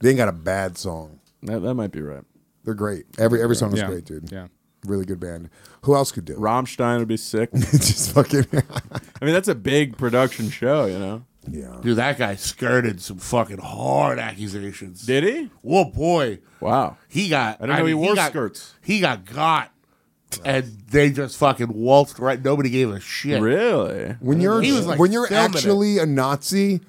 Speaker 10: They ain't got a bad song.
Speaker 8: That, that might be right.
Speaker 10: They're great. Every every song is
Speaker 8: Yeah.
Speaker 10: great, dude.
Speaker 9: Yeah,
Speaker 10: really good band. Who else could do? it?
Speaker 8: Rammstein would be
Speaker 10: (laughs)
Speaker 8: sick.
Speaker 10: Just fucking.
Speaker 8: I mean, that's a big production show, you know.
Speaker 10: Yeah,
Speaker 2: dude, that guy skirted some fucking hard accusations.
Speaker 8: Did he?
Speaker 2: Whoa, boy!
Speaker 8: Wow,
Speaker 2: he got.
Speaker 8: I didn't know he wore
Speaker 2: got-
Speaker 8: skirts.
Speaker 2: He got got, and they just fucking waltzed right. Nobody gave a shit.
Speaker 8: Really?
Speaker 10: When you're
Speaker 2: He was, like,
Speaker 10: when you're
Speaker 2: filming it.
Speaker 10: actually a Nazi,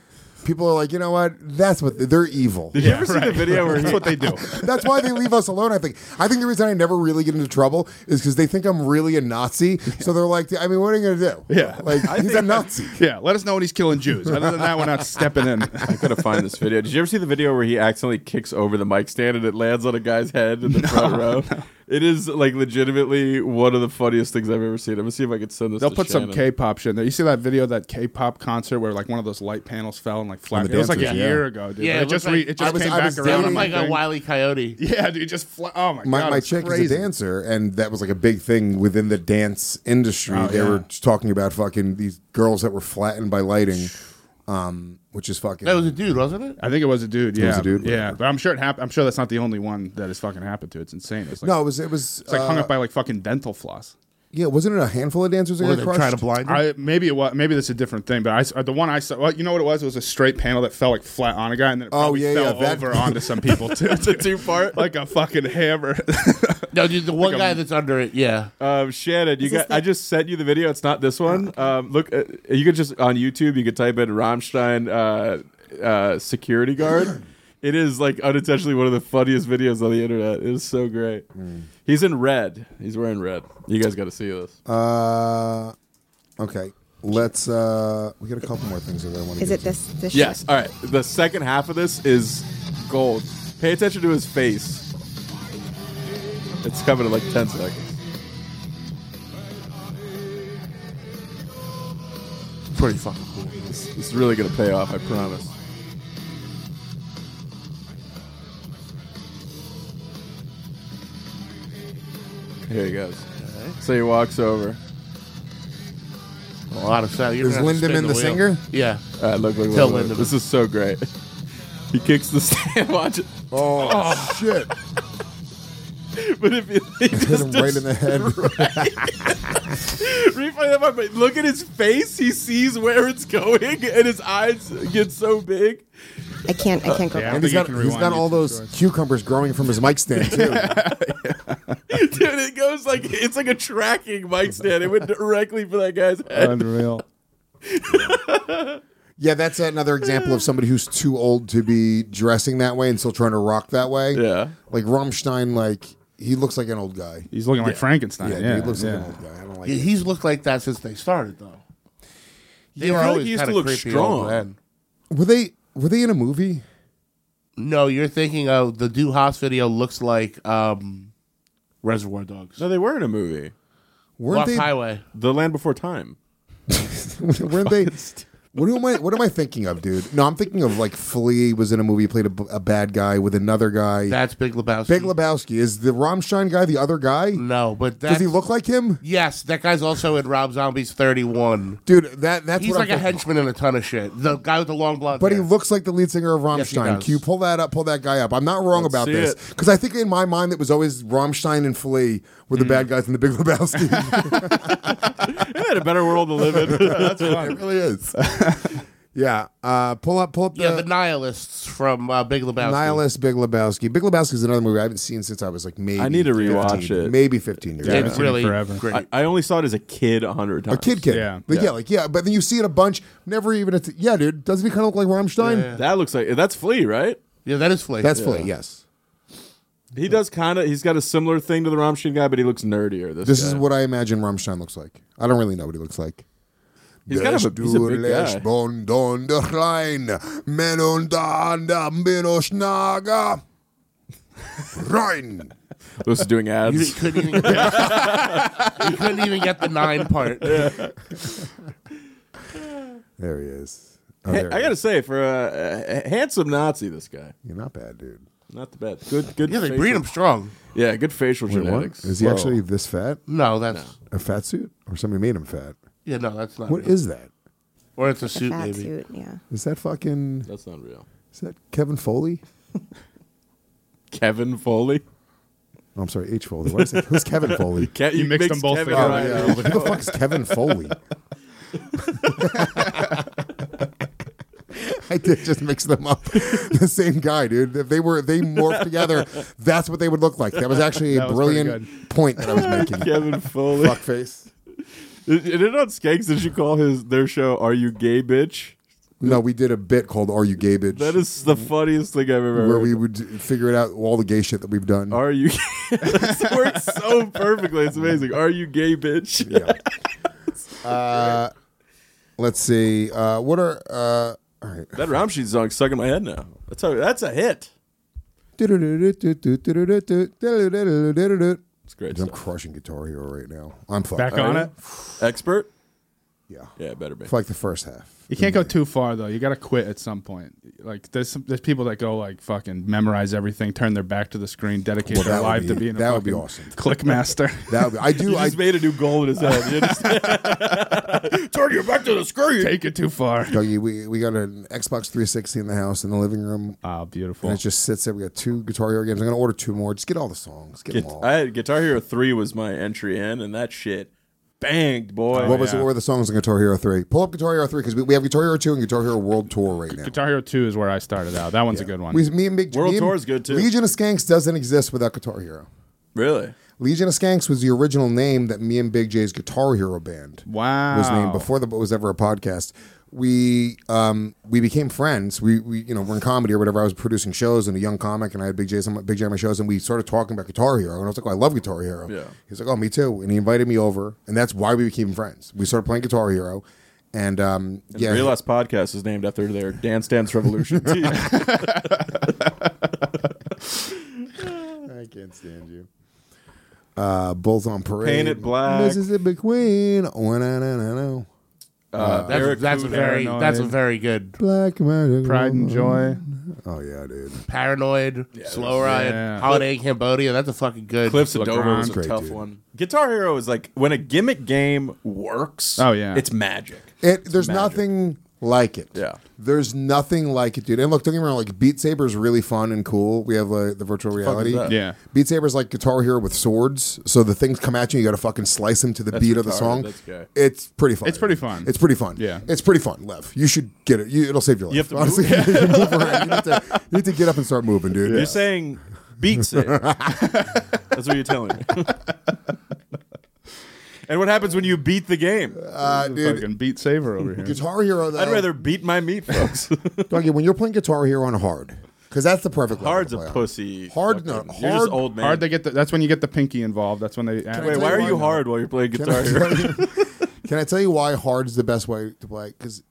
Speaker 10: people are like, you know what? That's what they're evil.
Speaker 8: Did you ever see the video (laughs) where
Speaker 10: That's
Speaker 8: he,
Speaker 10: what they
Speaker 9: do?
Speaker 10: That's why they leave us alone. I think. I think the reason I never really get into trouble is because they think I'm really a Nazi. So they're like, I mean, what are you gonna do?
Speaker 9: Yeah.
Speaker 10: like
Speaker 9: I
Speaker 10: he's a
Speaker 9: think-
Speaker 10: Nazi.
Speaker 9: Yeah, let us know when he's killing Jews. Other than that, we're not stepping in.
Speaker 8: I gotta find this video. Did you ever see the video where he accidentally kicks over the mic stand and it lands on a guy's head in the front row? It is like legitimately one of the funniest things I've ever seen. I'm gonna see if I can send this.
Speaker 9: They'll
Speaker 8: to
Speaker 9: put some
Speaker 8: Shannon.
Speaker 9: K-pop shit in there. You see that video of that K-pop concert where like one of those light panels fell and like flapped.
Speaker 8: the
Speaker 9: It was like a
Speaker 8: dancers, yeah.
Speaker 9: year ago, dude.
Speaker 2: Yeah,
Speaker 9: it, just
Speaker 2: looked
Speaker 9: re-
Speaker 2: like-
Speaker 9: it just
Speaker 2: I was-
Speaker 9: came
Speaker 2: I
Speaker 9: back
Speaker 2: was
Speaker 9: around.
Speaker 2: dating- like a Wile E. Coyote.
Speaker 9: Yeah, dude, just fla- oh my,
Speaker 10: my,
Speaker 9: god,
Speaker 10: my
Speaker 9: it's
Speaker 10: chick
Speaker 9: crazy.
Speaker 10: is a dancer, and that was like a big thing within the dance industry.
Speaker 9: Oh,
Speaker 10: they
Speaker 9: yeah.
Speaker 10: were just talking about fucking these girls that were flattened by lighting, um, which is fucking.
Speaker 2: That was a dude, wasn't it?
Speaker 9: I think it was a dude.
Speaker 10: It
Speaker 9: Yeah,
Speaker 10: was a dude,
Speaker 9: Yeah, but I'm sure it happened. I'm sure that's not the only one that has fucking happened to. It's insane. It's like,
Speaker 10: No, it was- it was,
Speaker 9: It's like hung
Speaker 10: uh,
Speaker 9: up by like fucking dental floss.
Speaker 10: yeah, wasn't it a handful of dancers that got crushed?
Speaker 9: I, maybe it was. Maybe that's a different thing. But I, s- uh, the one I saw, well, you know what it was? It was a straight panel that fell like flat on a guy, and then it
Speaker 10: Oh,
Speaker 9: probably
Speaker 10: yeah,
Speaker 9: fell
Speaker 10: yeah, that- (laughs)
Speaker 9: over onto some people too.
Speaker 8: That's a
Speaker 9: (laughs)
Speaker 8: two part,
Speaker 9: like a fucking hammer. (laughs)
Speaker 2: no, dude, the one
Speaker 8: Like a-
Speaker 2: guy that's under it. Yeah,
Speaker 8: Um, Shannon, you
Speaker 2: Is this Oh.
Speaker 8: got. I just sent you the video. It's not this one. Um, look, uh, you could just on YouTube. You could type in Rammstein uh, uh, security guard. it is like unintentionally one of the funniest videos on the internet. It is so great.
Speaker 2: Hmm.
Speaker 8: He's in red. He's wearing red. You guys got to see this.
Speaker 10: Uh, okay, let's. Uh, we got a couple more things that I want to.
Speaker 7: Is it this? this
Speaker 8: Yes. All right. The second half of this is gold. Pay attention to his face. It's coming in like ten seconds.
Speaker 2: pretty fucking cool.
Speaker 8: It's, it's really gonna pay off. I promise. Here he goes. So he walks over.
Speaker 2: A lot of sound. You
Speaker 8: Is
Speaker 2: don't have to
Speaker 8: Lindemann
Speaker 2: spin
Speaker 8: the
Speaker 2: wheel.
Speaker 8: singer?
Speaker 2: Yeah.
Speaker 8: All right, look, look,
Speaker 2: Tell
Speaker 8: look, look.
Speaker 2: Lindemann.
Speaker 8: This is so great. (laughs) He kicks the stand. (laughs) Watch it.
Speaker 10: Oh,
Speaker 8: (laughs)
Speaker 10: shit!
Speaker 8: But if you (laughs)
Speaker 10: Hit him right in
Speaker 9: (laughs)
Speaker 10: the head.
Speaker 8: Replay that part, but look at his face. He sees where it's going, and his eyes get so big. (laughs)
Speaker 7: I can't. I can't go
Speaker 10: and he's got, he's got all those cucumbers growing from his mic stand
Speaker 9: (laughs)
Speaker 10: too.
Speaker 8: Dude, it goes like it's like a tracking mic stand. It went directly for that guy's head.
Speaker 9: Unreal.
Speaker 10: Yeah, that's another example of somebody who's too old to be dressing that way and still trying to rock that way.
Speaker 8: Yeah.
Speaker 10: Like Rammstein, like he looks like an old guy.
Speaker 9: He's looking like
Speaker 10: Yeah.
Speaker 9: Frankenstein.
Speaker 10: Yeah,
Speaker 9: Yeah,
Speaker 10: dude, he looks like an old guy. I don't like
Speaker 2: Yeah,
Speaker 10: it.
Speaker 2: he's looked like that since they started, though. They
Speaker 8: Yeah,
Speaker 2: were
Speaker 8: I feel like
Speaker 2: always
Speaker 8: he used
Speaker 2: kinda
Speaker 8: to look
Speaker 2: creepy old
Speaker 8: strong.
Speaker 2: men.
Speaker 10: Were they were they in a movie? (laughs)
Speaker 2: No, you're thinking of the Duhas video. Looks like um, Reservoir Dogs.
Speaker 8: No, they were in a movie.
Speaker 10: Weren't
Speaker 2: Lost
Speaker 10: they-
Speaker 2: Highway.
Speaker 8: The Land Before Time.
Speaker 10: Weren't they? What am I? What am I thinking of, dude? No, I'm thinking of like Flea was in a movie, played a, b- a bad guy with another guy.
Speaker 2: That's Big Lebowski.
Speaker 10: Big Lebowski is the Rammstein guy, the other guy.
Speaker 2: No, but
Speaker 10: does
Speaker 2: that's-
Speaker 10: he look like him?
Speaker 2: Yes, that guy's also in Rob Zombie's 31.
Speaker 10: Dude, that that's
Speaker 2: He's
Speaker 10: what
Speaker 2: like
Speaker 10: I'm
Speaker 2: a
Speaker 10: thinking.
Speaker 2: henchman in a ton of shit. The guy with the long blonde
Speaker 10: But
Speaker 2: hair.
Speaker 10: he looks like the lead singer of
Speaker 2: Yes, he
Speaker 10: Rammstein.
Speaker 2: does.
Speaker 10: Can you pull that up? Pull that guy up. I'm not wrong
Speaker 2: Let's
Speaker 10: about
Speaker 2: see
Speaker 10: this
Speaker 2: it.
Speaker 10: because I think in my mind it was always Rammstein and Flea were the
Speaker 2: Mm.
Speaker 10: bad guys in The Big
Speaker 2: (laughs)
Speaker 10: Lebowski.
Speaker 8: Isn't that a better world to
Speaker 10: (laughs)
Speaker 8: live in?
Speaker 10: That's fun. It really is. yeah, uh, pull up, pull up the,
Speaker 2: yeah, the nihilists from uh, Big Lebowski.
Speaker 10: Nihilist Big Lebowski. Big Lebowski is another movie I haven't seen since I was like maybe.
Speaker 8: I need to rewatch
Speaker 10: 15,
Speaker 8: it.
Speaker 10: Maybe 15 years.
Speaker 2: Yeah,
Speaker 10: old.
Speaker 2: it's really great.
Speaker 8: I, I only saw it as a kid a hundred times.
Speaker 10: A kid, kid. Yeah. Like, yeah. like yeah. But then you see it a bunch. Never even. A t- yeah, dude. Doesn't he kind of look like Rammstein?
Speaker 8: That looks like that's Flea, right?
Speaker 2: Yeah, that is Flea.
Speaker 10: That's Flea. Yes.
Speaker 8: He does kind of. He's got a similar thing to the Rammstein guy, but he looks nerdier. This,
Speaker 10: This
Speaker 8: guy.
Speaker 10: is what I imagine Rammstein looks like. I don't really know what he looks like.
Speaker 8: He's kind of a-
Speaker 10: Das
Speaker 8: he's a
Speaker 10: du
Speaker 8: big
Speaker 10: lässt
Speaker 8: guy.
Speaker 10: Bon don (laughs) der Rhein, men unter anderem bin ich Nager. Rhein. (laughs)
Speaker 8: Lewis is doing ads.
Speaker 2: You couldn't even
Speaker 8: (laughs)
Speaker 2: get, you couldn't even get the nine part.
Speaker 10: There he is. Oh,
Speaker 8: Hey,
Speaker 10: there
Speaker 8: I
Speaker 10: he
Speaker 8: gotta say, for a, a handsome Nazi, this guy.
Speaker 10: You're not bad, dude.
Speaker 8: Not the bad. Good, good.
Speaker 2: Yeah, they
Speaker 8: facial-
Speaker 2: breed him strong.
Speaker 8: Yeah, good facial
Speaker 10: Wait, what?
Speaker 8: genetics.
Speaker 10: Is he
Speaker 8: Whoa.
Speaker 10: actually this fat?
Speaker 2: No, that's
Speaker 10: A fat suit? Or somebody made him fat?
Speaker 2: yeah, no, that's not.
Speaker 10: What
Speaker 2: real.
Speaker 10: is that?
Speaker 2: Or it's a suit,
Speaker 7: fat
Speaker 2: maybe.
Speaker 7: suit, yeah.
Speaker 10: Is that fucking.
Speaker 8: That's not real.
Speaker 10: Is that Kevin Foley?
Speaker 8: Kevin Foley?
Speaker 10: Oh, I'm sorry, H. Foley. What is it? Who's Kevin Foley?
Speaker 8: (laughs) Ke- you You mixed mixed them both Kevin together. Ryan.
Speaker 10: yeah. I was
Speaker 8: (laughs)
Speaker 10: like, Who the fuck is Kevin Foley? (laughs) I did just mix them up. (laughs) the same guy, dude. If they were if they morphed together, that's what they would look like. That was actually a
Speaker 8: That was pretty
Speaker 10: brilliant point that I was
Speaker 8: (laughs)
Speaker 10: making.
Speaker 8: Kevin Foley.
Speaker 10: Fuckface.
Speaker 8: Did, did it on Skanks? Did you call his their show "Are You Gay, Bitch"?
Speaker 10: No, we did a bit called "Are You Gay, Bitch?"
Speaker 8: That is the funniest thing I've ever
Speaker 10: where
Speaker 8: heard.
Speaker 10: we would figure it out all the gay shit that we've done.
Speaker 8: Are you? (laughs) it works so perfectly. It's amazing. Are you gay, bitch?
Speaker 10: Uh, let's see. Uh, what are uh, all right?
Speaker 8: that Rammstein song's stuck in my head now. That's how, that's a hit.
Speaker 10: uh, It's
Speaker 8: great.
Speaker 10: I'm crushing Guitar Hero right now. I'm fucked.
Speaker 9: Back on it?
Speaker 8: Expert?
Speaker 10: Yeah.
Speaker 8: Yeah, it better be.
Speaker 10: For like the first half.
Speaker 9: You can't go too far though. You got to quit at some point. Like there's some, there's people that go like fucking memorize everything, turn their back to the screen, dedicate
Speaker 10: Well,
Speaker 9: their
Speaker 10: that would
Speaker 9: life to
Speaker 10: be-
Speaker 9: being a
Speaker 10: that
Speaker 9: fucking
Speaker 10: would be awesome. (laughs)
Speaker 9: click master.
Speaker 10: That would be- I do.
Speaker 8: (laughs) You
Speaker 10: I
Speaker 8: just made a new goal in his head. You just- Turn your back to the screen.
Speaker 9: Take it too far.
Speaker 10: Dougie, we, we got an Xbox 360 in the house in the living room.
Speaker 9: Ah, beautiful.
Speaker 10: And it just sits there. We got two Guitar Hero games. I'm gonna order two more. Just get all the songs. Get, them
Speaker 8: Get,
Speaker 10: all.
Speaker 8: I had Guitar Hero Three was my entry in, and that shit banged, boy.
Speaker 10: what was what were the songs on Guitar Hero Three? Pull up Guitar Hero Three because we, we have Guitar Hero Two and Guitar Hero World Tour right now.
Speaker 9: Guitar Hero Two is where I started out. That one's a good one.
Speaker 10: We, me and Big
Speaker 9: World
Speaker 10: me and-
Speaker 9: Tour is good, too.
Speaker 10: Legion of Skanks doesn't exist without Guitar Hero.
Speaker 8: Really?
Speaker 10: Legion of Skanks was the original name that me and Big J's Guitar Hero band
Speaker 9: wow.
Speaker 10: was named before the was ever a podcast. We um we became friends. We we you know we're in comedy or whatever. I was producing shows and a young comic, and I had Big J's on my, Big J on my shows, and we started talking about Guitar Hero, and I was like, oh, I love Guitar Hero.
Speaker 8: Yeah.
Speaker 10: He's like, oh, me too, and he invited me over, and that's why we became friends. We started playing Guitar Hero, and um
Speaker 8: And
Speaker 10: yeah,
Speaker 8: Real Last Podcast is named after their Dance Dance Revolution team.
Speaker 10: I can't stand you. uh, Bulls on Parade,
Speaker 8: Paint It Black.
Speaker 10: Mississippi Queen, oh, na, na, na, na.
Speaker 8: Uh,
Speaker 2: That's,
Speaker 8: Eric
Speaker 2: that's a
Speaker 8: Cooper.
Speaker 2: very that's a very good
Speaker 10: Black Magic.
Speaker 2: Pride
Speaker 9: Mm-hmm.
Speaker 2: and
Speaker 9: Joy.
Speaker 10: Oh yeah, dude.
Speaker 2: paranoid, slow ride,
Speaker 8: Yeah.
Speaker 2: holiday in Cambodia. That's a fucking good.
Speaker 8: Cliffs of Dover was a
Speaker 10: Great,
Speaker 8: tough
Speaker 10: dude.
Speaker 8: one. Guitar Hero is like when a gimmick game works.
Speaker 9: Oh, yeah.
Speaker 8: it's magic.
Speaker 10: It there's nothing like it.
Speaker 8: Yeah.
Speaker 10: There's nothing like it, dude. And look, don't get me wrong, like Beat Saber is really fun and cool. We have uh, the virtual reality.
Speaker 8: that? Yeah.
Speaker 10: Beat Saber's like Guitar Hero with swords. So the things come at you, you got to fucking slice them to the
Speaker 9: That's
Speaker 10: beat of the
Speaker 9: Guitar-
Speaker 10: song.
Speaker 9: that's good.
Speaker 10: It's pretty fun.
Speaker 9: It's pretty fun.
Speaker 10: It's pretty fun.
Speaker 9: Yeah.
Speaker 10: It's pretty fun, Lev. You should get it. You, it'll save your life.
Speaker 8: You have to
Speaker 10: Honestly, (laughs)
Speaker 8: move.
Speaker 10: you can move around. You need, to, you need to get up and start moving, dude.
Speaker 8: You're saying
Speaker 10: (laughs)
Speaker 8: Beat Saber. That's what you're telling me. and what happens when you beat the game?
Speaker 10: Uh, dude.
Speaker 9: Fucking Beat Saber over here.
Speaker 10: Guitar Hero, though.
Speaker 8: I'd rather beat my
Speaker 10: (laughs)
Speaker 8: meat, folks.
Speaker 10: Oh, Doggy, when you're playing Guitar Hero on hard, because that's the perfect level to
Speaker 8: Hard's a
Speaker 10: play on.
Speaker 8: pussy.
Speaker 10: Hard, no,
Speaker 8: fucking-
Speaker 10: hard.
Speaker 8: You're just old man.
Speaker 9: Hard to get. The, that's when you get the pinky involved. That's when they.
Speaker 10: I
Speaker 8: Wait,
Speaker 10: tell
Speaker 8: why
Speaker 10: you
Speaker 8: are
Speaker 10: why
Speaker 8: you
Speaker 10: now?
Speaker 8: hard while you're playing
Speaker 10: Can
Speaker 8: Guitar
Speaker 10: I
Speaker 8: Hero?
Speaker 10: tell you- (laughs) Can I tell you why hard's the best way to play? Because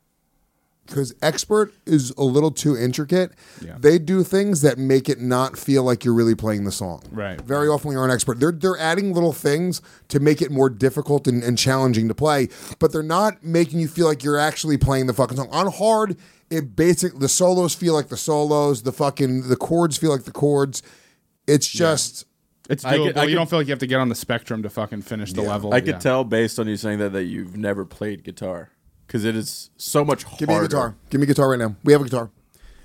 Speaker 10: because expert is a little too intricate. They do things that make it not feel like you're really playing the song.
Speaker 9: Right.
Speaker 10: Very often when you're an expert, they're they're adding little things to make it more difficult and, and challenging to play, but they're not making you feel like you're actually playing the fucking song. On hard, it basic the solos feel like the solos, the fucking the chords feel like the chords. It's just
Speaker 9: It's doable.
Speaker 8: I could- I
Speaker 9: you
Speaker 8: could-
Speaker 9: don't feel like you have to get on the spectrum to fucking finish the level.
Speaker 8: I could
Speaker 9: Yeah.
Speaker 8: tell based on you saying that that you've never played guitar because it is so much harder.
Speaker 10: Give me a guitar. Give me a guitar right now. We have a guitar.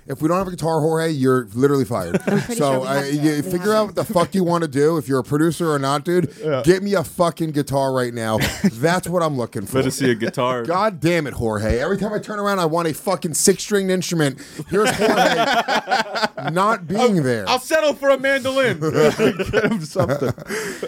Speaker 10: If we don't have a guitar, Jorge, you're literally fired. so I, you figure out what the fuck you want to do. If you're a producer or not, dude, get me a fucking guitar right
Speaker 8: (laughs)
Speaker 10: now. That's what I'm looking for.
Speaker 8: Let us see a
Speaker 10: (laughs)
Speaker 8: guitar.
Speaker 10: God damn it, Jorge. Every time I turn around, I want a fucking six stringed instrument. Here's
Speaker 8: (laughs)
Speaker 10: Jorge not being there.
Speaker 8: I'll settle for a mandolin.
Speaker 10: (laughs)
Speaker 8: Get
Speaker 9: him something.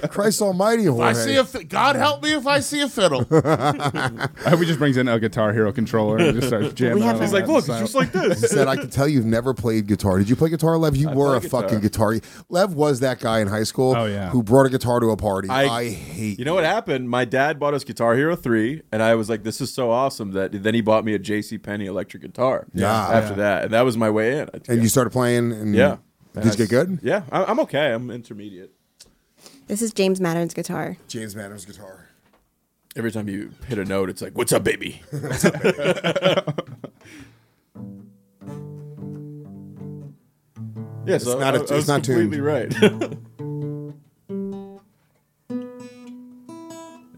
Speaker 10: Christ almighty,
Speaker 2: If
Speaker 10: Jorge.
Speaker 2: I see a fi- God help me if I see a
Speaker 8: (laughs)
Speaker 2: fiddle.
Speaker 9: I hope he just brings in a Guitar Hero controller and just starts jamming.
Speaker 2: We have
Speaker 9: out
Speaker 10: (laughs)
Speaker 2: a-
Speaker 9: on
Speaker 2: He's like,
Speaker 9: that
Speaker 2: "Look, it's
Speaker 9: silent-
Speaker 2: just like this."
Speaker 10: He said, I can tell tell you've never played guitar. Did you play guitar, Lev? You
Speaker 8: I
Speaker 10: were a
Speaker 8: play guitar.
Speaker 10: fucking guitar. Lev was that guy in high school
Speaker 8: Oh, yeah.
Speaker 10: who brought a guitar to a party. I, hate.
Speaker 8: You know what happened? My dad bought us Guitar Hero three, and I was like, "This is so awesome!" That then he bought me a J.C. Penney electric guitar.
Speaker 10: Yeah.
Speaker 8: After
Speaker 10: Yeah.
Speaker 8: that, and that was my way in. I-
Speaker 10: and you started playing, and
Speaker 8: Yeah.
Speaker 10: did you get good?
Speaker 8: Yeah, I- I'm okay. I'm intermediate.
Speaker 7: This is James Mattern's guitar.
Speaker 10: James Mattern's guitar.
Speaker 8: Every time you hit a note, it's like, "What's up, baby?" (laughs)
Speaker 10: What's up, baby?
Speaker 8: yeah,
Speaker 10: It's
Speaker 8: so
Speaker 10: not
Speaker 8: I-
Speaker 10: a-
Speaker 8: I
Speaker 10: it's
Speaker 8: was
Speaker 10: not tuned.
Speaker 8: completely
Speaker 10: (laughs)
Speaker 8: right.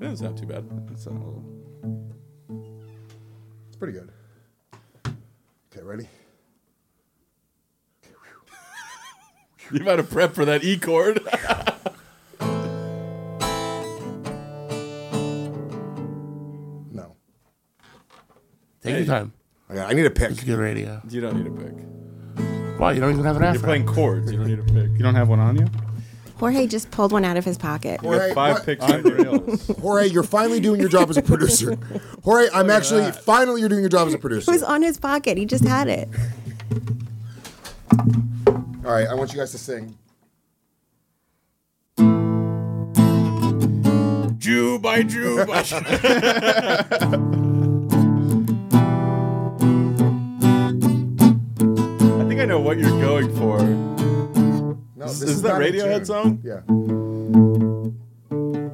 Speaker 8: It's not too bad.
Speaker 9: It's a little-
Speaker 10: It's pretty good. Okay, ready?
Speaker 8: you might have prepped for that E chord.
Speaker 10: No.
Speaker 2: Take your time.
Speaker 10: I need a pick.
Speaker 2: It's good radio.
Speaker 8: You don't need a pick.
Speaker 2: Why? You don't even have an
Speaker 8: You're
Speaker 2: afro.
Speaker 8: playing chords. You don't need a pick.
Speaker 9: You don't have one (laughs) on you?
Speaker 7: Jorge just pulled one out of his pocket.
Speaker 10: You got Jorge, five what- picks on
Speaker 7: Jorge,
Speaker 10: you're finally doing your job as a (laughs) producer. Jorge, I'm actually finally you're doing your job as a
Speaker 7: It
Speaker 10: producer.
Speaker 7: was on his pocket. He just had it.
Speaker 10: All right, I want you guys to sing.
Speaker 8: (laughs) Jew by Jew by I think I know what you're going for.
Speaker 10: No,
Speaker 8: is,
Speaker 10: this
Speaker 8: is
Speaker 10: is
Speaker 8: that
Speaker 10: not in
Speaker 8: Radiohead
Speaker 10: tune.
Speaker 8: song?
Speaker 10: Yeah.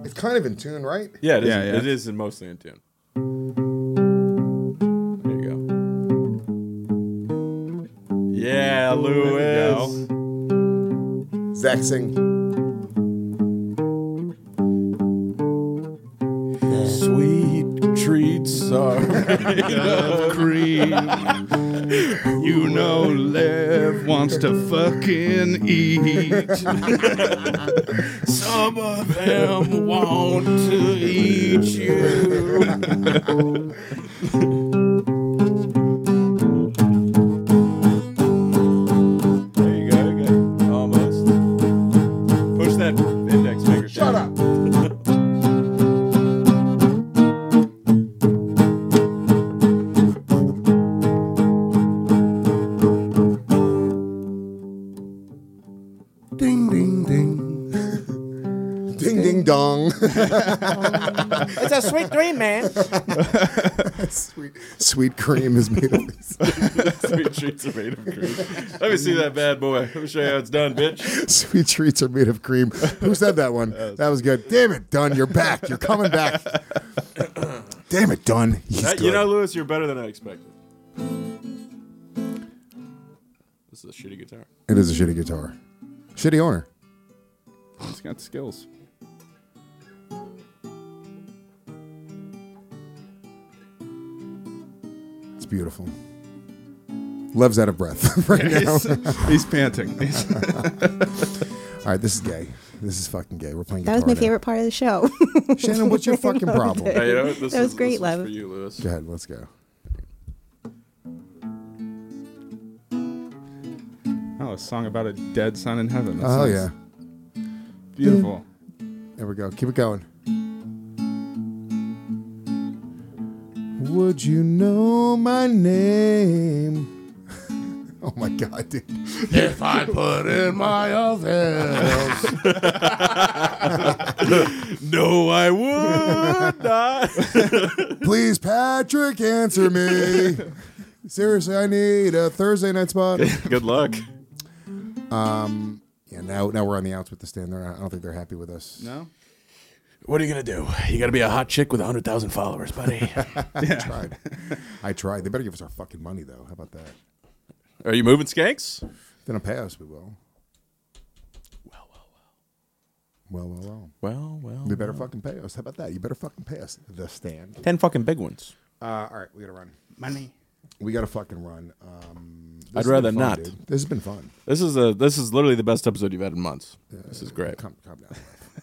Speaker 10: It's kind of in tune, right?
Speaker 8: Yeah, it is.
Speaker 9: Yeah, yeah.
Speaker 8: It is in mostly in tune. There you go. Yeah, Lewis.
Speaker 10: Zach sing.
Speaker 8: Sweet treats (laughs) are made
Speaker 9: of cream. You know, Lev wants to fucking eat.
Speaker 8: Some of them want to eat you. There you go. you got Almost. Push that index finger. Shut up.
Speaker 10: Ding ding ding. ding ding
Speaker 8: (laughs)
Speaker 10: dong.
Speaker 14: It's a sweet dream, man.
Speaker 10: (laughs) sweet. Sweet cream is made of this.
Speaker 8: (laughs) Sweet treats are made of cream. Let me see that bad boy. Let me show you how (laughs) it's done, bitch.
Speaker 10: Sweet treats are made of cream. Who said that one? That was good. Damn it, Dunn, you're back. You're coming
Speaker 8: (laughs)
Speaker 10: back. Damn it, Dunn. He's
Speaker 8: That-
Speaker 10: good.
Speaker 8: you know, Lewis, you're better than I expected. This is a shitty guitar.
Speaker 10: it is a shitty guitar. Shitty owner.
Speaker 9: It's got skills.
Speaker 10: It's beautiful. Lev's out of breath (laughs) right
Speaker 9: Yeah,
Speaker 10: now.
Speaker 9: he's- (laughs) he's panting. He's-
Speaker 10: All right, this is gay. This is fucking gay. We're playing.
Speaker 7: That was
Speaker 10: guitar
Speaker 7: my
Speaker 10: now.
Speaker 7: favorite part of the show. (laughs)
Speaker 10: Shannon, what's your fucking
Speaker 7: I loved
Speaker 10: problem?
Speaker 7: it.
Speaker 10: Hey, you know
Speaker 8: what? This
Speaker 7: that was
Speaker 8: is-
Speaker 7: great,
Speaker 8: this is
Speaker 7: love.
Speaker 8: for you, Lewis.
Speaker 10: Go ahead. Let's go.
Speaker 9: Oh, a song about a dead son in heaven. That
Speaker 10: Oh
Speaker 9: sounds
Speaker 10: yeah.
Speaker 9: Beautiful.
Speaker 10: There we go. Keep it going. Would you know my name? (laughs) oh my god, dude.
Speaker 2: If
Speaker 8: (laughs)
Speaker 2: I put in my ovens.
Speaker 8: no, I would not.
Speaker 10: Please, Patrick, answer
Speaker 7: (laughs)
Speaker 10: me. Seriously, I need a Thursday night spot.
Speaker 8: (laughs) Good luck.
Speaker 10: Um, yeah, now now we're on the outs with the stand. They're not, I don't think they're happy with us.
Speaker 9: No.
Speaker 8: What are you gonna do? You gotta be a hot chick with hundred thousand followers, buddy.
Speaker 10: I tried. I tried. They better give us our fucking money though. How about that?
Speaker 8: (laughs) Are you moving skanks?
Speaker 10: Then a pass, we will. Well, well, well.
Speaker 8: Well, well.
Speaker 10: They better fucking pay us. How about that? You better fucking pay us. The stand.
Speaker 8: Ten fucking big ones.
Speaker 10: Uh, all right, we gotta run.
Speaker 9: Money.
Speaker 10: We gotta fucking run. Um, this has
Speaker 8: I'd
Speaker 10: been
Speaker 8: rather
Speaker 10: fun,
Speaker 8: not.
Speaker 10: dude. This has been fun.
Speaker 8: This is a this is literally the best episode you've had in months. this is great.
Speaker 10: Calm, calm down.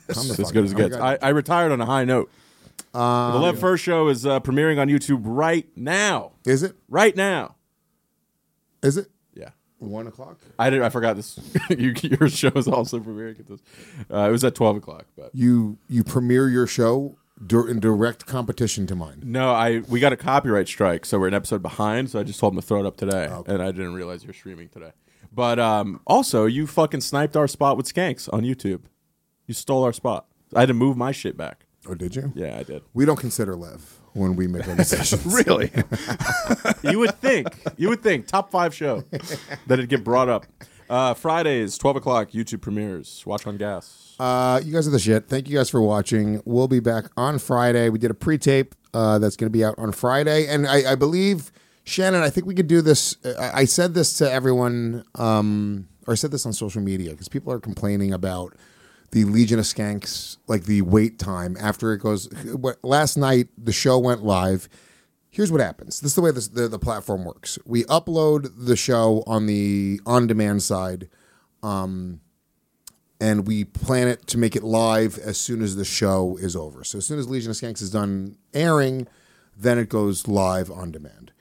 Speaker 8: This
Speaker 10: Calm the
Speaker 8: is
Speaker 10: fuck
Speaker 8: as good as it
Speaker 10: down. Oh
Speaker 8: gets.
Speaker 10: my
Speaker 8: I, I retired on a high note.
Speaker 10: Um,
Speaker 8: the Lev First show is uh, premiering on YouTube right now.
Speaker 10: Is it
Speaker 8: right now?
Speaker 10: Is it?
Speaker 8: Yeah.
Speaker 10: One o'clock.
Speaker 8: I did. I forgot this. (laughs) you, your show is also premiering at this. Uh, it was at twelve o'clock, but
Speaker 10: You you premiere your show dir- in direct competition to mine.
Speaker 8: No, I we got a copyright strike, so we're an episode behind. So I just told him to throw it up today, and I didn't realize you're streaming today. But um, also, you fucking sniped our spot with Skanks on YouTube. You stole our spot. I had to move my shit back.
Speaker 10: Oh, did you?
Speaker 8: Yeah, I did.
Speaker 10: We don't consider Lev when we
Speaker 8: (laughs)
Speaker 10: make our decisions.
Speaker 8: Really? (laughs) you would think. You would think top five show that it'd get brought up. Uh, Fridays, twelve o'clock, YouTube premieres. Watch on gas.
Speaker 10: Uh, you guys are the shit. Thank you guys for watching. We'll be back on Friday. We did a pre-tape uh, that's going to be out on Friday, and I, I believe Shannon. I think we could do this. I, I said this to everyone, um, or I said this on social media because people are complaining about the Legion of Skanks, like the wait time after it goes. what- Last night the show went live. Here's what happens. This is the way this, the the platform works. We upload the show on the on demand side. Um, and we plan it to make it live as soon as the show is over. So as soon as Legion of Skanks is done airing, then it goes live on demand.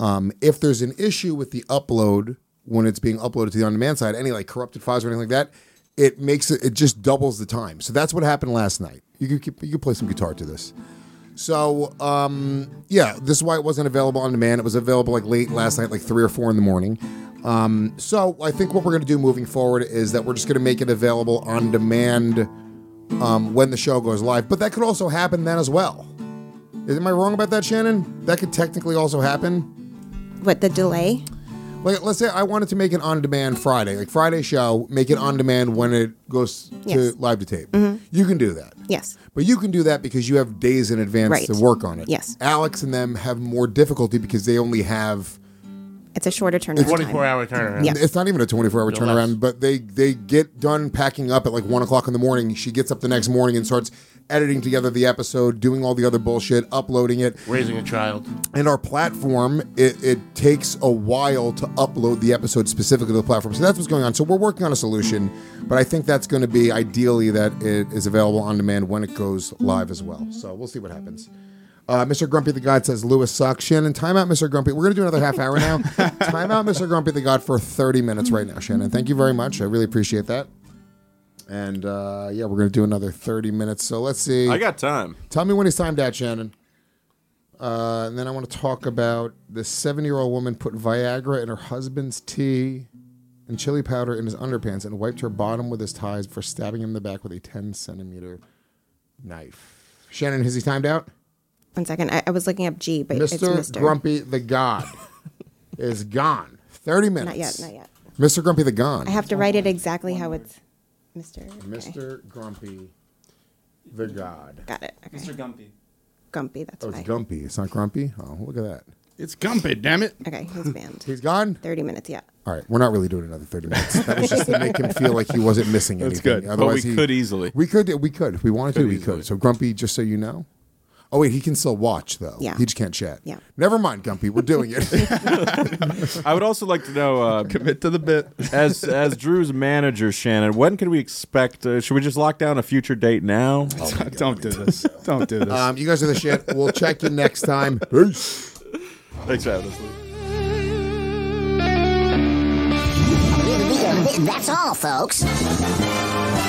Speaker 10: Um, if there's an issue with the upload when it's being uploaded to the on-demand side, any like corrupted files or anything like that, it makes it, it just doubles the time. So that's what happened last night. You could keep, you could play some guitar to this. So um, yeah, this is why it wasn't available on demand. It was available like late last night, like three or four in the morning. Um, so I think what we're going to do moving forward is that we're just going to make it available on demand um, when the show goes live. But that could also happen then as well. Am I wrong about that, Shannon? That could technically also happen.
Speaker 7: What the delay?
Speaker 10: Like, let's say I wanted to make an on-demand Friday, like Friday show, make it on demand when it goes to
Speaker 7: Yes.
Speaker 10: live to tape.
Speaker 7: Mhm.
Speaker 10: You can do that.
Speaker 7: Yes.
Speaker 10: But you can do that because you have days in advance
Speaker 7: Right.
Speaker 10: to work on it.
Speaker 7: Yes.
Speaker 10: Alex and them have more difficulty because they only have
Speaker 7: It's a shorter turnaround. time. Yeah.
Speaker 10: It's not even a 24 hour
Speaker 7: No
Speaker 10: turnaround, but they they get done packing up at like one o'clock in the morning. She gets up the next morning and starts editing together the episode, doing all the other bullshit, uploading it.
Speaker 2: Raising a child.
Speaker 10: And our platform, it, it takes a while to upload the episode specifically to the platform. So that's what's going on. So we're working on a solution, but I think that's going to be ideally that it is available on demand when it goes live as well. So we'll see what happens. Uh, Mr. Grumpy the God says Lewis sucks. Shannon, time out, Mr. Grumpy. We're going to do another half hour now. time out, Mr. Grumpy the God, for 30 minutes right now, Shannon. Thank you very much. I really appreciate that. And uh, yeah, we're going to do another 30 minutes. So let's see.
Speaker 8: I got time.
Speaker 10: Tell me when he's timed out, Shannon. Uh, and then I want to talk about the seven-year-old woman put Viagra in her husband's tea and chili powder in his underpants and wiped her bottom with his ties for stabbing him in the back with a 10-centimeter knife. Shannon, has he timed out?
Speaker 7: One second. I, I was looking up G, but it's
Speaker 10: Mr.
Speaker 7: Mr.
Speaker 10: Grumpy the
Speaker 7: (laughs)
Speaker 10: God is gone. 30 minutes.
Speaker 7: Not yet. Not yet.
Speaker 10: Mr. Grumpy the Gone.
Speaker 7: I have to write it exactly how it's Mr.
Speaker 10: Mr. Grumpy the God.
Speaker 7: Got it. Okay.
Speaker 19: Mr. Gumpy.
Speaker 7: Gumpy. That's
Speaker 10: Oh,
Speaker 7: why.
Speaker 10: it's Gumpy. It's not Grumpy. Oh, look at that.
Speaker 9: It's Gumpy, damn it.
Speaker 7: Okay, he's banned.
Speaker 10: he's gone?
Speaker 7: 30 minutes, yeah.
Speaker 10: All right, we're not really doing another thirty minutes. That was just to make him feel like he wasn't missing anything.
Speaker 8: That's good. But
Speaker 10: Otherwise,
Speaker 8: we
Speaker 10: he,
Speaker 8: could easily.
Speaker 10: We could. We could. If we wanted to,
Speaker 8: Could
Speaker 10: we could. So Grumpy, just so you know. Oh wait, he can still watch though.
Speaker 8: Yeah.
Speaker 10: He just can't chat.
Speaker 8: Yeah.
Speaker 10: Never mind, Gumpy. We're doing
Speaker 8: (laughs)
Speaker 10: it.
Speaker 8: I would also like to
Speaker 10: (laughs)
Speaker 8: know. Uh,
Speaker 9: Commit to the bit.
Speaker 8: as as Drew's manager, Shannon, when can we expect? Uh, should we just lock down a future date now?
Speaker 9: (laughs) Don't do this. Don't do this.
Speaker 10: um, you guys are the shit. We'll check you next time. Peace.
Speaker 8: Thanks for having us.
Speaker 20: That's all, folks.